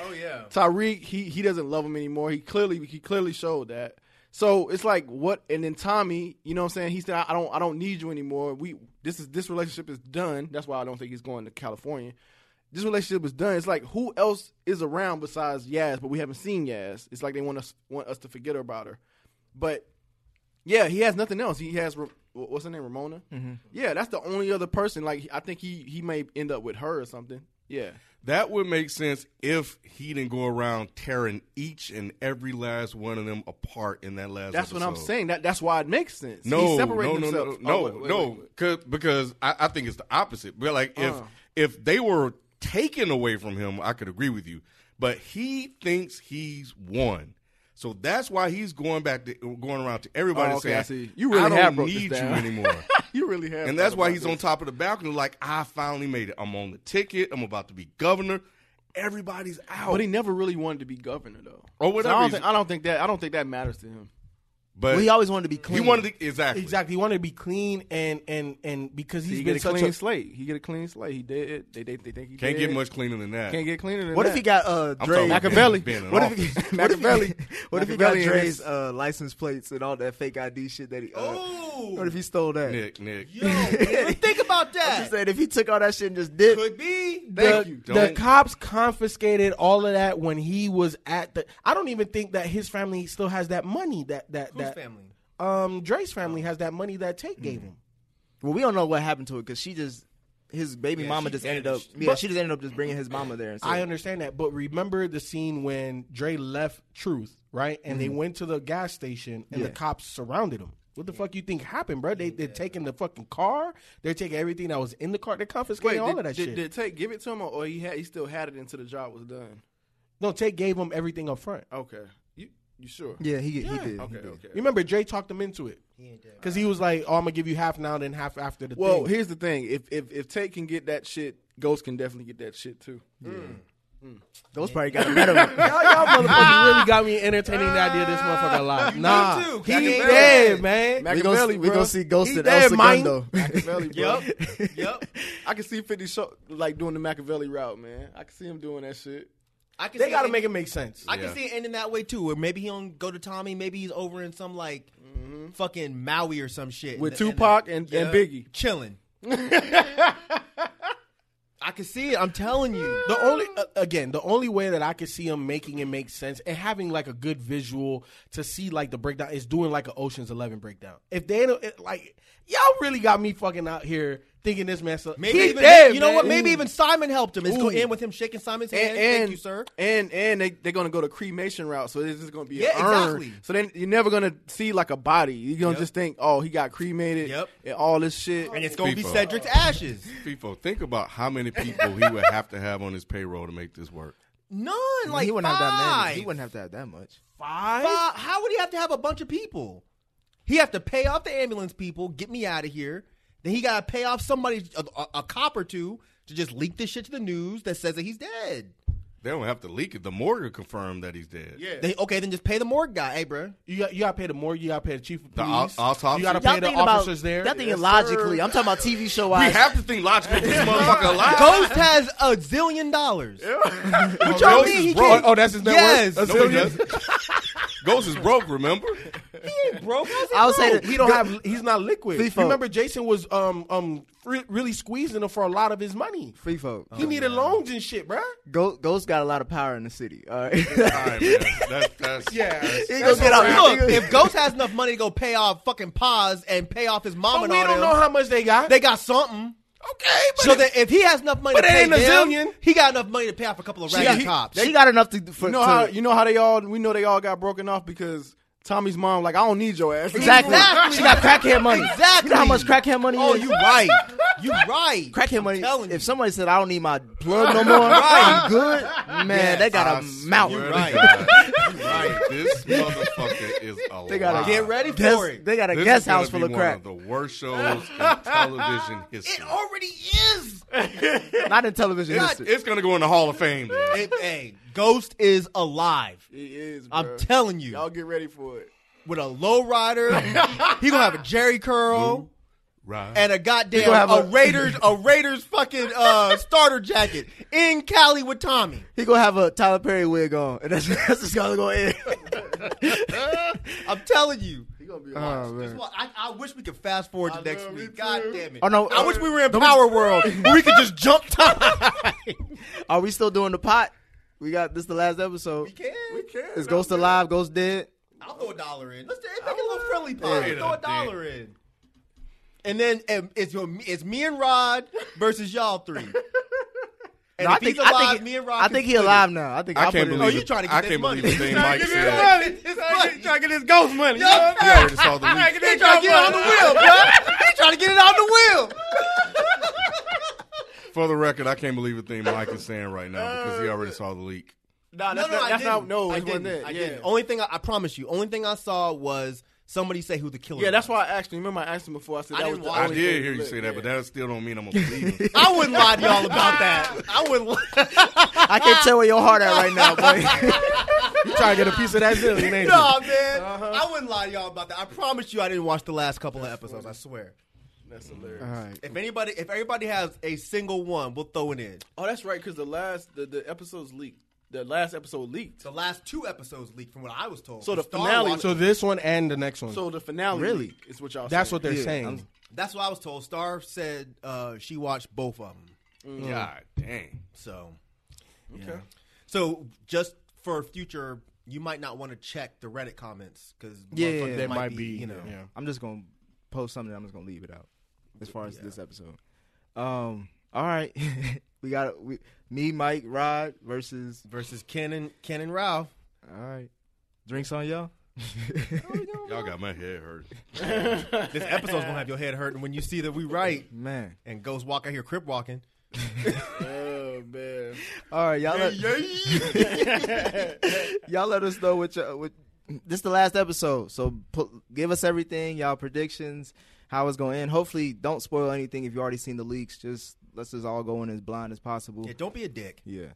[SPEAKER 9] Oh yeah.
[SPEAKER 10] Tyreek, he he doesn't love him anymore. He clearly he clearly showed that. So it's like what, and then Tommy, you know what I'm saying? He said, "I don't I don't need you anymore. We this is this relationship is done. That's why I don't think he's going to California. This relationship is done. It's like who else is around besides Yaz? But we haven't seen Yaz. It's like they want us want us to forget about her. But yeah, he has nothing else. He has Ra- wha- what's her name, Ramona. Yeah, that's the only other person. Like I think he he may end up with her or something. Yeah.
[SPEAKER 2] That would make sense if he didn't go around tearing each and every last one of them apart in that last.
[SPEAKER 10] That's what I'm
[SPEAKER 2] episode.
[SPEAKER 10] saying. That that's why it makes sense.
[SPEAKER 2] No,
[SPEAKER 10] he separated
[SPEAKER 2] no, no,
[SPEAKER 10] himself.
[SPEAKER 2] no, no,
[SPEAKER 10] Oh, wait, wait,
[SPEAKER 2] no,
[SPEAKER 10] wait, wait.
[SPEAKER 2] 'cause- because I, I think it's the opposite. But like if
[SPEAKER 10] Uh.
[SPEAKER 2] if they were taken away from him, I could agree with you. But he thinks he's won, so that's why he's going back to going around to everybody
[SPEAKER 10] Oh, okay, I
[SPEAKER 2] saying,
[SPEAKER 10] see. You really
[SPEAKER 2] I don't
[SPEAKER 10] have broke this
[SPEAKER 2] need you
[SPEAKER 10] down.
[SPEAKER 2] anymore."
[SPEAKER 10] You really have.
[SPEAKER 2] and that's
[SPEAKER 10] thought
[SPEAKER 2] why
[SPEAKER 10] about
[SPEAKER 2] he's
[SPEAKER 10] this.
[SPEAKER 2] on top of the balcony, like I finally made it. I'm on the ticket. I'm about to be governor. Everybody's out.
[SPEAKER 10] But he never really wanted to be governor though.
[SPEAKER 2] Or
[SPEAKER 10] So
[SPEAKER 2] whatever
[SPEAKER 10] I don't,
[SPEAKER 2] he's-
[SPEAKER 10] think, I don't think that. I don't think that matters to him.
[SPEAKER 2] but
[SPEAKER 16] Well, he always wanted to be clean.
[SPEAKER 2] He wanted to, exactly,
[SPEAKER 8] Exactly. He wanted to be clean and and and because
[SPEAKER 10] He
[SPEAKER 8] he's
[SPEAKER 10] get
[SPEAKER 8] been
[SPEAKER 10] a
[SPEAKER 8] such
[SPEAKER 10] clean
[SPEAKER 8] a
[SPEAKER 10] slate. He get a clean slate. He did it. They they, they think he
[SPEAKER 2] Can't
[SPEAKER 10] did
[SPEAKER 2] get
[SPEAKER 10] it.
[SPEAKER 2] much cleaner than that.
[SPEAKER 10] Can't get cleaner. Than
[SPEAKER 16] What
[SPEAKER 10] that.
[SPEAKER 16] if he got uh
[SPEAKER 2] I'm
[SPEAKER 16] Dre
[SPEAKER 2] talking about
[SPEAKER 10] Machiavelli.
[SPEAKER 2] being- being
[SPEAKER 16] What
[SPEAKER 2] an
[SPEAKER 16] if he,
[SPEAKER 10] office.
[SPEAKER 16] what if
[SPEAKER 10] Machiavelli.
[SPEAKER 16] he, what if he got
[SPEAKER 10] Machiavelli
[SPEAKER 16] Dre's
[SPEAKER 10] is-
[SPEAKER 16] uh, license plates and all that fake ID shit that he? Uh,
[SPEAKER 9] Oh.
[SPEAKER 16] What if he stole that?
[SPEAKER 2] Nick, Nick.
[SPEAKER 9] Think about
[SPEAKER 16] I'm
[SPEAKER 9] that.
[SPEAKER 16] just saying, if he took all that shit and just did,
[SPEAKER 9] Could be.
[SPEAKER 8] the,
[SPEAKER 2] Thank you.
[SPEAKER 8] the
[SPEAKER 2] Don't-
[SPEAKER 8] cops confiscated all of that when he was at the. I don't even think that his family still has that money. That that
[SPEAKER 9] Whose
[SPEAKER 8] that
[SPEAKER 9] family?
[SPEAKER 8] Um, Dre's family has that money that Tate gave him.
[SPEAKER 16] well, we don't know what happened to it because she just his baby mama
[SPEAKER 9] she
[SPEAKER 16] just ended up.
[SPEAKER 9] vanished.
[SPEAKER 16] Yeah, she just ended up just bringing his mama there. And said,
[SPEAKER 8] I understand that, but remember the scene when Dre left Truth, right? And they went to the gas station, and the cops surrounded him. What the fuck you think happened, bro? They they're taking the fucking car. They're taking everything that was in the car. They're confiscating
[SPEAKER 10] Wait,
[SPEAKER 8] all
[SPEAKER 10] did,
[SPEAKER 8] of that
[SPEAKER 10] did,
[SPEAKER 8] shit.
[SPEAKER 10] Did Tate give it to him, or, or he had he still had it until the job was done?
[SPEAKER 8] no, Tate gave him everything up front.
[SPEAKER 10] Okay, you you sure?
[SPEAKER 16] yeah, he, he did.
[SPEAKER 10] Okay.
[SPEAKER 16] he did.
[SPEAKER 10] Okay.
[SPEAKER 8] You remember Dre talked him into it because he was like, "Oh, I'm gonna give you half now, then half after the
[SPEAKER 10] Well,
[SPEAKER 8] thing."
[SPEAKER 10] here's the thing: if if if Tate can get that shit, Ghost can definitely get that shit too.
[SPEAKER 16] Those probably got a better one.
[SPEAKER 8] Y'all, y'all motherfuckers really got me entertaining the idea of this motherfucker live. Nah,
[SPEAKER 9] too.
[SPEAKER 8] he
[SPEAKER 9] Machiavelli.
[SPEAKER 8] ain't dead, man.
[SPEAKER 16] We gonna see- we
[SPEAKER 10] bro.
[SPEAKER 16] gonna see Ghost
[SPEAKER 10] He
[SPEAKER 16] at El
[SPEAKER 10] dead, man.
[SPEAKER 16] Segundo.
[SPEAKER 10] Machiavelli, bro.
[SPEAKER 9] Yep. Yep.
[SPEAKER 10] I can see Fifty show, like doing the Machiavelli route, man. I can see him doing that shit.
[SPEAKER 9] I can
[SPEAKER 8] They
[SPEAKER 9] see
[SPEAKER 8] gotta
[SPEAKER 9] it-
[SPEAKER 8] make it make sense.
[SPEAKER 9] I can see it ending that way too, where maybe he don't go to Tommy, maybe he's over in some like fucking Maui or some shit And
[SPEAKER 10] With
[SPEAKER 9] the- and the-
[SPEAKER 10] Tupac and- and Biggie.
[SPEAKER 9] chilling. I can see it. I'm telling you.
[SPEAKER 8] The only uh, again, the only way that I could see him making it make sense and having like a good visual to see like the breakdown is doing like an Ocean's Eleven breakdown. If they don't it, like, y'all really got me fucking out here thinking this mess up.
[SPEAKER 9] Maybe
[SPEAKER 8] He
[SPEAKER 9] even
[SPEAKER 8] dead,
[SPEAKER 9] you know what?
[SPEAKER 8] man.
[SPEAKER 9] Maybe even Simon helped him. It's going to
[SPEAKER 8] Ooh.
[SPEAKER 9] end with him shaking Simon's hand.
[SPEAKER 10] And,
[SPEAKER 9] Thank
[SPEAKER 10] and-
[SPEAKER 9] you, sir.
[SPEAKER 10] And and they they're gonna go the cremation route, so it's just gonna be
[SPEAKER 9] Yeah,
[SPEAKER 10] an urn.
[SPEAKER 9] exactly.
[SPEAKER 10] So then you're never gonna see like a body. You're gonna just think, oh, he got cremated
[SPEAKER 9] Yep.
[SPEAKER 10] and all this shit.
[SPEAKER 9] And it's gonna be
[SPEAKER 2] FIFA.
[SPEAKER 9] Cedric's ashes.
[SPEAKER 2] People, think about how many people he would have to have on his payroll to make this work.
[SPEAKER 9] None. Like
[SPEAKER 16] he wouldn't
[SPEAKER 9] five.
[SPEAKER 16] have that many. He wouldn't have to have that much.
[SPEAKER 9] Five? How would he have to have a bunch of people? He have to pay off the ambulance people, get me out of here. Then he got to pay off somebody, a, a, a cop or two, to just leak this shit to the news that says that he's dead.
[SPEAKER 2] They don't have to leak it. The morgue will confirm that he's dead. Yeah.
[SPEAKER 9] They, okay, then just pay the morgue guy, hey, bro.
[SPEAKER 8] You got, you got to pay the morgue. You got to pay the chief of
[SPEAKER 2] The
[SPEAKER 8] police.
[SPEAKER 2] au- autopsy.
[SPEAKER 8] You got to
[SPEAKER 2] Y'all
[SPEAKER 8] pay the officers there.
[SPEAKER 16] Y'all thinking logically. I'm talking about TV show
[SPEAKER 2] We
[SPEAKER 16] wise.
[SPEAKER 2] have to think logically. This motherfucker alive.
[SPEAKER 9] Ghost has a zillion dollars.
[SPEAKER 2] Ghost
[SPEAKER 9] y'all
[SPEAKER 2] is
[SPEAKER 9] mean he
[SPEAKER 2] broke.
[SPEAKER 9] can't-
[SPEAKER 2] Oh, that's his net
[SPEAKER 9] Yes.
[SPEAKER 2] worth. No, he doesn't. Ghost is broke. Remember?
[SPEAKER 9] Bro, how's he
[SPEAKER 16] I would say
[SPEAKER 9] broke?
[SPEAKER 16] that
[SPEAKER 8] He don't have. He's not liquid.
[SPEAKER 16] FIFA.
[SPEAKER 8] Remember, Jason was um um re- really squeezing him for a lot of his money.
[SPEAKER 16] free folk.
[SPEAKER 9] Uh-huh.
[SPEAKER 8] He needed loans and shit, bruh.
[SPEAKER 16] Ghost, Ghost got a lot of power in the city. All right.
[SPEAKER 2] All right, man. That's, that's, yeah.
[SPEAKER 16] he gonna get out. he
[SPEAKER 9] Look,
[SPEAKER 16] gonna-
[SPEAKER 9] if Ghost has enough money to go pay off fucking Paz and pay off his mom
[SPEAKER 8] But we
[SPEAKER 9] and all
[SPEAKER 8] don't
[SPEAKER 9] them,
[SPEAKER 8] know how much they got.
[SPEAKER 9] they got something.
[SPEAKER 8] okay, but
[SPEAKER 9] So that if he has enough money
[SPEAKER 8] But
[SPEAKER 9] to
[SPEAKER 8] it
[SPEAKER 9] pay
[SPEAKER 8] ain't a
[SPEAKER 9] them,
[SPEAKER 8] zillion.
[SPEAKER 9] he got enough money to pay off a couple of ragged
[SPEAKER 10] he-
[SPEAKER 9] cops.
[SPEAKER 16] she got enough to. For,
[SPEAKER 10] You know
[SPEAKER 16] to
[SPEAKER 10] how you know how they all we know they all got broken off because Tommy's mom like I don't need your ass
[SPEAKER 16] Exactly.
[SPEAKER 9] Exactly.
[SPEAKER 16] She got crackhead money.
[SPEAKER 9] Exactly.
[SPEAKER 16] You know how much crackhead money
[SPEAKER 9] Oh,
[SPEAKER 16] is?
[SPEAKER 9] you right. You right.
[SPEAKER 16] Crackhead money.
[SPEAKER 9] telling you.
[SPEAKER 16] If somebody said, I don't need my blood no more, I'm good, man, they got a mountain.
[SPEAKER 2] You're
[SPEAKER 16] Right.
[SPEAKER 2] right. You're right. This motherfucker is alive.
[SPEAKER 16] They got a
[SPEAKER 9] Get ready for
[SPEAKER 16] guest,
[SPEAKER 9] it.
[SPEAKER 16] They got a
[SPEAKER 2] This
[SPEAKER 16] guest
[SPEAKER 2] is gonna
[SPEAKER 16] house full
[SPEAKER 2] be
[SPEAKER 16] of
[SPEAKER 2] one
[SPEAKER 16] crack.
[SPEAKER 2] Of the worst shows in television
[SPEAKER 9] it
[SPEAKER 2] history.
[SPEAKER 9] already is.
[SPEAKER 16] Not in television
[SPEAKER 2] It's,
[SPEAKER 16] history.
[SPEAKER 2] it's gonna go in the Hall of Fame. Dude.
[SPEAKER 9] Hey, hey, Ghost is alive.
[SPEAKER 10] He is.
[SPEAKER 9] I'm
[SPEAKER 10] bruh.
[SPEAKER 9] telling you.
[SPEAKER 10] Y'all get ready for it.
[SPEAKER 9] With a low rider, he gonna have a Jerry curl
[SPEAKER 2] Right.
[SPEAKER 9] and a goddamn
[SPEAKER 16] gonna have
[SPEAKER 9] a,
[SPEAKER 16] a-
[SPEAKER 9] Raiders a Raiders fucking uh, starter jacket in Cali with Tommy.
[SPEAKER 16] He gonna have a Tyler Perry wig on, and that's, that's just gonna go in.
[SPEAKER 9] I'm telling you.
[SPEAKER 10] He gonna be a
[SPEAKER 16] Oh,
[SPEAKER 10] monster.
[SPEAKER 9] That's
[SPEAKER 16] man.
[SPEAKER 9] why I, I wish we could fast forward to next
[SPEAKER 10] know, me
[SPEAKER 9] week. God
[SPEAKER 10] too.
[SPEAKER 9] damn it!
[SPEAKER 16] Oh, no,
[SPEAKER 9] I
[SPEAKER 16] uh,
[SPEAKER 9] wish we were in Power World where we could just jump time.
[SPEAKER 16] Are we still doing the pot? We got this. The last episode.
[SPEAKER 9] we can.
[SPEAKER 16] Is Ghost alive? Ghost dead?
[SPEAKER 9] I'll throw a dollar in. Let's do- make it a little friendly pot.
[SPEAKER 2] Wait
[SPEAKER 9] throw
[SPEAKER 2] a
[SPEAKER 9] a dollar in. And then um, it's your- it's me and Rod versus y'all three. And
[SPEAKER 17] I
[SPEAKER 9] if
[SPEAKER 17] think-
[SPEAKER 9] he's
[SPEAKER 17] I think
[SPEAKER 9] alive,
[SPEAKER 17] he-
[SPEAKER 9] me and Rob
[SPEAKER 17] I
[SPEAKER 9] can
[SPEAKER 17] think he
[SPEAKER 9] split it.
[SPEAKER 17] alive now. I think
[SPEAKER 2] I
[SPEAKER 17] I'll
[SPEAKER 2] can't
[SPEAKER 17] put it-
[SPEAKER 2] believe.
[SPEAKER 17] Oh,
[SPEAKER 2] it.
[SPEAKER 17] you trying to get
[SPEAKER 2] I
[SPEAKER 17] this
[SPEAKER 2] can't
[SPEAKER 17] money.
[SPEAKER 2] believe the thing
[SPEAKER 17] He's trying
[SPEAKER 2] Mike
[SPEAKER 17] to get
[SPEAKER 2] said.
[SPEAKER 17] this money. He's trying to get- trying to get his ghost money. You know what I'm
[SPEAKER 2] You
[SPEAKER 17] saying?
[SPEAKER 2] already saw the
[SPEAKER 17] Trying to
[SPEAKER 2] leak.
[SPEAKER 17] get it- trying to get it on the wheel, bro. He's trying to get it on the wheel.
[SPEAKER 2] For the record, I can't believe the thing Mike is saying right now because he already saw the leak.
[SPEAKER 17] Nah,
[SPEAKER 9] No,
[SPEAKER 17] that's
[SPEAKER 9] no,
[SPEAKER 17] not-
[SPEAKER 9] I
[SPEAKER 17] that's
[SPEAKER 9] didn't.
[SPEAKER 17] not. No,
[SPEAKER 9] I
[SPEAKER 17] it wasn't
[SPEAKER 9] didn't.
[SPEAKER 17] it.
[SPEAKER 9] I
[SPEAKER 17] Yeah.
[SPEAKER 9] didn't. Only thing I, I promise you, only thing I saw was somebody say who the killer.
[SPEAKER 11] Yeah, that's
[SPEAKER 9] was.
[SPEAKER 11] why I asked him. Remember, I asked him before. I said
[SPEAKER 9] I
[SPEAKER 11] that
[SPEAKER 9] didn't
[SPEAKER 11] was the
[SPEAKER 9] watch
[SPEAKER 2] I
[SPEAKER 11] only
[SPEAKER 2] did
[SPEAKER 11] thing
[SPEAKER 2] hear you
[SPEAKER 11] lit.
[SPEAKER 2] say that,
[SPEAKER 11] Yeah.
[SPEAKER 2] but that still don't mean I'm gonna believe him.
[SPEAKER 9] I wouldn't lie to y'all about that. I wouldn't. Lie.
[SPEAKER 17] I can't tell where your heart at right now, boy.
[SPEAKER 11] you trying to get a piece of that zillion, ain't you?
[SPEAKER 9] No, man, I wouldn't lie to y'all about that. I promise you, I didn't watch the last couple of episodes. I swear.
[SPEAKER 11] That's hilarious.
[SPEAKER 9] If anybody, if everybody has a single one, we'll throw it in.
[SPEAKER 11] Oh, that's right, because the last the, the episodes leaked. The last episode leaked.
[SPEAKER 9] The last two episodes leaked, from what I was told.
[SPEAKER 11] So the
[SPEAKER 9] Star
[SPEAKER 11] finale-
[SPEAKER 9] Watch-
[SPEAKER 10] So this one and the next one.
[SPEAKER 11] So the finale
[SPEAKER 17] Really?
[SPEAKER 11] leaked is what y'all.
[SPEAKER 10] that's
[SPEAKER 11] saying.
[SPEAKER 10] what they're
[SPEAKER 17] Yeah,
[SPEAKER 10] saying.
[SPEAKER 17] I'm-
[SPEAKER 9] that's what I was told. Star said uh, she watched both of them.
[SPEAKER 2] God dang.
[SPEAKER 9] So,
[SPEAKER 11] Okay.
[SPEAKER 9] so just for future, you might not want to check the Reddit comments because
[SPEAKER 17] Yeah,
[SPEAKER 10] That might, be,
[SPEAKER 9] you know.
[SPEAKER 10] yeah.
[SPEAKER 8] I'm just gonna post something. I'm just gonna leave it out as far as this episode. Um. All right. we got we me, Mike, Rod versus.
[SPEAKER 9] Versus Ken and Ken and Ralph.
[SPEAKER 8] All right. Drinks on y'all.
[SPEAKER 2] Y'all got my head hurt.
[SPEAKER 9] This episode's gonna have your head hurting when you see that we right
[SPEAKER 8] Man.
[SPEAKER 9] and Ghost walk out here crip walking.
[SPEAKER 11] Oh man.
[SPEAKER 8] All right, y'all. Let, y'all let us know what y'all. What, this the last episode, so pu- give us everything, y'all predictions, how it's gonna end. Hopefully, don't spoil anything if you already seen the leaks. Just let's just all go in as blind as possible.
[SPEAKER 9] Yeah, don't be a dick.
[SPEAKER 8] Yeah.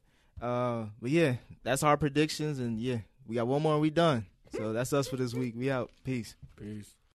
[SPEAKER 8] Uh, but yeah, that's our predictions, and yeah, we got one more, and we done. So that's us for this week. We out. Peace.
[SPEAKER 11] Peace.